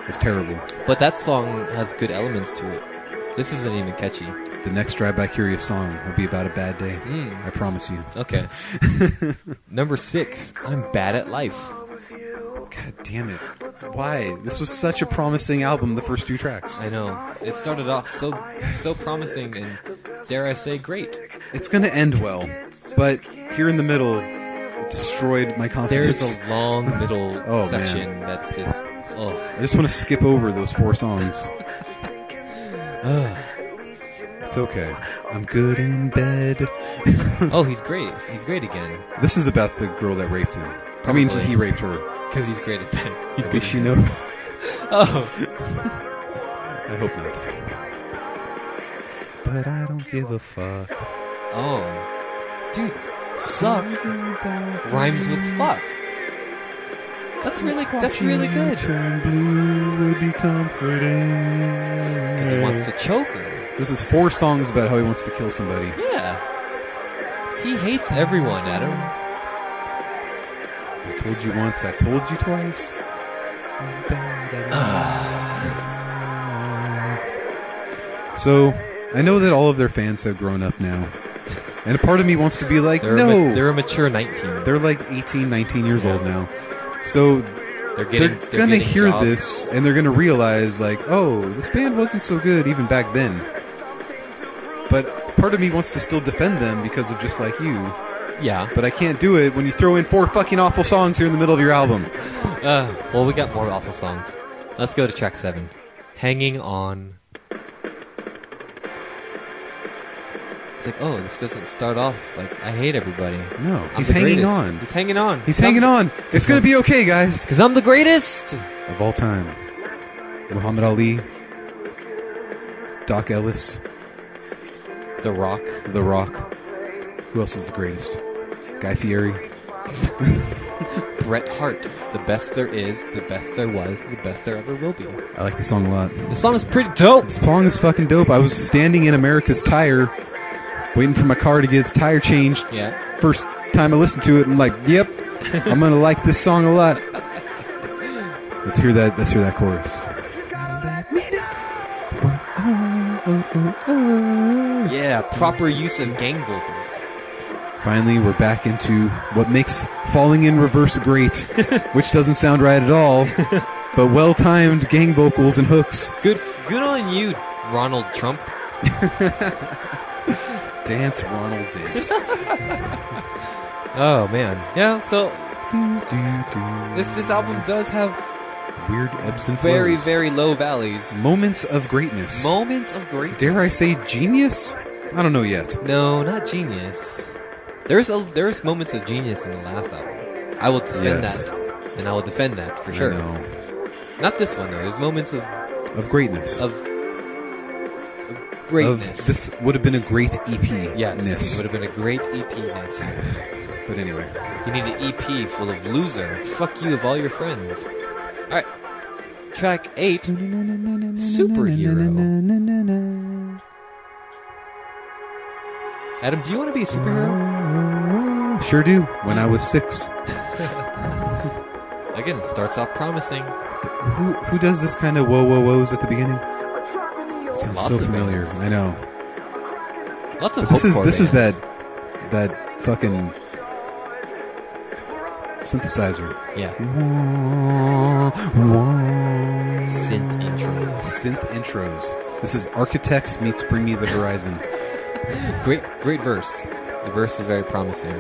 Speaker 3: is terrible.
Speaker 2: but that song has good elements to it. This isn't even catchy.
Speaker 3: The next Drive By Curious song will be about a bad day.
Speaker 2: Mm.
Speaker 3: I promise you.
Speaker 2: Okay. Number six. I'm bad at life.
Speaker 3: God damn it! Why? This was such a promising album. The first two tracks.
Speaker 2: I know. It started off so so promising and dare I say great.
Speaker 3: It's gonna end well, but here in the middle, it destroyed my confidence.
Speaker 2: There's a long middle
Speaker 3: Oh,
Speaker 2: section that's just oh
Speaker 3: I just want to skip over those four songs. it's okay. I'm good in bed.
Speaker 2: oh he's great. He's great again
Speaker 3: This is about the girl that raped him. I mean,
Speaker 2: Probably.
Speaker 3: he raped her.
Speaker 2: because he's great at that. He's
Speaker 3: At
Speaker 2: good.
Speaker 3: least she knows.
Speaker 2: Oh,
Speaker 3: I hope not. But I don't give a fuck.
Speaker 2: oh, dude, suck rhymes with fuck. That's really that's really good.
Speaker 3: Turn blue would be comforting.
Speaker 2: 'Cause he wants to choke her.
Speaker 3: This is four songs about how he wants to kill somebody.
Speaker 2: Yeah. He hates everyone, Adam.
Speaker 3: I told you once, I told you twice. I'm bad at life. so, I know that all of their fans have grown up now. And a part of me wants to be like,
Speaker 2: They're a
Speaker 3: no!
Speaker 2: ma- they're a mature 19.
Speaker 3: They're like 18, 19 years
Speaker 2: Yeah.
Speaker 3: old now. So,
Speaker 2: They're getting
Speaker 3: they're,
Speaker 2: they're
Speaker 3: gonna
Speaker 2: getting
Speaker 3: hear
Speaker 2: jobs.
Speaker 3: this and they're gonna realize, like, oh, this band wasn't so good even back then. But part of me wants to still defend them because of just like you.
Speaker 2: Yeah.
Speaker 3: But I can't do it when you throw in four fucking awful songs here in the middle of your album.
Speaker 2: Uh, well, we got more awful songs. Let's go to track seven. Hanging on. It's like, oh, this doesn't start off like I hate everybody.
Speaker 3: No,
Speaker 2: I'm
Speaker 3: he's
Speaker 2: the
Speaker 3: hanging
Speaker 2: greatest.
Speaker 3: on.
Speaker 2: He's hanging on.
Speaker 3: He's hanging on. It's gonna be okay, guys.
Speaker 2: because I'm the greatest.
Speaker 3: Of all time, Muhammad Ali, Doc Ellis,
Speaker 2: The Rock.
Speaker 3: The Rock. Who else is the greatest? Guy Fieri.
Speaker 2: Bret Hart. The best there is. The best there was. The best there ever will be.
Speaker 3: I like the song a lot.
Speaker 2: This song is pretty dope.
Speaker 3: This song is fucking dope. I was standing in America's Tire, waiting for my car to get its tire changed.
Speaker 2: Yeah.
Speaker 3: First time I listened to it, I'm like, "Yep, I'm gonna like this song a lot." Let's hear that. Let's hear that chorus.
Speaker 2: Yeah. Proper use of gang vocals.
Speaker 3: Finally, we're back into what makes falling in reverse great, which doesn't sound right at all, but well timed gang vocals and hooks.
Speaker 2: Good. Good on you, Ronald Trump.
Speaker 3: Dance, Ronald, dance.
Speaker 2: Oh man. Yeah. So
Speaker 3: this
Speaker 2: this this album does have
Speaker 3: weird ebbs and
Speaker 2: very
Speaker 3: flows.
Speaker 2: very low valleys.
Speaker 3: moments of greatness.
Speaker 2: Moments of great.
Speaker 3: Dare I say genius? I don't know yet.
Speaker 2: No, not genius. There's a there's moments of genius in the last album. I will defend
Speaker 3: Yes.
Speaker 2: that, and I will defend that for
Speaker 3: I
Speaker 2: sure.
Speaker 3: know.
Speaker 2: Not this one though. There's moments of
Speaker 3: Of greatness.
Speaker 2: of, of greatness.
Speaker 3: Of- this would have been a great E EP.
Speaker 2: yes,
Speaker 3: Ness.
Speaker 2: would have been a great EP-ness.
Speaker 3: But anyway.
Speaker 2: You need an EP full of loser. Fuck you of all your friends. All right, track eight. Superhero. Adam, do you want to be a superhero?
Speaker 3: Sure do. When I was six.
Speaker 2: Again, it starts off promising.
Speaker 3: Who who does this kind of whoa whoa who's at the beginning? Sounds
Speaker 2: Lots
Speaker 3: so
Speaker 2: of
Speaker 3: familiar.
Speaker 2: bands.
Speaker 3: I know.
Speaker 2: Lots of
Speaker 3: But this is
Speaker 2: hopecore
Speaker 3: this is that
Speaker 2: bands.
Speaker 3: that fucking synthesizer.
Speaker 2: yeah synth
Speaker 3: Synth
Speaker 2: intro.
Speaker 3: Synth intros. This is Architects meets Bring Me the Horizon.
Speaker 2: Great great verse. The verse is very promising.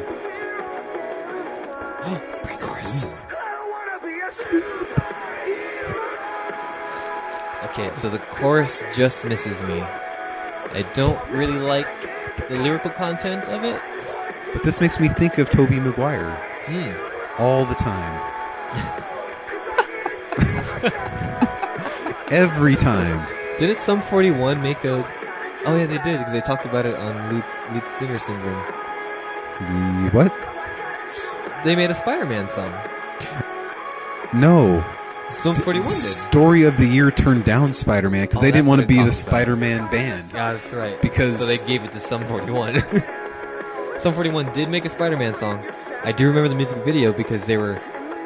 Speaker 2: Pre-chorus. Okay, so the chorus just misses me. I don't really like the lyrical content of it.
Speaker 3: But this makes me think of Toby Maguire
Speaker 2: Hmm.
Speaker 3: all the time. Every time.
Speaker 2: Didn't Sum 41 make a? Oh yeah, they did because they talked about it on Lead, Lead Singer Syndrome.
Speaker 3: The- What?
Speaker 2: they made a Spider-Man song.
Speaker 3: No.
Speaker 2: Film 41 did.
Speaker 3: Story of the year turned down Spider Man because
Speaker 2: Oh,
Speaker 3: they
Speaker 2: that's
Speaker 3: didn't want
Speaker 2: what
Speaker 3: to be
Speaker 2: I'm
Speaker 3: the
Speaker 2: talking about.
Speaker 3: Spider Man band.
Speaker 2: Yeah, that's right.
Speaker 3: Because-
Speaker 2: so they gave it to Sum 41. Sum 41 did make a Spider-Man song. I do remember the music video because they were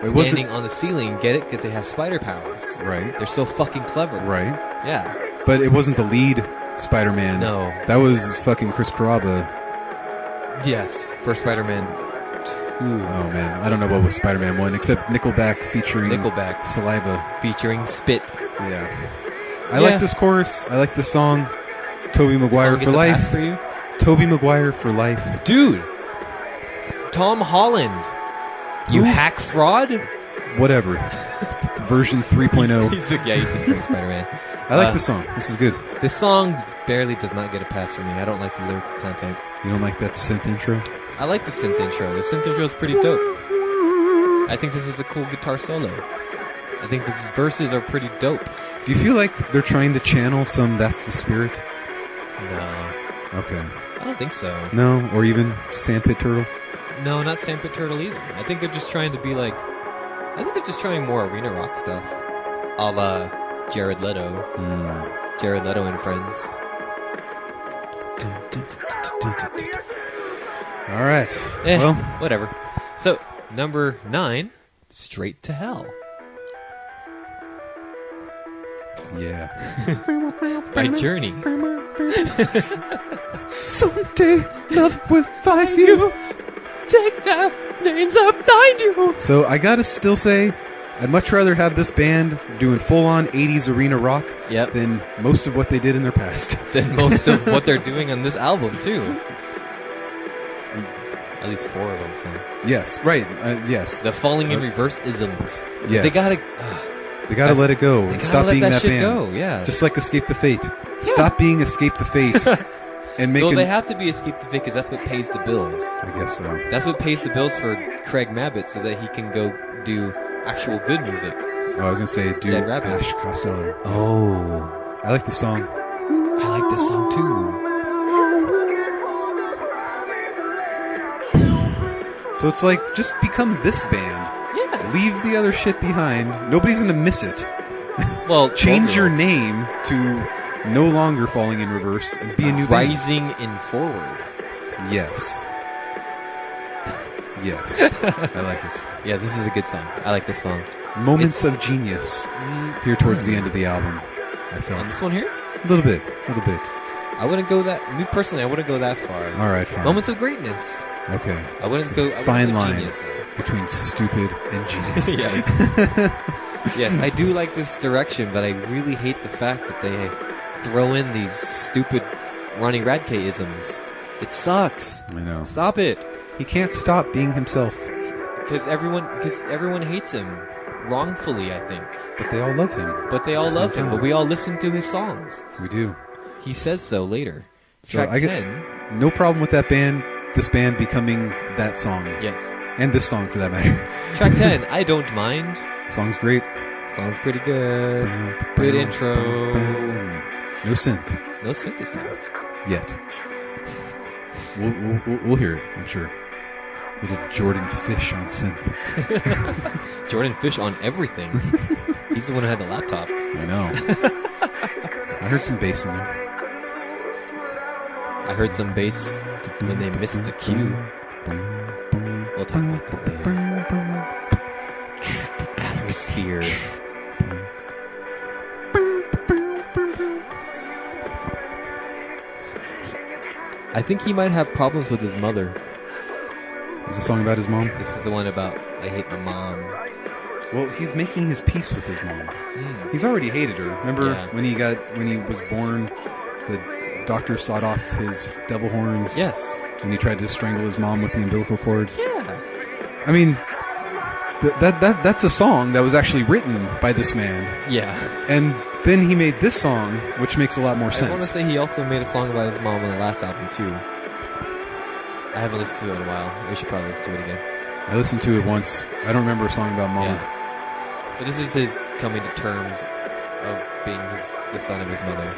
Speaker 3: Wait, was it-
Speaker 2: standing on the ceiling. Get it? Because they have spider powers.
Speaker 3: Right.
Speaker 2: They're so fucking clever.
Speaker 3: Right.
Speaker 2: Yeah.
Speaker 3: But it wasn't the lead Spider Man.
Speaker 2: No.
Speaker 3: That was fucking Chris Caraba.
Speaker 2: Yes. For Spider-Man,
Speaker 3: Oh man. I don't know what was Spider Man 1 except Nickelback featuring
Speaker 2: Nickelback
Speaker 3: Saliva.
Speaker 2: featuring Spit.
Speaker 3: Yeah. I
Speaker 2: Yeah.
Speaker 3: like this chorus. I like this song. Toby Maguire
Speaker 2: Song
Speaker 3: for
Speaker 2: gets a pass
Speaker 3: life.
Speaker 2: for you,
Speaker 3: Toby Maguire for life.
Speaker 2: dude. Tom Holland, you
Speaker 3: Who?
Speaker 2: hack fraud.
Speaker 3: Whatever. Version 3.0.
Speaker 2: He's the, yeah, he's the great Spider-Man.
Speaker 3: I like
Speaker 2: uh,
Speaker 3: this song. This is good.
Speaker 2: This song barely does not get a pass for me. I don't like the lyrical content.
Speaker 3: You don't like that synth intro?
Speaker 2: I like the synth intro. The synth intro is pretty dope. I think this is a cool guitar solo. I think the verses are pretty dope.
Speaker 3: Do you feel like they're trying to channel some That's the Spirit?
Speaker 2: No,
Speaker 3: Okay.
Speaker 2: I don't think so.
Speaker 3: No, or even Sandpit Turtle?
Speaker 2: No, not Sandpit Turtle either. I think they're just trying to be like. I think they're just trying more arena rock stuff, a la Jared Leto, Jared Leto and Friends.
Speaker 3: All right.
Speaker 2: Eh,
Speaker 3: Well,
Speaker 2: whatever. So number nine, Straight to Hell
Speaker 3: yeah.
Speaker 2: by Journey.
Speaker 3: Someday love will find you.
Speaker 2: Take the names up behind you.
Speaker 3: So I gotta still say, I'd much rather have this band doing full on 80s arena rock
Speaker 2: Yep.
Speaker 3: than most of what they did in their past.
Speaker 2: than most of what they're doing on this album too. At least four of them. So.
Speaker 3: yes, right. Uh, yes.
Speaker 2: The falling in reverse isms.
Speaker 3: Yes.
Speaker 2: They gotta, uh,
Speaker 3: They gotta
Speaker 2: I-
Speaker 3: let it go
Speaker 2: they
Speaker 3: and
Speaker 2: gotta
Speaker 3: stop
Speaker 2: let
Speaker 3: being
Speaker 2: that,
Speaker 3: that,
Speaker 2: shit
Speaker 3: band.
Speaker 2: go. Yeah.
Speaker 3: Just like Escape the Fate. Stop being Escape the Fate and make
Speaker 2: Though
Speaker 3: an-
Speaker 2: they have to be escaped the because that's what pays the bills.
Speaker 3: I guess so.
Speaker 2: That's what pays the bills for Craig Mabbitt so that he can go do actual good music.
Speaker 3: Oh, I was gonna say, do
Speaker 2: Dead Rabbit.
Speaker 3: Ash Costello. Yes.
Speaker 1: Oh,
Speaker 3: I like the song.
Speaker 2: I like this song too.
Speaker 3: So it's like, just become this band.
Speaker 2: Yeah.
Speaker 3: Leave the other shit behind. Nobody's gonna miss it.
Speaker 2: Well,
Speaker 3: Change your
Speaker 2: name.
Speaker 3: name to no longer falling in reverse and be a new band.
Speaker 2: Rising in forward.
Speaker 3: Yes. Yes. I like it.
Speaker 2: Yeah, this is a good song. I like this song.
Speaker 3: Moments of genius
Speaker 2: Mm.
Speaker 3: here towards the end of the album. I
Speaker 2: On this one
Speaker 3: felt
Speaker 2: here,
Speaker 3: a little bit, a little bit.
Speaker 2: I wouldn't go that. Me personally, I wouldn't go that far.
Speaker 3: All right, fine.
Speaker 2: Moments of greatness.
Speaker 3: Okay.
Speaker 2: I wouldn't
Speaker 3: It's a
Speaker 2: go. I
Speaker 3: fine
Speaker 2: wouldn't go
Speaker 3: line
Speaker 2: Genius.
Speaker 3: between stupid and genius.
Speaker 2: yes. yes, I do like this direction, but I really hate the fact that they throw in these stupid Ronnie Radke isms. It sucks.
Speaker 3: I know.
Speaker 2: Stop it,
Speaker 3: He can't stop being himself,
Speaker 2: because everyone because everyone hates him wrongfully, I think.
Speaker 3: but they all love him.
Speaker 2: But they all
Speaker 3: Same
Speaker 2: love him.
Speaker 3: time.
Speaker 2: But we all listen to his songs.
Speaker 3: We do.
Speaker 2: He says so later.
Speaker 3: So
Speaker 2: Track
Speaker 3: I get-
Speaker 2: ten.
Speaker 3: No problem with that band. This band becoming that song,
Speaker 2: Yes.
Speaker 3: and this song for that matter.
Speaker 2: Track ten. I don't mind.
Speaker 3: Song's great.
Speaker 2: Sounds pretty good. Good intro.
Speaker 3: No synth
Speaker 2: No synth this time.
Speaker 3: yet. We'll, we'll- we'll, we'll hear it, I'm sure. Little Jordan Fish on synth.
Speaker 2: Jordan Fish on everything. He's the one who had the laptop.
Speaker 3: I know. I heard some bass in there.
Speaker 2: I heard some bass when they missed the cue. We'll talk about that later. Atmosphere. I think he might have problems with his mother.
Speaker 3: Is the song about his mom?
Speaker 2: This is the one about I hate my mom.
Speaker 3: Well, he's making his peace with his mom. He's already hated her. Remember
Speaker 2: Yeah.
Speaker 3: when he got when he was born, the doctor sawed off his devil horns.
Speaker 2: Yes.
Speaker 3: When he tried to strangle his mom with the umbilical cord.
Speaker 2: Yeah.
Speaker 3: I mean, th- that that that's a song that was actually written by this man,
Speaker 2: Yeah.
Speaker 3: and then he made this song, which makes a lot more
Speaker 2: I want to
Speaker 3: sense.
Speaker 2: say he also made a song about his mom on the last album too. I haven't listened to it in a while. We should probably listen to it again.
Speaker 3: I listened to it once. I don't remember a song about mom.
Speaker 2: Yeah. Um, But this is his coming to terms of being his, the son of his mother.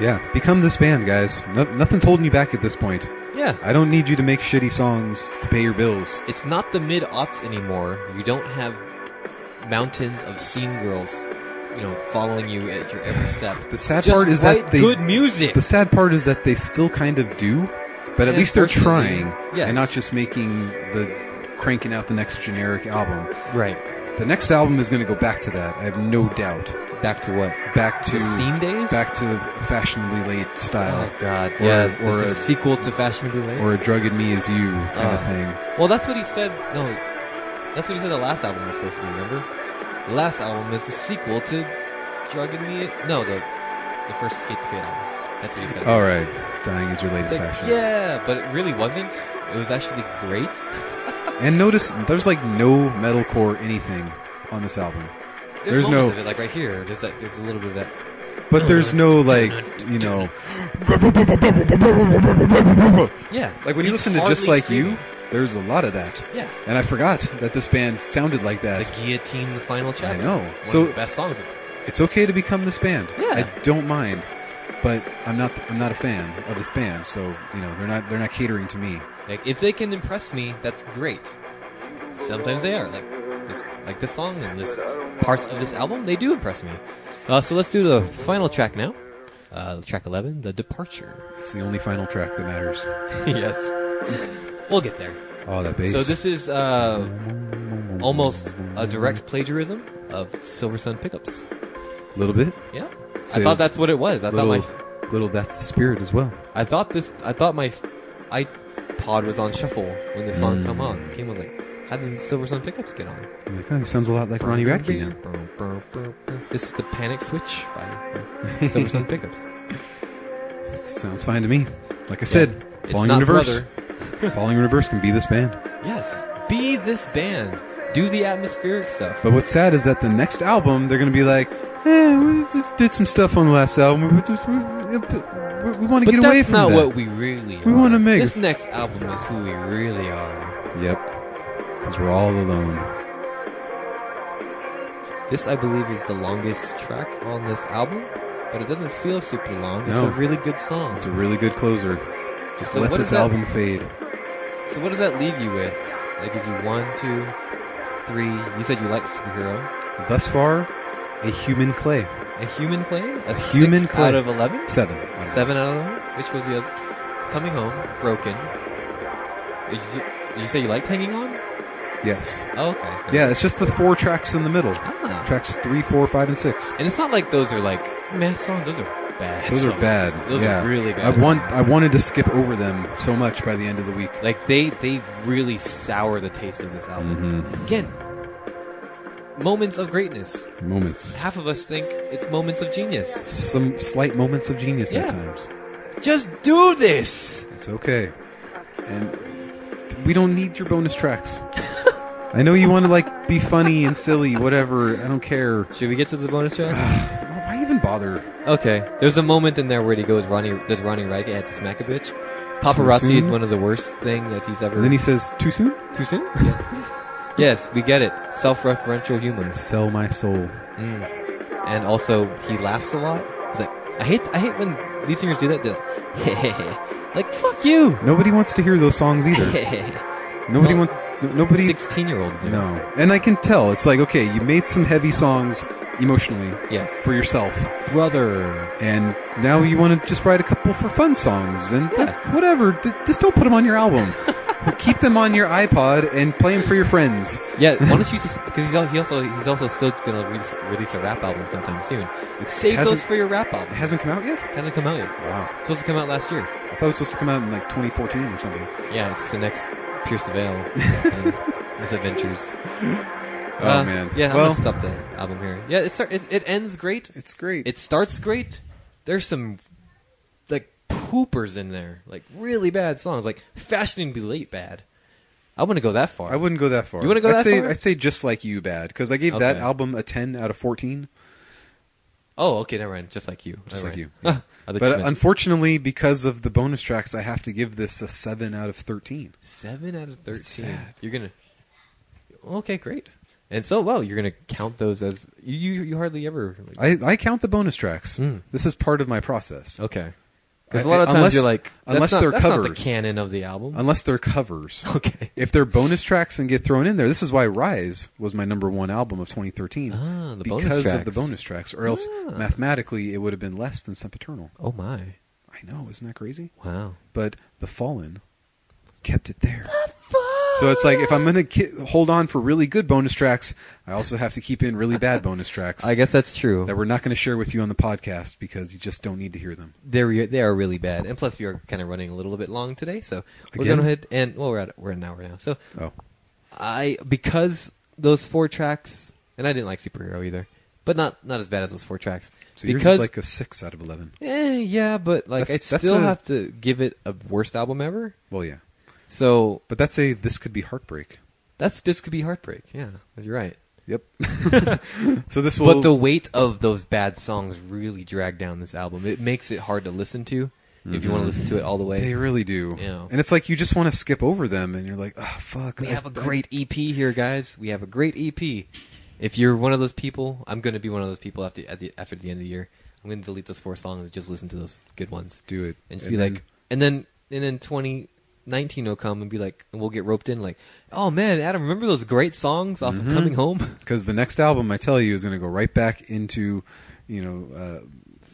Speaker 3: Yeah, become this band, guys. No- nothing's holding you back at this point.
Speaker 2: Yeah.
Speaker 3: I don't need you to make shitty songs to pay your bills.
Speaker 2: It's not the mid aughts anymore. You don't have mountains of scene girls, you know, following you at your every step.
Speaker 3: The sad
Speaker 2: Just
Speaker 3: part is
Speaker 2: write
Speaker 3: that they
Speaker 2: good music.
Speaker 3: The sad part is that they still kind of do, but at
Speaker 2: Yeah,
Speaker 3: least they're
Speaker 2: unfortunately,
Speaker 3: trying
Speaker 2: yes.
Speaker 3: and not just making the cranking out the next generic album.
Speaker 2: right.
Speaker 3: The next album is going to go back to that. I have no doubt.
Speaker 2: Back to what?
Speaker 3: Back to
Speaker 2: the scene days.
Speaker 3: back to fashionably late style
Speaker 2: Oh God.
Speaker 3: Or-
Speaker 2: yeah. the-
Speaker 3: or
Speaker 2: the
Speaker 3: a-
Speaker 2: sequel to Fashionably Late.
Speaker 3: or a drug in me is you kind
Speaker 2: Uh,
Speaker 3: of thing.
Speaker 2: Well, that's what he said. No, that's what he said. The last album was supposed to be. Remember, the last album is the sequel to Drug and Me. No, the the first Escape the Fate album. That's what he said.
Speaker 3: All right, dying is your latest
Speaker 2: Like,
Speaker 3: fashion.
Speaker 2: yeah, but it really wasn't. It was actually great.
Speaker 3: And notice there's like no metalcore anything on this album. There's no-
Speaker 2: moments of it, like right here. There's that. There's a little bit of that.
Speaker 3: But there's no like, you know,
Speaker 2: Yeah.
Speaker 3: like when you
Speaker 2: He's
Speaker 3: listen to
Speaker 2: hardly
Speaker 3: just like you,
Speaker 2: screaming.
Speaker 3: there's a lot of that.
Speaker 2: Yeah.
Speaker 3: And I forgot that this band sounded like
Speaker 2: The
Speaker 3: that.
Speaker 2: guillotine, the final chapter.
Speaker 3: know.
Speaker 2: One
Speaker 3: So-
Speaker 2: of the best songs. Of it.
Speaker 3: It's okay to become this band.
Speaker 2: Yeah.
Speaker 3: I don't mind, but I'm not I'm not a fan of this band. So you know they're not they're not catering to me.
Speaker 2: Like if they can impress me, that's great. Sometimes they are. Like this, like this song and this parts of this album, they do impress me. Uh, so let's do the final track now. Uh, track eleven, "The Departure."
Speaker 3: It's the only final track that matters.
Speaker 2: yes, we'll get there.
Speaker 3: Oh, that bass.
Speaker 2: So this is uh, almost a direct plagiarism of Silver Sun Pickups.
Speaker 3: a little bit.
Speaker 2: Yeah,
Speaker 3: So-
Speaker 2: I thought that's what it was. I
Speaker 3: little,
Speaker 2: thought my,
Speaker 3: little that's the spirit as well.
Speaker 2: I thought this, I thought my iPod was on shuffle when the
Speaker 3: Hmm.
Speaker 2: song come on. Came I was like, how did Silver Sun Pickups get on?
Speaker 3: I'm like, oh, he sounds a lot like Ronnie Radke now.
Speaker 2: This is the Panic Switch by Silver Sun Pickups.
Speaker 3: Sounds fine to me. Like I said,
Speaker 2: It's
Speaker 3: falling in
Speaker 2: not
Speaker 3: reverse. falling in reverse can be this band.
Speaker 2: Yes, be this band. Do the atmospheric stuff.
Speaker 3: But what's sad is that the next album they're going to be like, eh, we just did some stuff on the last album. We just we, we, we want to
Speaker 2: But
Speaker 3: get
Speaker 2: that's
Speaker 3: away from
Speaker 2: not
Speaker 3: that.
Speaker 2: what we really are.
Speaker 3: We wanna make-
Speaker 2: This next album is who we really are.
Speaker 3: Yep, because we're all alone.
Speaker 2: This, I believe, is the longest track on this album, but it doesn't feel super long. It's
Speaker 3: No.
Speaker 2: a really good song.
Speaker 3: It's a really good closer. Just
Speaker 2: So
Speaker 3: let
Speaker 2: what
Speaker 3: this
Speaker 2: is that-
Speaker 3: album fade.
Speaker 2: So what does that leave you with? That gives you one, two, three. You said you like superhero.
Speaker 3: Thus far, a human clay.
Speaker 2: A human claim? A,
Speaker 3: Human
Speaker 2: six
Speaker 3: Clay.
Speaker 2: out of eleven?
Speaker 3: Seven. out of
Speaker 2: Seven out of eleven. Which was the other? Coming home, broken. Did you, did you say you liked hanging on?
Speaker 3: ten. Yes.
Speaker 2: Oh, okay.
Speaker 3: Yeah, it's just the four tracks in the middle.
Speaker 2: Ah.
Speaker 3: Tracks three, four, five, and six.
Speaker 2: And it's not like those are like mass songs. Those are bad.
Speaker 3: Those are
Speaker 2: songs.
Speaker 3: bad.
Speaker 2: Those
Speaker 3: yeah.
Speaker 2: are really
Speaker 3: I
Speaker 2: bad.
Speaker 3: want. I
Speaker 2: songs.
Speaker 3: wanted to skip over them so much by the end of the week.
Speaker 2: like they they really sour the taste of this album.
Speaker 3: Mm-hmm.
Speaker 2: Again, moments of greatness.
Speaker 3: Moments.
Speaker 2: Half of us think it's moments of genius.
Speaker 3: Some slight moments of genius
Speaker 2: Yeah.
Speaker 3: at times.
Speaker 2: Just do this.
Speaker 3: It's okay. And we don't need your bonus tracks. I know you want to like be funny and silly, whatever. I don't care.
Speaker 2: Should we get to the bonus track?
Speaker 3: Why even bother?
Speaker 2: okay. There's a moment in there where he goes, Ronnie, does Ronnie Reagan have to smack a bitch? Paparazzi is
Speaker 3: soon?
Speaker 2: one of the worst thing that he's ever.
Speaker 3: And then he says, "Too soon?
Speaker 2: Too soon? yes, we get it. Self-referential humans.
Speaker 3: Sell my soul."
Speaker 2: And also, he laughs a lot. He's like, I hate, I hate when lead singers do that. They're like, like fuck you.
Speaker 3: Nobody wants to hear those songs either. Nobody
Speaker 2: Well,
Speaker 3: wants. no- Nobody.
Speaker 2: Sixteen-year-olds do.
Speaker 3: no. And I can tell. It's like okay, you made some heavy songs emotionally
Speaker 2: Yes.
Speaker 3: for yourself.
Speaker 2: Brother.
Speaker 3: and now you want to just write a couple for fun songs and
Speaker 2: Yeah.
Speaker 3: th- whatever. D- just don't put them on your album. Keep them on your iPod and play them for your friends.
Speaker 2: Yeah. Why don't you? Because he's al- he also he's also still gonna release, release a rap album sometime soon. Save
Speaker 3: hasn't-
Speaker 2: those for your rap
Speaker 3: It
Speaker 2: album.
Speaker 3: hasn't come out yet.
Speaker 2: Hasn't come out yet.
Speaker 3: Wow,
Speaker 2: It's supposed to come out last year.
Speaker 3: I thought it was supposed to come out in like 2014 or something.
Speaker 2: Yeah, it's the next Pierce the Veil misadventures.
Speaker 3: Oh man.
Speaker 2: Uh, Yeah, I'm
Speaker 3: Well,
Speaker 2: gonna stop the album here. Yeah, it, start, it it ends great.
Speaker 3: it's great.
Speaker 2: It starts great. There's some like poopers in there, like really bad songs, like Fashioning Be Late bad. I wouldn't go that far.
Speaker 3: I wouldn't go that far.
Speaker 2: You wanna go
Speaker 3: I'd
Speaker 2: that
Speaker 3: say,
Speaker 2: far?
Speaker 3: I'd say just like you, bad because I gave that
Speaker 2: Okay.
Speaker 3: album a 10 out of 14.
Speaker 2: Oh, okay, never mind. Just like you.
Speaker 3: Just
Speaker 2: Never
Speaker 3: like
Speaker 2: mind.
Speaker 3: you, yeah.
Speaker 2: I thought you
Speaker 3: But
Speaker 2: meant
Speaker 3: unfortunately, because of the bonus tracks, I have to give this a 7 out of 13.
Speaker 2: seven out of
Speaker 3: That's
Speaker 2: thirteen.
Speaker 3: sad.
Speaker 2: You're gonna. Okay, great. And so, well, you're gonna count those as you. You, you hardly ever. Like,
Speaker 3: I, I count the bonus tracks.
Speaker 2: Mm.
Speaker 3: This is part of my process.
Speaker 2: okay. Because a
Speaker 3: I-
Speaker 2: lot of times
Speaker 3: unless-
Speaker 2: you're like, that's
Speaker 3: unless
Speaker 2: not,
Speaker 3: they're
Speaker 2: that's not the
Speaker 3: covers.
Speaker 2: canon of the album.
Speaker 3: unless they're covers.
Speaker 2: okay.
Speaker 3: if they're bonus tracks and get thrown in there, this is why Rise was my number one album of 2013
Speaker 2: Ah, the bonus
Speaker 3: because of the
Speaker 2: tracks. Ah.
Speaker 3: bonus tracks, or else mathematically it would have been less than Sempiternal.
Speaker 2: Oh my!
Speaker 3: I know, isn't that crazy?
Speaker 2: Wow.
Speaker 3: But The Fallen kept it there. So it's like if I'm gonna ki- hold on for really good bonus tracks, I also have to keep in really bad bonus tracks
Speaker 2: I guess that's true.
Speaker 3: that we're not going to share with you on the podcast because you just don't need to hear them.
Speaker 2: they're re- they are really bad, and plus we are kind of running a little bit long today, so we're
Speaker 3: Again?
Speaker 2: going ahead and well we're at we're at an hour now. So
Speaker 3: Oh,
Speaker 2: I because those four tracks, and I didn't like superhero either, but not not as bad as those four tracks.
Speaker 3: so you're
Speaker 2: because
Speaker 3: just like a six out of eleven.
Speaker 2: eh, yeah, but like
Speaker 3: That's-
Speaker 2: I
Speaker 3: that's
Speaker 2: still
Speaker 3: a-
Speaker 2: have to give it a worst album ever.
Speaker 3: Well, yeah,
Speaker 2: So
Speaker 3: but that's a this could be heartbreak.
Speaker 2: that's this could be heartbreak. Yeah, you're right.
Speaker 3: Yep. so this will.
Speaker 2: but the weight of those bad songs really drag down this album. It makes it hard to listen to if
Speaker 3: Mm-hmm.
Speaker 2: you want to listen to it all the way.
Speaker 3: They really do.
Speaker 2: Yeah.
Speaker 3: And it's like you just want to skip over them and you're like, oh, fuck.
Speaker 2: We
Speaker 3: I-
Speaker 2: have a great EP here, guys. We have a great EP. If you're one of those people, I'm going to be one of those people after at the after the end of the year. I'm going to delete those four songs and just listen to those good ones
Speaker 3: Do it.
Speaker 2: and just be like, and then and then 2019 will come and be like, and we'll get roped in like, oh man, Adam, remember those great songs off
Speaker 3: Mm-hmm.
Speaker 2: of Coming Home,
Speaker 3: Because the next album, I tell you, is going to go right back into, you know, uh,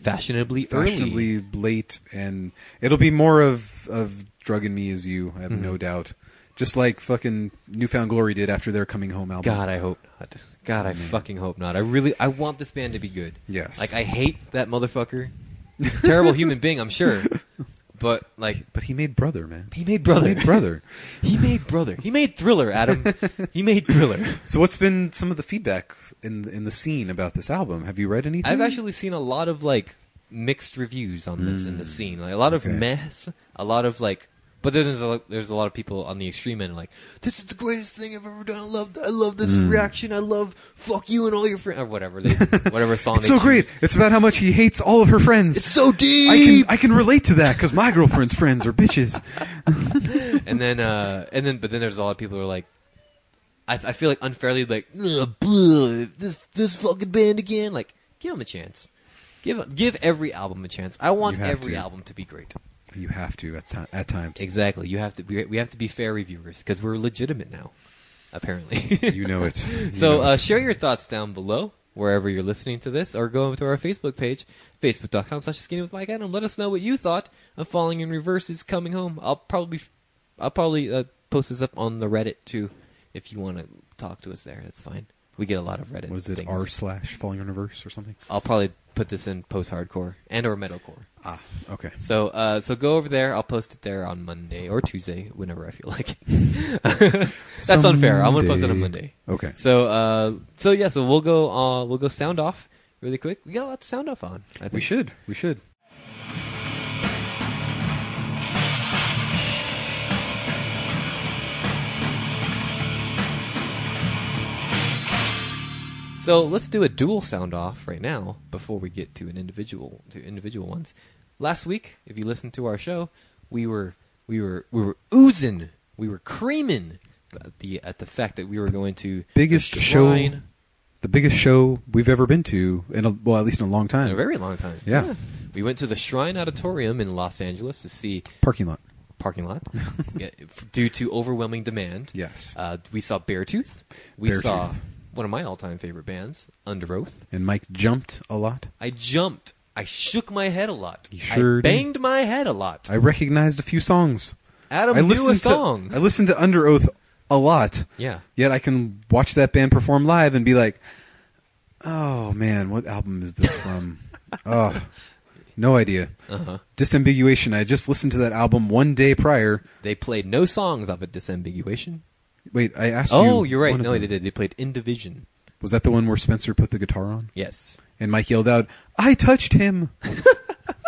Speaker 2: fashionably, early.
Speaker 3: fashionably late, and it'll be more of of drugging me as you. I have
Speaker 2: Mm-hmm.
Speaker 3: no doubt. Just like fucking Newfound Glory did after their coming home album.
Speaker 2: God, I hope not. God, I fucking hope not. I really, I want this band to be good.
Speaker 3: Yes.
Speaker 2: Like I hate that motherfucker. He's a terrible human being, I'm sure. But like
Speaker 3: But he made brother, man.
Speaker 2: He made brother.
Speaker 3: He made brother.
Speaker 2: He made brother. He made thriller, Adam. he made thriller.
Speaker 3: so what's been some of the feedback in in the scene about this album? Have you read anything?
Speaker 2: I've actually seen a lot of like mixed reviews on this in the scene. Like a lot of
Speaker 3: Mm. Okay.
Speaker 2: mess, a lot of like but then there's a lot, there's a lot of people on the extreme end like this is the greatest thing I've ever done. I love I love this
Speaker 3: Mm.
Speaker 2: reaction. I love fuck you and all your friends or whatever they whatever song
Speaker 3: It's
Speaker 2: they
Speaker 3: so great.
Speaker 2: choose.
Speaker 3: It's about how much he hates all of her friends.
Speaker 2: It's so deep.
Speaker 3: I can I can relate to that because my girlfriend's friends are bitches.
Speaker 2: and then uh and then but then there's a lot of people who are like I, I feel like unfairly like "Ugh, bleh, this this fucking band again like give them a chance give give every album a chance I want
Speaker 3: You have
Speaker 2: every
Speaker 3: to.
Speaker 2: album to be great
Speaker 3: You have to at, ti- at times.
Speaker 2: exactly you have to be, we have to be fair reviewers because we're legitimate now apparently
Speaker 3: You know it. You
Speaker 2: so
Speaker 3: know
Speaker 2: uh,
Speaker 3: it.
Speaker 2: share your thoughts down below wherever you're listening to this or go to our facebook page facebook.com slash skinny with mike adam let us know what you thought of falling in reverse is coming home i'll probably i'll probably uh, post this up on the reddit too if you want to talk to us there that's fine we get a lot of reddit
Speaker 3: what is it?
Speaker 2: uh, things.
Speaker 3: R slash falling in reverse or something?
Speaker 2: i'll probably put this in post-hardcore and or metalcore
Speaker 3: Ah, okay.
Speaker 2: so, uh, so go over there. I'll post it there on Monday or Tuesday, whenever I feel like. it. That's unfair. I'm gonna post it on Monday.
Speaker 3: Someday. Okay.
Speaker 2: So, uh, so yeah. So we'll go. Uh, we'll go sound off really quick. We got a lot to sound off on. I think.
Speaker 3: We should. We should.
Speaker 2: So let's do a dual sound off right now before we get to an individual to individual ones. Last week, if you listened to our show, we were we were we were oozing, we were creaming at the at the fact that we were going to
Speaker 3: Biggest
Speaker 2: the
Speaker 3: show
Speaker 2: shrine
Speaker 3: The biggest show we've ever been to in a, well, at least in a long
Speaker 2: in a
Speaker 3: time.
Speaker 2: very long time.
Speaker 3: Yeah.
Speaker 2: We went to the Shrine Auditorium in Los Angeles to see
Speaker 3: Parking lot.
Speaker 2: parking lot yeah, f- due to overwhelming demand.
Speaker 3: Yes.
Speaker 2: Uh, we saw Beartooth. We
Speaker 3: Beartooth.
Speaker 2: saw one of my all-time favorite bands, Under Oath.
Speaker 3: and Mike jumped a lot.
Speaker 2: I jumped. I shook my head a lot.
Speaker 3: You sure
Speaker 2: I
Speaker 3: did.
Speaker 2: banged my head a lot.
Speaker 3: I recognized a few songs.
Speaker 2: Adam
Speaker 3: I
Speaker 2: knew
Speaker 3: listened
Speaker 2: a song.
Speaker 3: To, I listened to Under Oath a lot.
Speaker 2: yeah.
Speaker 3: Yet I can watch that band perform live and be like, "Oh man, what album is this from?" oh, no idea.
Speaker 2: Uh-huh.
Speaker 3: Disambiguation. I just listened to that album one day prior.
Speaker 2: They played no songs of a disambiguation.
Speaker 3: Wait, I asked you.
Speaker 2: Oh, you're right.
Speaker 3: one of
Speaker 2: No,
Speaker 3: them.
Speaker 2: they did. They played Indivision.
Speaker 3: Was that the one where Spencer put the guitar on
Speaker 2: Yes.
Speaker 3: and Mike yelled out, "I touched him!"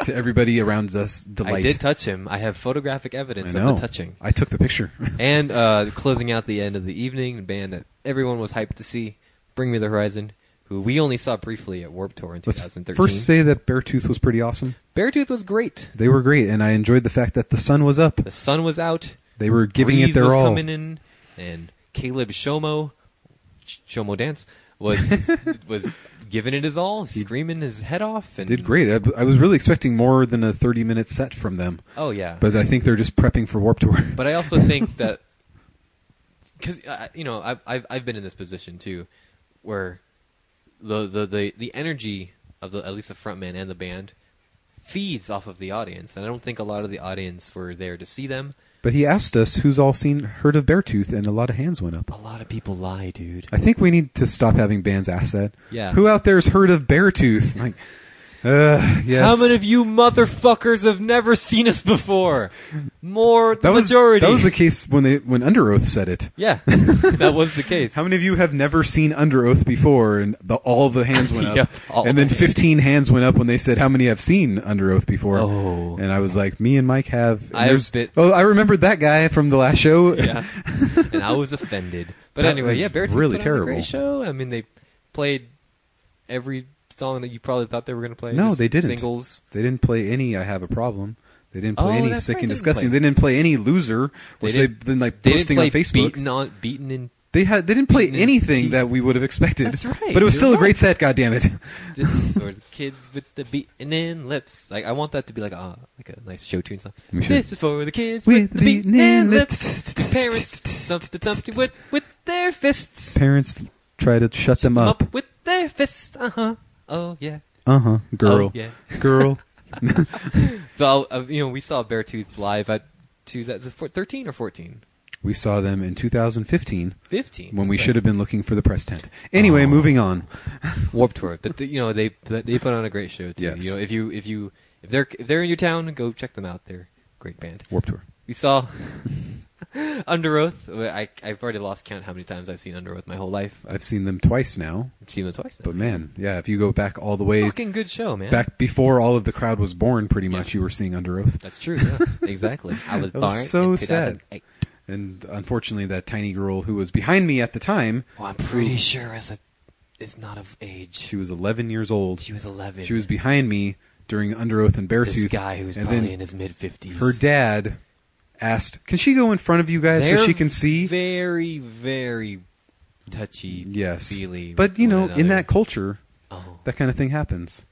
Speaker 3: to everybody around us, delight.
Speaker 2: I did touch him. I have photographic evidence
Speaker 3: I know.
Speaker 2: of the touching.
Speaker 3: I took the picture.
Speaker 2: and uh, closing out the end of the evening, the band that everyone was hyped to see, Bring Me the Horizon, who we only saw briefly at Warp Tour in
Speaker 3: Let's
Speaker 2: 2013.
Speaker 3: first say that Beartooth was pretty awesome.
Speaker 2: Beartooth was great.
Speaker 3: They were great, and I enjoyed the fact that the sun was up.
Speaker 2: The sun was out,
Speaker 3: They were giving
Speaker 2: breeze
Speaker 3: it their
Speaker 2: was
Speaker 3: all.
Speaker 2: coming in, and Caleb Shomo, Sh- Shomo Dance was was giving it his all, screaming his head off, and
Speaker 3: Did great. I, I was really expecting more than a 30 minute set from them,
Speaker 2: Oh yeah,
Speaker 3: but I think they're just prepping for Warp Tour.
Speaker 2: But I also think that because you know I've, I've I've been in this position too, where the the the, the energy of the at least the frontman and the band feeds off of the audience, and I don't think a lot of the audience were there to see them.
Speaker 3: But he asked us who's all seen heard of Beartooth, and a lot of hands went up.
Speaker 2: A lot of people lie, dude.
Speaker 3: I think we need to stop having bands ask that.
Speaker 2: Yeah.
Speaker 3: Who out there's heard of Beartooth? Like, uh, yes.
Speaker 2: How many of you motherfuckers have never seen us before? More the
Speaker 3: that was
Speaker 2: majority.
Speaker 3: that was the case when they when Under Oath said it.
Speaker 2: yeah, that was the case.
Speaker 3: How many of you have never seen Under Oath before? And the, all the hands went up,
Speaker 2: Yep, all
Speaker 3: and then
Speaker 2: the hands.
Speaker 3: fifteen hands went up when they said, "How many have seen Under Oath before?"
Speaker 2: Oh.
Speaker 3: and I was like, "Me and Mike have." And
Speaker 2: I
Speaker 3: there's-
Speaker 2: bit-
Speaker 3: oh, I remembered that guy from the last show.
Speaker 2: yeah, and I was offended. But
Speaker 3: That
Speaker 2: anyway,
Speaker 3: was
Speaker 2: yeah, Beartooth
Speaker 3: really
Speaker 2: put on a great
Speaker 3: terrible.
Speaker 2: show. I mean, they played every song that you probably thought they were going to play.
Speaker 3: No,
Speaker 2: just
Speaker 3: they didn't.
Speaker 2: Singles.
Speaker 3: They didn't play any I Have a Problem. They didn't play
Speaker 2: Oh,
Speaker 3: any
Speaker 2: that's
Speaker 3: Sick
Speaker 2: right,
Speaker 3: and
Speaker 2: they didn't
Speaker 3: Disgusting.
Speaker 2: play-
Speaker 3: They didn't play any Loser,
Speaker 2: They
Speaker 3: which they
Speaker 2: didn't-
Speaker 3: then like
Speaker 2: They
Speaker 3: posting
Speaker 2: didn't play
Speaker 3: on Facebook.
Speaker 2: Beaten on beaten in.
Speaker 3: they had they didn't play
Speaker 2: Beaten in
Speaker 3: anything
Speaker 2: Teeth.
Speaker 3: that we would have expected.
Speaker 2: That's right,
Speaker 3: But it was
Speaker 2: you're
Speaker 3: still a
Speaker 2: right.
Speaker 3: great set, God damn it!
Speaker 2: This is for the kids with the beaten in lips. Like I want that to be like a like a nice show tune song.
Speaker 3: We should.
Speaker 2: This is for the kids
Speaker 3: With
Speaker 2: with,
Speaker 3: the
Speaker 2: the beaten
Speaker 3: beaten
Speaker 2: in
Speaker 3: in
Speaker 2: lips.
Speaker 3: lips.
Speaker 2: Parents thumpty thumpty with with their fists.
Speaker 3: Parents try to shut them
Speaker 2: Up.
Speaker 3: up.
Speaker 2: with their fists. Uh huh. Oh yeah.
Speaker 3: Uh huh. Girl.
Speaker 2: Oh, yeah.
Speaker 3: Girl.
Speaker 2: So uh, you know, we saw Beartooth live at two was it four- thirteen or fourteen.
Speaker 3: We saw them in 2015
Speaker 2: 15
Speaker 3: when we should have been looking for the press tent. Anyway, moving on.
Speaker 2: warp tour but the, you know they they put on a great show too
Speaker 3: Yes.
Speaker 2: you know if you if you if they're if they're in your town go check them out they're a great band
Speaker 3: Warp tour.
Speaker 2: we saw under oath I, i've already lost count how many times i've seen under oath my whole life
Speaker 3: I've seen them twice now,
Speaker 2: i've seen them twice now.
Speaker 3: but man, yeah. If you go back all the way
Speaker 2: fucking good show man
Speaker 3: back before all of the crowd was born, pretty much you were seeing Under Oath.
Speaker 2: that's true yeah. exactly i was
Speaker 3: That was
Speaker 2: born
Speaker 3: so
Speaker 2: in
Speaker 3: sad.
Speaker 2: 2008.
Speaker 3: And unfortunately, that tiny girl who was behind me at the time,
Speaker 2: well Oh, i'm pretty sure as a is not of age
Speaker 3: she was 11 years old.
Speaker 2: she was 11
Speaker 3: She was behind me during Under Oath and Beartooth.
Speaker 2: this guy who's
Speaker 3: and
Speaker 2: probably
Speaker 3: then
Speaker 2: in his mid 50s
Speaker 3: her dad asked, "Can she go in front of you guys so
Speaker 2: They're
Speaker 3: she can see?"
Speaker 2: Very, very touchy.
Speaker 3: yes,
Speaker 2: feely.
Speaker 3: but you
Speaker 2: with
Speaker 3: know,
Speaker 2: one
Speaker 3: in
Speaker 2: another.
Speaker 3: that culture,
Speaker 2: oh,
Speaker 3: that kind of thing happens.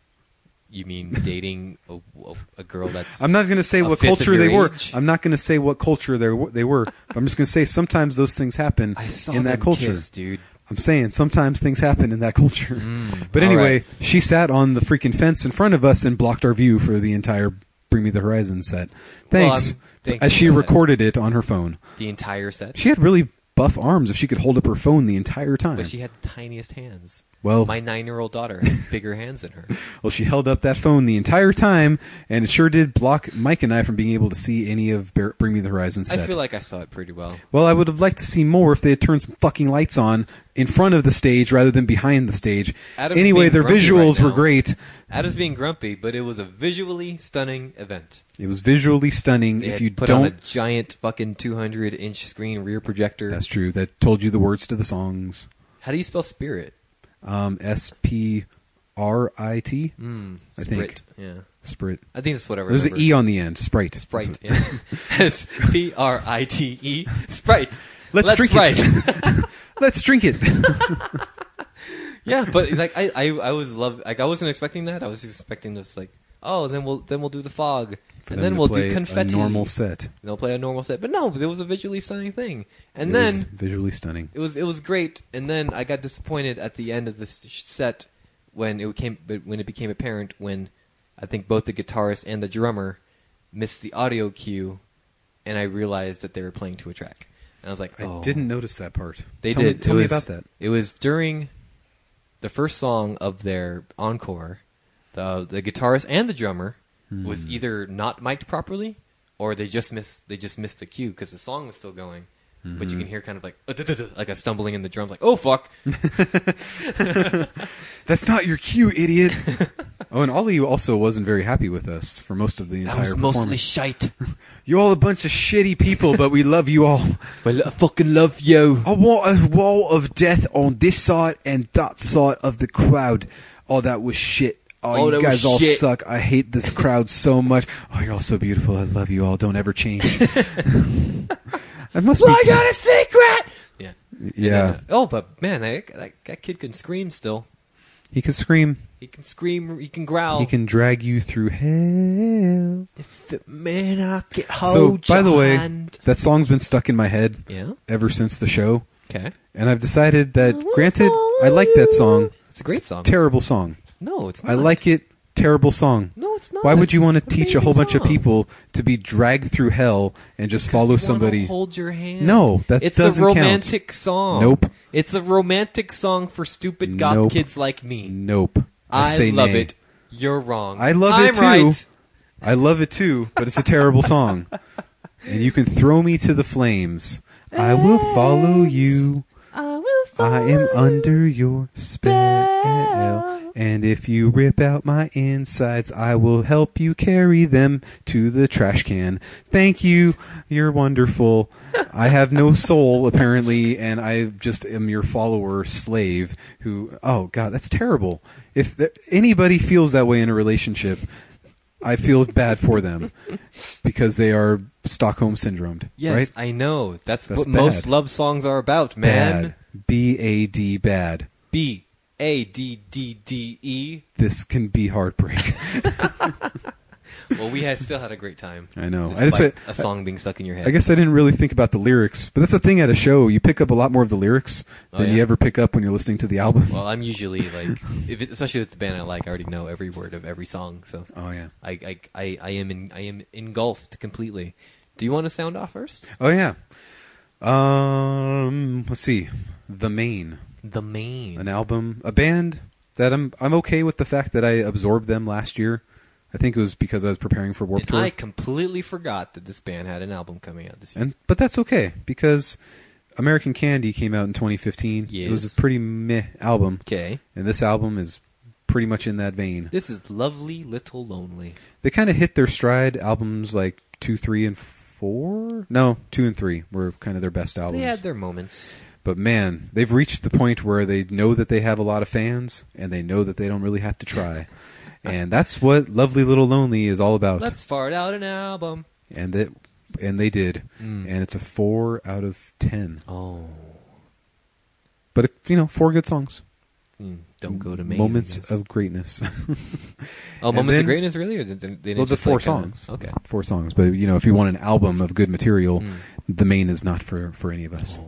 Speaker 2: you mean dating a, a, a girl that's
Speaker 3: I'm not going to say
Speaker 2: A
Speaker 3: what
Speaker 2: fifth of
Speaker 3: culture
Speaker 2: your
Speaker 3: they were.
Speaker 2: age?
Speaker 3: I'm not going to say what culture they were. They were. But I'm just going to say sometimes those things happen
Speaker 2: I saw
Speaker 3: in that
Speaker 2: them
Speaker 3: culture.
Speaker 2: kiss, dude.
Speaker 3: I'm saying sometimes things happen in that culture. but
Speaker 2: Mm. all
Speaker 3: anyway,
Speaker 2: right.
Speaker 3: she sat on the freaking fence in front of us and blocked our view for the entire Bring Me the Horizon set.
Speaker 2: Well,
Speaker 3: Thanks.
Speaker 2: I'm thankful
Speaker 3: as she
Speaker 2: for that.
Speaker 3: recorded it on her phone.
Speaker 2: The entire set,
Speaker 3: She had really buff arms if she could hold up her phone the entire time.
Speaker 2: but she had the tiniest hands.
Speaker 3: Well-
Speaker 2: my nine-year-old daughter has bigger hands than her.
Speaker 3: well, she held up that phone the entire time, and it sure did block Mike and I from being able to see any of Bear- Bring Me the Horizon set.
Speaker 2: I feel like I saw it pretty well.
Speaker 3: Well, I would have liked to see more if they had turned some fucking lights on in front of the stage rather than behind the stage.
Speaker 2: Adam's
Speaker 3: anyway,
Speaker 2: being
Speaker 3: their
Speaker 2: grumpy
Speaker 3: visuals
Speaker 2: right
Speaker 3: were
Speaker 2: now.
Speaker 3: great.
Speaker 2: Adam's being grumpy, but it was a visually stunning event.
Speaker 3: It was visually stunning.
Speaker 2: They
Speaker 3: if
Speaker 2: had
Speaker 3: you
Speaker 2: put on a
Speaker 3: don't,
Speaker 2: giant fucking 200-inch screen rear projector.
Speaker 3: that's true. That told you the words to the songs.
Speaker 2: How do you spell spirit?
Speaker 3: Um, S P R I T.
Speaker 2: Mm,
Speaker 3: I think.
Speaker 2: sprit. Yeah,
Speaker 3: Sprit.
Speaker 2: I think that's what I remember.
Speaker 3: There's an E on the end. Sprite.
Speaker 2: Sprite. Yeah. S P R I T E. Sprite.
Speaker 3: Let's, drink
Speaker 2: Sprite.
Speaker 3: it. Let's drink it.
Speaker 2: yeah, but like I, I, I was love like I wasn't expecting that. I was just expecting this like oh then we'll then we'll do the fog
Speaker 3: For
Speaker 2: and
Speaker 3: them
Speaker 2: then
Speaker 3: to
Speaker 2: we'll
Speaker 3: play
Speaker 2: do confetti.
Speaker 3: A normal set.
Speaker 2: And they'll play a normal set, but no, it was a visually stunning thing. And
Speaker 3: It
Speaker 2: then
Speaker 3: was visually stunning.
Speaker 2: it was it was great, and then I got disappointed at the end of the s- set when it came when it became apparent when I think both the guitarist and the drummer missed the audio cue, and I realized that they were playing to a track. And I was like,
Speaker 3: I
Speaker 2: oh.
Speaker 3: didn't notice that part.
Speaker 2: They
Speaker 3: tell
Speaker 2: did.
Speaker 3: Me, tell
Speaker 2: It
Speaker 3: me
Speaker 2: was-
Speaker 3: about that.
Speaker 2: It was during the first song of their encore. The the guitarist and the drummer
Speaker 3: Hmm.
Speaker 2: was either not mic'd properly, or they just missed they just missed the cue because the song was still going. But
Speaker 3: Hmm.
Speaker 2: you can hear kind of like uh, duh, duh, duh, like a stumbling in the drums, like oh fuck,
Speaker 3: That's not your cue, idiot. oh, and Ollie also wasn't very happy with us for most of the
Speaker 2: that
Speaker 3: entire
Speaker 2: was
Speaker 3: performance.
Speaker 2: mostly shite.
Speaker 3: You're all a bunch of shitty people, but we love you all.
Speaker 2: Well, I fucking love you.
Speaker 3: I want a wall of death on this side and that side of the crowd. Oh, that was shit. Oh,
Speaker 2: Oh,
Speaker 3: you
Speaker 2: that
Speaker 3: guys
Speaker 2: was
Speaker 3: all
Speaker 2: shit.
Speaker 3: suck. I hate this crowd so much. Oh, you're all so beautiful. I love you all. Don't ever change. I must be. t-
Speaker 2: a secret. Yeah.
Speaker 3: yeah.
Speaker 2: And, uh, oh, but man, I, that, that kid can scream still.
Speaker 3: He can scream.
Speaker 2: He can scream. He can growl.
Speaker 3: He can drag you through hell.
Speaker 2: If it may not get
Speaker 3: So,
Speaker 2: hold
Speaker 3: by the
Speaker 2: your
Speaker 3: way,
Speaker 2: hand.
Speaker 3: that song's been stuck in my head
Speaker 2: Oh, Yeah.
Speaker 3: ever since the show,
Speaker 2: Okay.
Speaker 3: and I've decided that, granted, I like that song.
Speaker 2: It's a great
Speaker 3: It's a
Speaker 2: song.
Speaker 3: terrible song.
Speaker 2: no, it's not.
Speaker 3: I like it. Terrible song.
Speaker 2: No, it's not.
Speaker 3: Why would you want to
Speaker 2: It's an
Speaker 3: teach a whole
Speaker 2: amazing
Speaker 3: bunch of
Speaker 2: song.
Speaker 3: people to be dragged through hell and just follow
Speaker 2: wanna
Speaker 3: somebody?
Speaker 2: Hold your hand.
Speaker 3: No, that
Speaker 2: it's
Speaker 3: doesn't
Speaker 2: a
Speaker 3: count.
Speaker 2: romantic song.
Speaker 3: Nope.
Speaker 2: It's a romantic song for stupid goth
Speaker 3: Nope.
Speaker 2: kids like me.
Speaker 3: Nope. I,
Speaker 2: I,
Speaker 3: say
Speaker 2: love
Speaker 3: nay.
Speaker 2: it. You're wrong.
Speaker 3: I love
Speaker 2: I'm
Speaker 3: it too.
Speaker 2: Right.
Speaker 3: I love it too, but it's a terrible song. And you can throw me to the flames. I will follow you.
Speaker 2: I will
Speaker 3: I am under your spell. And if you rip out my insides, I will help you carry them to the trash can. Thank you. You're wonderful. I have no soul, apparently, and I just am your follower slave who, oh, God, that's terrible. If th- anybody feels that way in a relationship, I feel bad for them because they are Stockholm syndromed.
Speaker 2: Yes,
Speaker 3: right?
Speaker 2: I know. That's,
Speaker 3: That's
Speaker 2: what most
Speaker 3: bad.
Speaker 2: love songs are about, man.
Speaker 3: Bad. B A D bad.
Speaker 2: B A D D D E.
Speaker 3: This can be heartbreak.
Speaker 2: Well, we had still had a great time.
Speaker 3: I know. I
Speaker 2: Despite
Speaker 3: just said-
Speaker 2: a song being stuck in your head.
Speaker 3: I guess I didn't really think about the lyrics, but that's the thing at a show. You pick up a lot more of the lyrics
Speaker 2: Oh,
Speaker 3: than
Speaker 2: yeah?
Speaker 3: you ever pick up when you're listening to the album.
Speaker 2: Well, I'm usually like, if it, especially with the band I like, I already know every word of every song. So
Speaker 3: oh yeah.
Speaker 2: I, I, I, I am in, I am engulfed completely. Do you want to sound off first?
Speaker 3: Oh yeah. Um, let's see. The Main,
Speaker 2: The main.
Speaker 3: an album, a band that I'm I'm okay with the fact that I absorbed them last year. I think it was because I was preparing for Warped
Speaker 2: And
Speaker 3: Tour.
Speaker 2: I completely forgot that this band had an album coming out this year.
Speaker 3: And but that's okay because American Candy came out in 2015. It was
Speaker 2: Yes.
Speaker 3: a pretty meh album,
Speaker 2: okay,
Speaker 3: and this album is pretty much in that vein.
Speaker 2: this is "Lovely Little Lonely."
Speaker 3: They kind of hit their stride. Albums like two, three, and four. No, two and three were kind of their best albums.
Speaker 2: They had their moments.
Speaker 3: but man, they've reached the point where they know that they have a lot of fans, and they know that they don't really have to try. and that's what "Lovely Little Lonely" is all about.
Speaker 2: Let's fart out an album.
Speaker 3: and that, and they did.
Speaker 2: Mm.
Speaker 3: And it's a four out of ten.
Speaker 2: Oh,
Speaker 3: But you know, four good songs.
Speaker 2: Mm, don't go to Maine. I
Speaker 3: moments
Speaker 2: guess.
Speaker 3: of greatness.
Speaker 2: oh,
Speaker 3: and
Speaker 2: moments
Speaker 3: then-
Speaker 2: of greatness. Really? Or did they, they
Speaker 3: well, the
Speaker 2: just,
Speaker 3: four
Speaker 2: like, kinda-
Speaker 3: songs.
Speaker 2: okay.
Speaker 3: four songs. But you know, if you want an album of good material,
Speaker 2: Mm.
Speaker 3: the main is not for for any of us.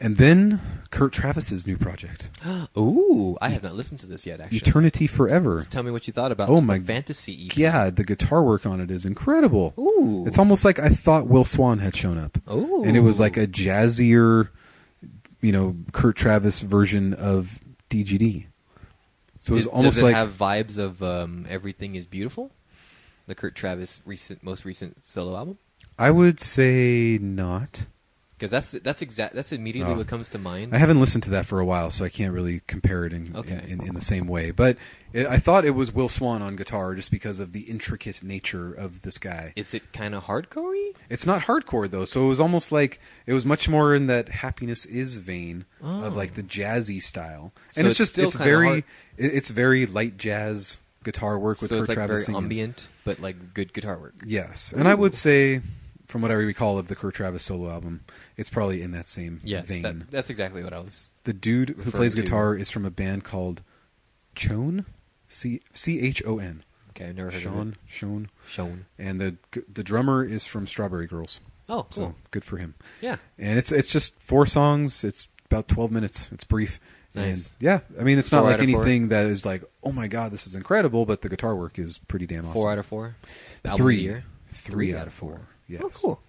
Speaker 3: And then Kurt Travis's new project,
Speaker 2: Ooh, I have not listened to this yet. Actually,
Speaker 3: Eternity Forever.
Speaker 2: So tell me what you thought about.
Speaker 3: Oh
Speaker 2: the
Speaker 3: my-
Speaker 2: fantasy EP.
Speaker 3: Yeah, the guitar work on it is incredible.
Speaker 2: Ooh.
Speaker 3: It's almost like I thought Will Swan had shown up.
Speaker 2: Ooh.
Speaker 3: And it was like a jazzier, you know, Kurt Travis version of DGD. So it was
Speaker 2: Does-
Speaker 3: almost
Speaker 2: does it
Speaker 3: like
Speaker 2: have vibes of um, everything is beautiful. The Kurt Travis recent, most recent solo album,
Speaker 3: I would say not.
Speaker 2: because that's that's exact that's immediately
Speaker 3: Oh.
Speaker 2: what comes to mind.
Speaker 3: I haven't listened to that for a while, so I can't really compare it in
Speaker 2: Okay.
Speaker 3: in, in, in the same way. But it, I thought it was Will Swan on guitar, just because of the intricate nature of this guy.
Speaker 2: Is it kind of hardcorey?
Speaker 3: It's not hardcore though, so it was almost like it was much more in that happiness is vein of
Speaker 2: Oh.
Speaker 3: like the jazzy style,
Speaker 2: So
Speaker 3: and it's,
Speaker 2: it's
Speaker 3: just
Speaker 2: still
Speaker 3: it's
Speaker 2: kinda
Speaker 3: very
Speaker 2: hard-
Speaker 3: it- it's very light jazz guitar work with
Speaker 2: so
Speaker 3: Kurt
Speaker 2: it's like
Speaker 3: Travis
Speaker 2: very
Speaker 3: singing.
Speaker 2: ambient, but like good guitar work.
Speaker 3: Yes, and I would say, from what I recall of the Kurt Travis solo album, it's probably in that same
Speaker 2: Yes,
Speaker 3: vein.
Speaker 2: that, that's exactly what I was.
Speaker 3: The dude who
Speaker 2: Referring
Speaker 3: plays
Speaker 2: to-
Speaker 3: guitar is from a band called Chon, C C H O N.
Speaker 2: Okay, I've never heard of
Speaker 3: Sean,
Speaker 2: it.
Speaker 3: Sean,
Speaker 2: Sean.
Speaker 3: and the the drummer is from Strawberry Girls.
Speaker 2: Oh, cool.
Speaker 3: So good for him.
Speaker 2: Yeah.
Speaker 3: And it's it's just four songs. It's about twelve minutes. It's brief.
Speaker 2: Nice.
Speaker 3: And yeah, I mean, it's not
Speaker 2: Four
Speaker 3: like
Speaker 2: out of four.
Speaker 3: anything that is like, oh my god, this is incredible. But the guitar work is pretty damn awesome.
Speaker 2: Four out of four. The album of
Speaker 3: three,
Speaker 2: the year?
Speaker 3: three, out of four. Yes.
Speaker 2: Oh, cool.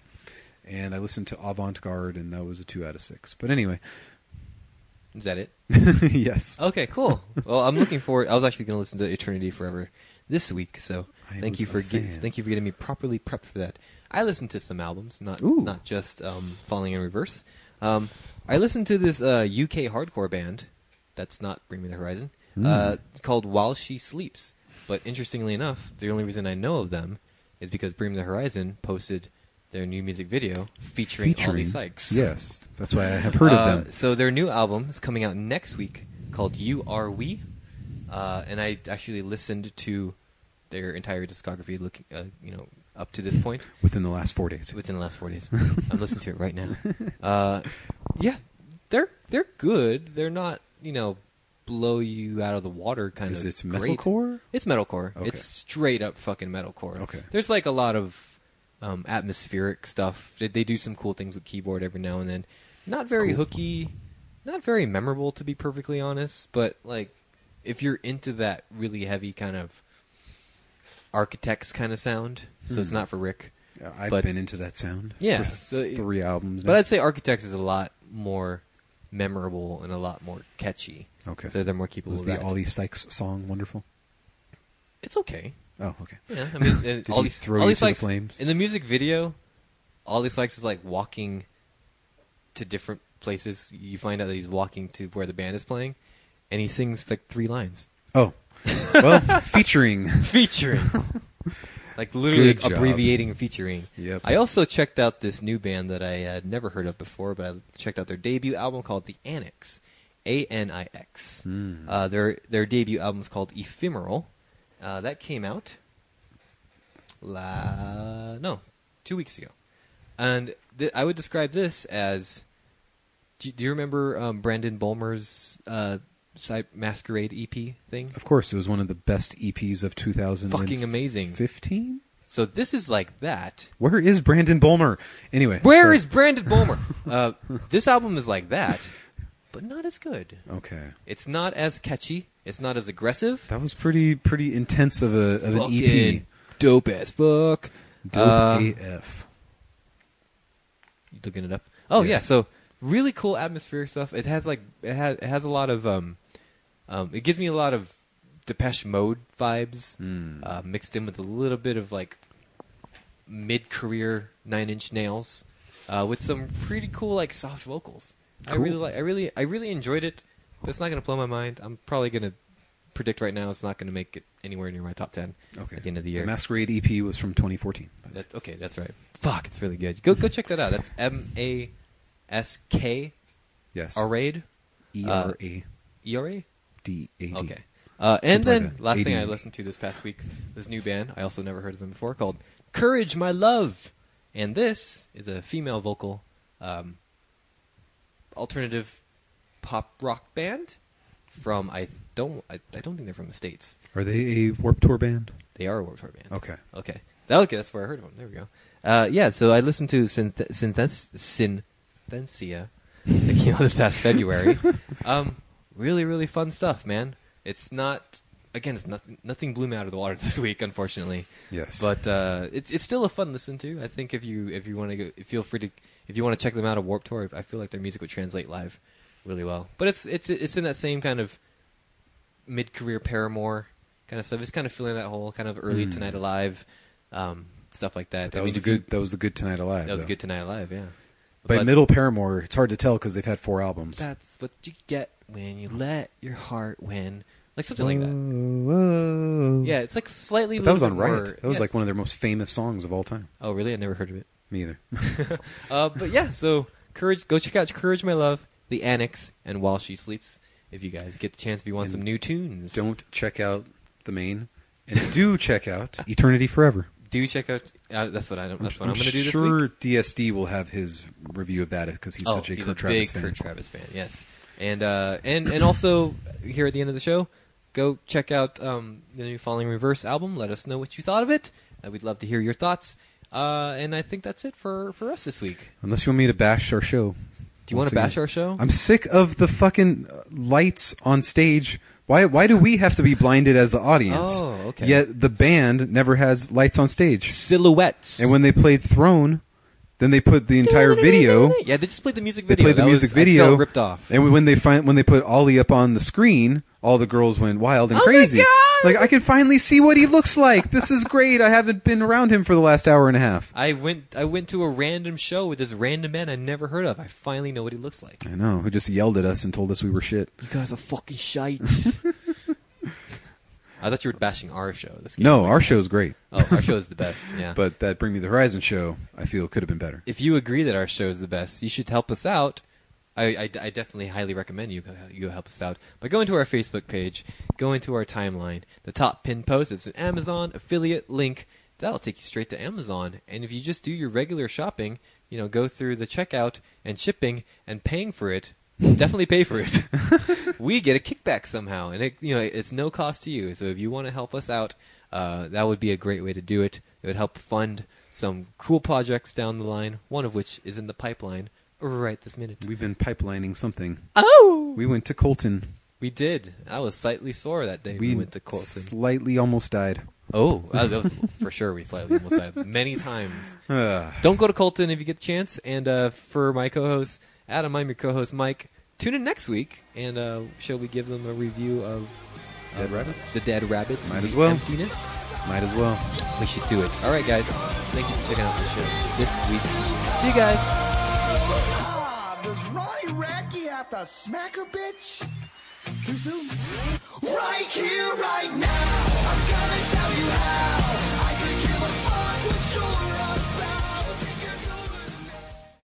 Speaker 3: And I listened to Avant Garde, and that was a two out of six. But anyway,
Speaker 2: Is that it?
Speaker 3: yes.
Speaker 2: Okay, cool. well, I'm looking forward. I was actually going to listen to Eternity Forever this week, so
Speaker 3: I
Speaker 2: thank
Speaker 3: was
Speaker 2: you
Speaker 3: a
Speaker 2: for ge-
Speaker 3: fan.
Speaker 2: thank you for getting me properly prepped for that. I listened to some albums, not
Speaker 3: Ooh.
Speaker 2: not just um, Falling in Reverse. Um, I listened to this uh, UK hardcore band that's not Bring Me the Horizon
Speaker 3: Hmm.
Speaker 2: uh, called While She Sleeps. But interestingly enough, the only reason I know of them is because Bring Me the Horizon posted their new music video featuring, Ollie Sykes.
Speaker 3: Yes, that's why I have heard
Speaker 2: Uh,
Speaker 3: of them.
Speaker 2: So their new album is coming out next week called "You Are We," uh, and I actually listened to their entire discography, looking uh, you know up to this point
Speaker 3: Within the last four days,
Speaker 2: within the last four days. I'm listening to it right now. Uh, yeah, they're they're good. They're not you know blow you out of the water kind
Speaker 3: Is
Speaker 2: of.
Speaker 3: it
Speaker 2: great.
Speaker 3: metalcore?
Speaker 2: It's metalcore.
Speaker 3: Okay.
Speaker 2: It's straight up fucking metalcore.
Speaker 3: Okay.
Speaker 2: There's like a lot of um, atmospheric stuff. They, they do some cool things with keyboard every now and then. Not very
Speaker 3: Cool.
Speaker 2: hooky, not very memorable to be perfectly honest. But like, if you're into that really heavy kind of architects kind of sound, so it's
Speaker 3: Hmm.
Speaker 2: not for Rick.
Speaker 3: Yeah, I've
Speaker 2: But-
Speaker 3: been into that sound.
Speaker 2: Yeah,
Speaker 3: for
Speaker 2: so it-
Speaker 3: three albums.
Speaker 2: But
Speaker 3: now.
Speaker 2: I'd say Architects is a lot more memorable and a lot more catchy.
Speaker 3: Okay.
Speaker 2: So they're more keepable.
Speaker 3: was
Speaker 2: with
Speaker 3: the
Speaker 2: that.
Speaker 3: Ollie Sykes song wonderful?
Speaker 2: It's okay.
Speaker 3: Oh, okay.
Speaker 2: Yeah, I mean, and
Speaker 3: Did
Speaker 2: all
Speaker 3: he
Speaker 2: these
Speaker 3: throw
Speaker 2: all
Speaker 3: you
Speaker 2: these
Speaker 3: to the
Speaker 2: likes-
Speaker 3: flames?
Speaker 2: in the music video. All these likes is like walking to different places. You find out that he's walking to where the band is playing, and he sings like three lines
Speaker 3: Oh, well, featuring.
Speaker 2: featuring, like literally
Speaker 3: Good job.
Speaker 2: abbreviating featuring.
Speaker 3: Yep.
Speaker 2: I also checked out this new band that I had never heard of before, but I checked out their debut album called The Annex, A N I X.
Speaker 3: Hmm.
Speaker 2: Uh, their their debut album is called Ephemeral. Uh, that came out la no two weeks ago, and th- I would describe this as. Do you, do you remember um, Brandon Bulmer's uh, Cy- Masquerade EP thing?
Speaker 3: Of course, it was one of the best EPs of 2000.
Speaker 2: Fucking amazing.
Speaker 3: 15.
Speaker 2: So this is like that.
Speaker 3: Where is Brandon Bulmer? Anyway,
Speaker 2: Where
Speaker 3: sorry.
Speaker 2: is Brandon Bulmer? uh, this album is like that, but not as good.
Speaker 3: Okay,
Speaker 2: It's not as catchy. It's not as aggressive.
Speaker 3: that was pretty pretty intense of a of an E EP.
Speaker 2: Fucking Dope as fuck.
Speaker 3: Dope
Speaker 2: Uh,
Speaker 3: AF.
Speaker 2: You looking it up? Oh yeah,
Speaker 3: Yes.
Speaker 2: so really cool atmospheric stuff. It has like it has it has a lot of um, um it gives me a lot of Depeche Mode vibes
Speaker 3: Hmm.
Speaker 2: uh, mixed in with a little bit of like mid career Nine Inch Nails uh, with some pretty cool like soft vocals. I
Speaker 3: Cool.
Speaker 2: really like I really I really enjoyed it. But it's not gonna blow my mind. I'm probably gonna predict right now it's not gonna make it anywhere near my top ten
Speaker 3: Okay.
Speaker 2: at the end uh, of the year.
Speaker 3: Masquerade EP was from 2014.
Speaker 2: That, okay, that's right. Fuck, it's really good. Go go check that out. That's M A S K
Speaker 3: Yes.
Speaker 2: Arade
Speaker 3: E R A
Speaker 2: E R A.
Speaker 3: D A D.
Speaker 2: Uh, Okay. Uh, and
Speaker 3: Something like
Speaker 2: then
Speaker 3: that.
Speaker 2: last thing I
Speaker 3: AD.
Speaker 2: listened to this past week, this new band I also never heard of them before called Courage My Love, and this is a female vocal, um, alternative pop rock band from I don't I, I don't think they're from the states.
Speaker 3: Are they a Warp Tour band?
Speaker 2: They are a Warped Tour band.
Speaker 3: Okay.
Speaker 2: Okay. That, okay, that's where I heard of them. There we go. Uh, yeah, so I listened to Synth- Synth- Synthesia that came out this past February. Um, really, really fun stuff, man. It's not, again, it's nothing, nothing blew me out of the water this week, unfortunately.
Speaker 3: Yes.
Speaker 2: But uh, it's it's still a fun listen to. I think if you if you want to go, feel free to if you want to check them out at Warp Tour, I feel like their music would translate live really well. But it's it's it's in that same kind of mid career Paramore kind of stuff. It's kind of filling that hole, kind of early
Speaker 3: Mm.
Speaker 2: Tonight Alive um, stuff like that.
Speaker 3: that
Speaker 2: I
Speaker 3: was
Speaker 2: mean,
Speaker 3: a
Speaker 2: if you-
Speaker 3: good. that was a good Tonight Alive.
Speaker 2: that was
Speaker 3: though.
Speaker 2: good Tonight Alive, yeah.
Speaker 3: By
Speaker 2: But
Speaker 3: Middle Paramore, it's hard to tell because they've had four albums.
Speaker 2: that's what you get when you let your heart win, like something like that.
Speaker 3: Whoa.
Speaker 2: Yeah, it's like slightly.
Speaker 3: But that was
Speaker 2: little
Speaker 3: on
Speaker 2: bit
Speaker 3: Riot.
Speaker 2: more-
Speaker 3: that was
Speaker 2: yes.
Speaker 3: like one of their most famous songs of all time.
Speaker 2: Oh, really? I never heard of it.
Speaker 3: Me either.
Speaker 2: Uh, but yeah, so courage. Go check out Courage, My Love, The Annex, and While She Sleeps. If you guys get the chance, if you want
Speaker 3: And
Speaker 2: some new tunes,
Speaker 3: Don't check out the main, and do check out Eternity Forever.
Speaker 2: do check out. Uh, that's what I. That's what I'm,
Speaker 3: I'm
Speaker 2: going to do this
Speaker 3: sure
Speaker 2: week.
Speaker 3: DSD will have his review of that because he's
Speaker 2: oh,
Speaker 3: such a
Speaker 2: he's
Speaker 3: Kurt
Speaker 2: a
Speaker 3: Travis
Speaker 2: big
Speaker 3: fan.
Speaker 2: Kurt Travis fan. Yes, and uh, and and also here at the end of the show, go check out um, the new Falling Reverse album. Let us know what you thought of it. Uh, we'd love to hear your thoughts. Uh, and I think that's it for for us this week.
Speaker 3: Unless you want me to bash our show.
Speaker 2: Do you want
Speaker 3: Once
Speaker 2: to bash
Speaker 3: again.
Speaker 2: our show?
Speaker 3: I'm sick of the fucking uh, lights on stage. Why? Why do we have to be blinded as the audience?
Speaker 2: Oh, okay.
Speaker 3: Yet the band never has lights on stage.
Speaker 2: Silhouettes.
Speaker 3: And when they played Throne, then they put the entire video.
Speaker 2: Yeah, they just played the music
Speaker 3: They
Speaker 2: video.
Speaker 3: played the
Speaker 2: That was-
Speaker 3: music
Speaker 2: I
Speaker 3: video
Speaker 2: felt ripped off.
Speaker 3: And when they find when they put Ollie up on the screen, all the girls went wild and
Speaker 2: Oh my
Speaker 3: crazy.
Speaker 2: God!
Speaker 3: Like I can finally see what he looks like. This is great. I haven't been around him for the last hour and a half.
Speaker 2: I went I went to a random show with this random man I never heard of. I finally know what he looks like.
Speaker 3: I know. Who just yelled at us and told us we were shit.
Speaker 2: You guys are fucking shite. I thought you were bashing our show. This
Speaker 3: No, our show's great,
Speaker 2: oh, our show is the best. Yeah,
Speaker 3: but that Bring Me the Horizon show I feel could have been better.
Speaker 2: if you agree that our show is the best, you should help us out. I, I, I definitely highly recommend you go- you help us out by going to our Facebook page, go into our timeline, the top pin post. It's an Amazon affiliate link that'll take you straight to Amazon. And if you just do your regular shopping, you know, go through the checkout and shipping and paying for it, definitely pay for it. we get a kickback somehow, and it, you know it's no cost to you. So if you want to help us out, uh, that would be a great way to do it. It would help fund some cool projects down the line. One of which is in the pipeline right this minute.
Speaker 3: We've been pipelining something.
Speaker 2: Oh,
Speaker 3: We went to Colton.
Speaker 2: we did. I was slightly sore that day. We, went to Colton.
Speaker 3: Slightly almost died.
Speaker 2: oh, uh, that was, for sure. We slightly almost died many times.
Speaker 3: Ugh.
Speaker 2: Don't go to Colton if you get the chance. And uh, for my co-host Adam, I'm your co-host Mike. Tune in next week, and uh, shall we give them a review of
Speaker 3: Dead
Speaker 2: of
Speaker 3: Rabbits?
Speaker 2: The Dead Rabbits.
Speaker 3: Might
Speaker 2: and
Speaker 3: as
Speaker 2: the
Speaker 3: well.
Speaker 2: Emptiness.
Speaker 3: Might as well.
Speaker 2: We should do it. All right, guys. Thank you for checking out the show this week. See you guys.
Speaker 4: Ah, does Ronnie Racky have to smack a bitch? Too soon? Right here, right now, I'm gonna tell you how.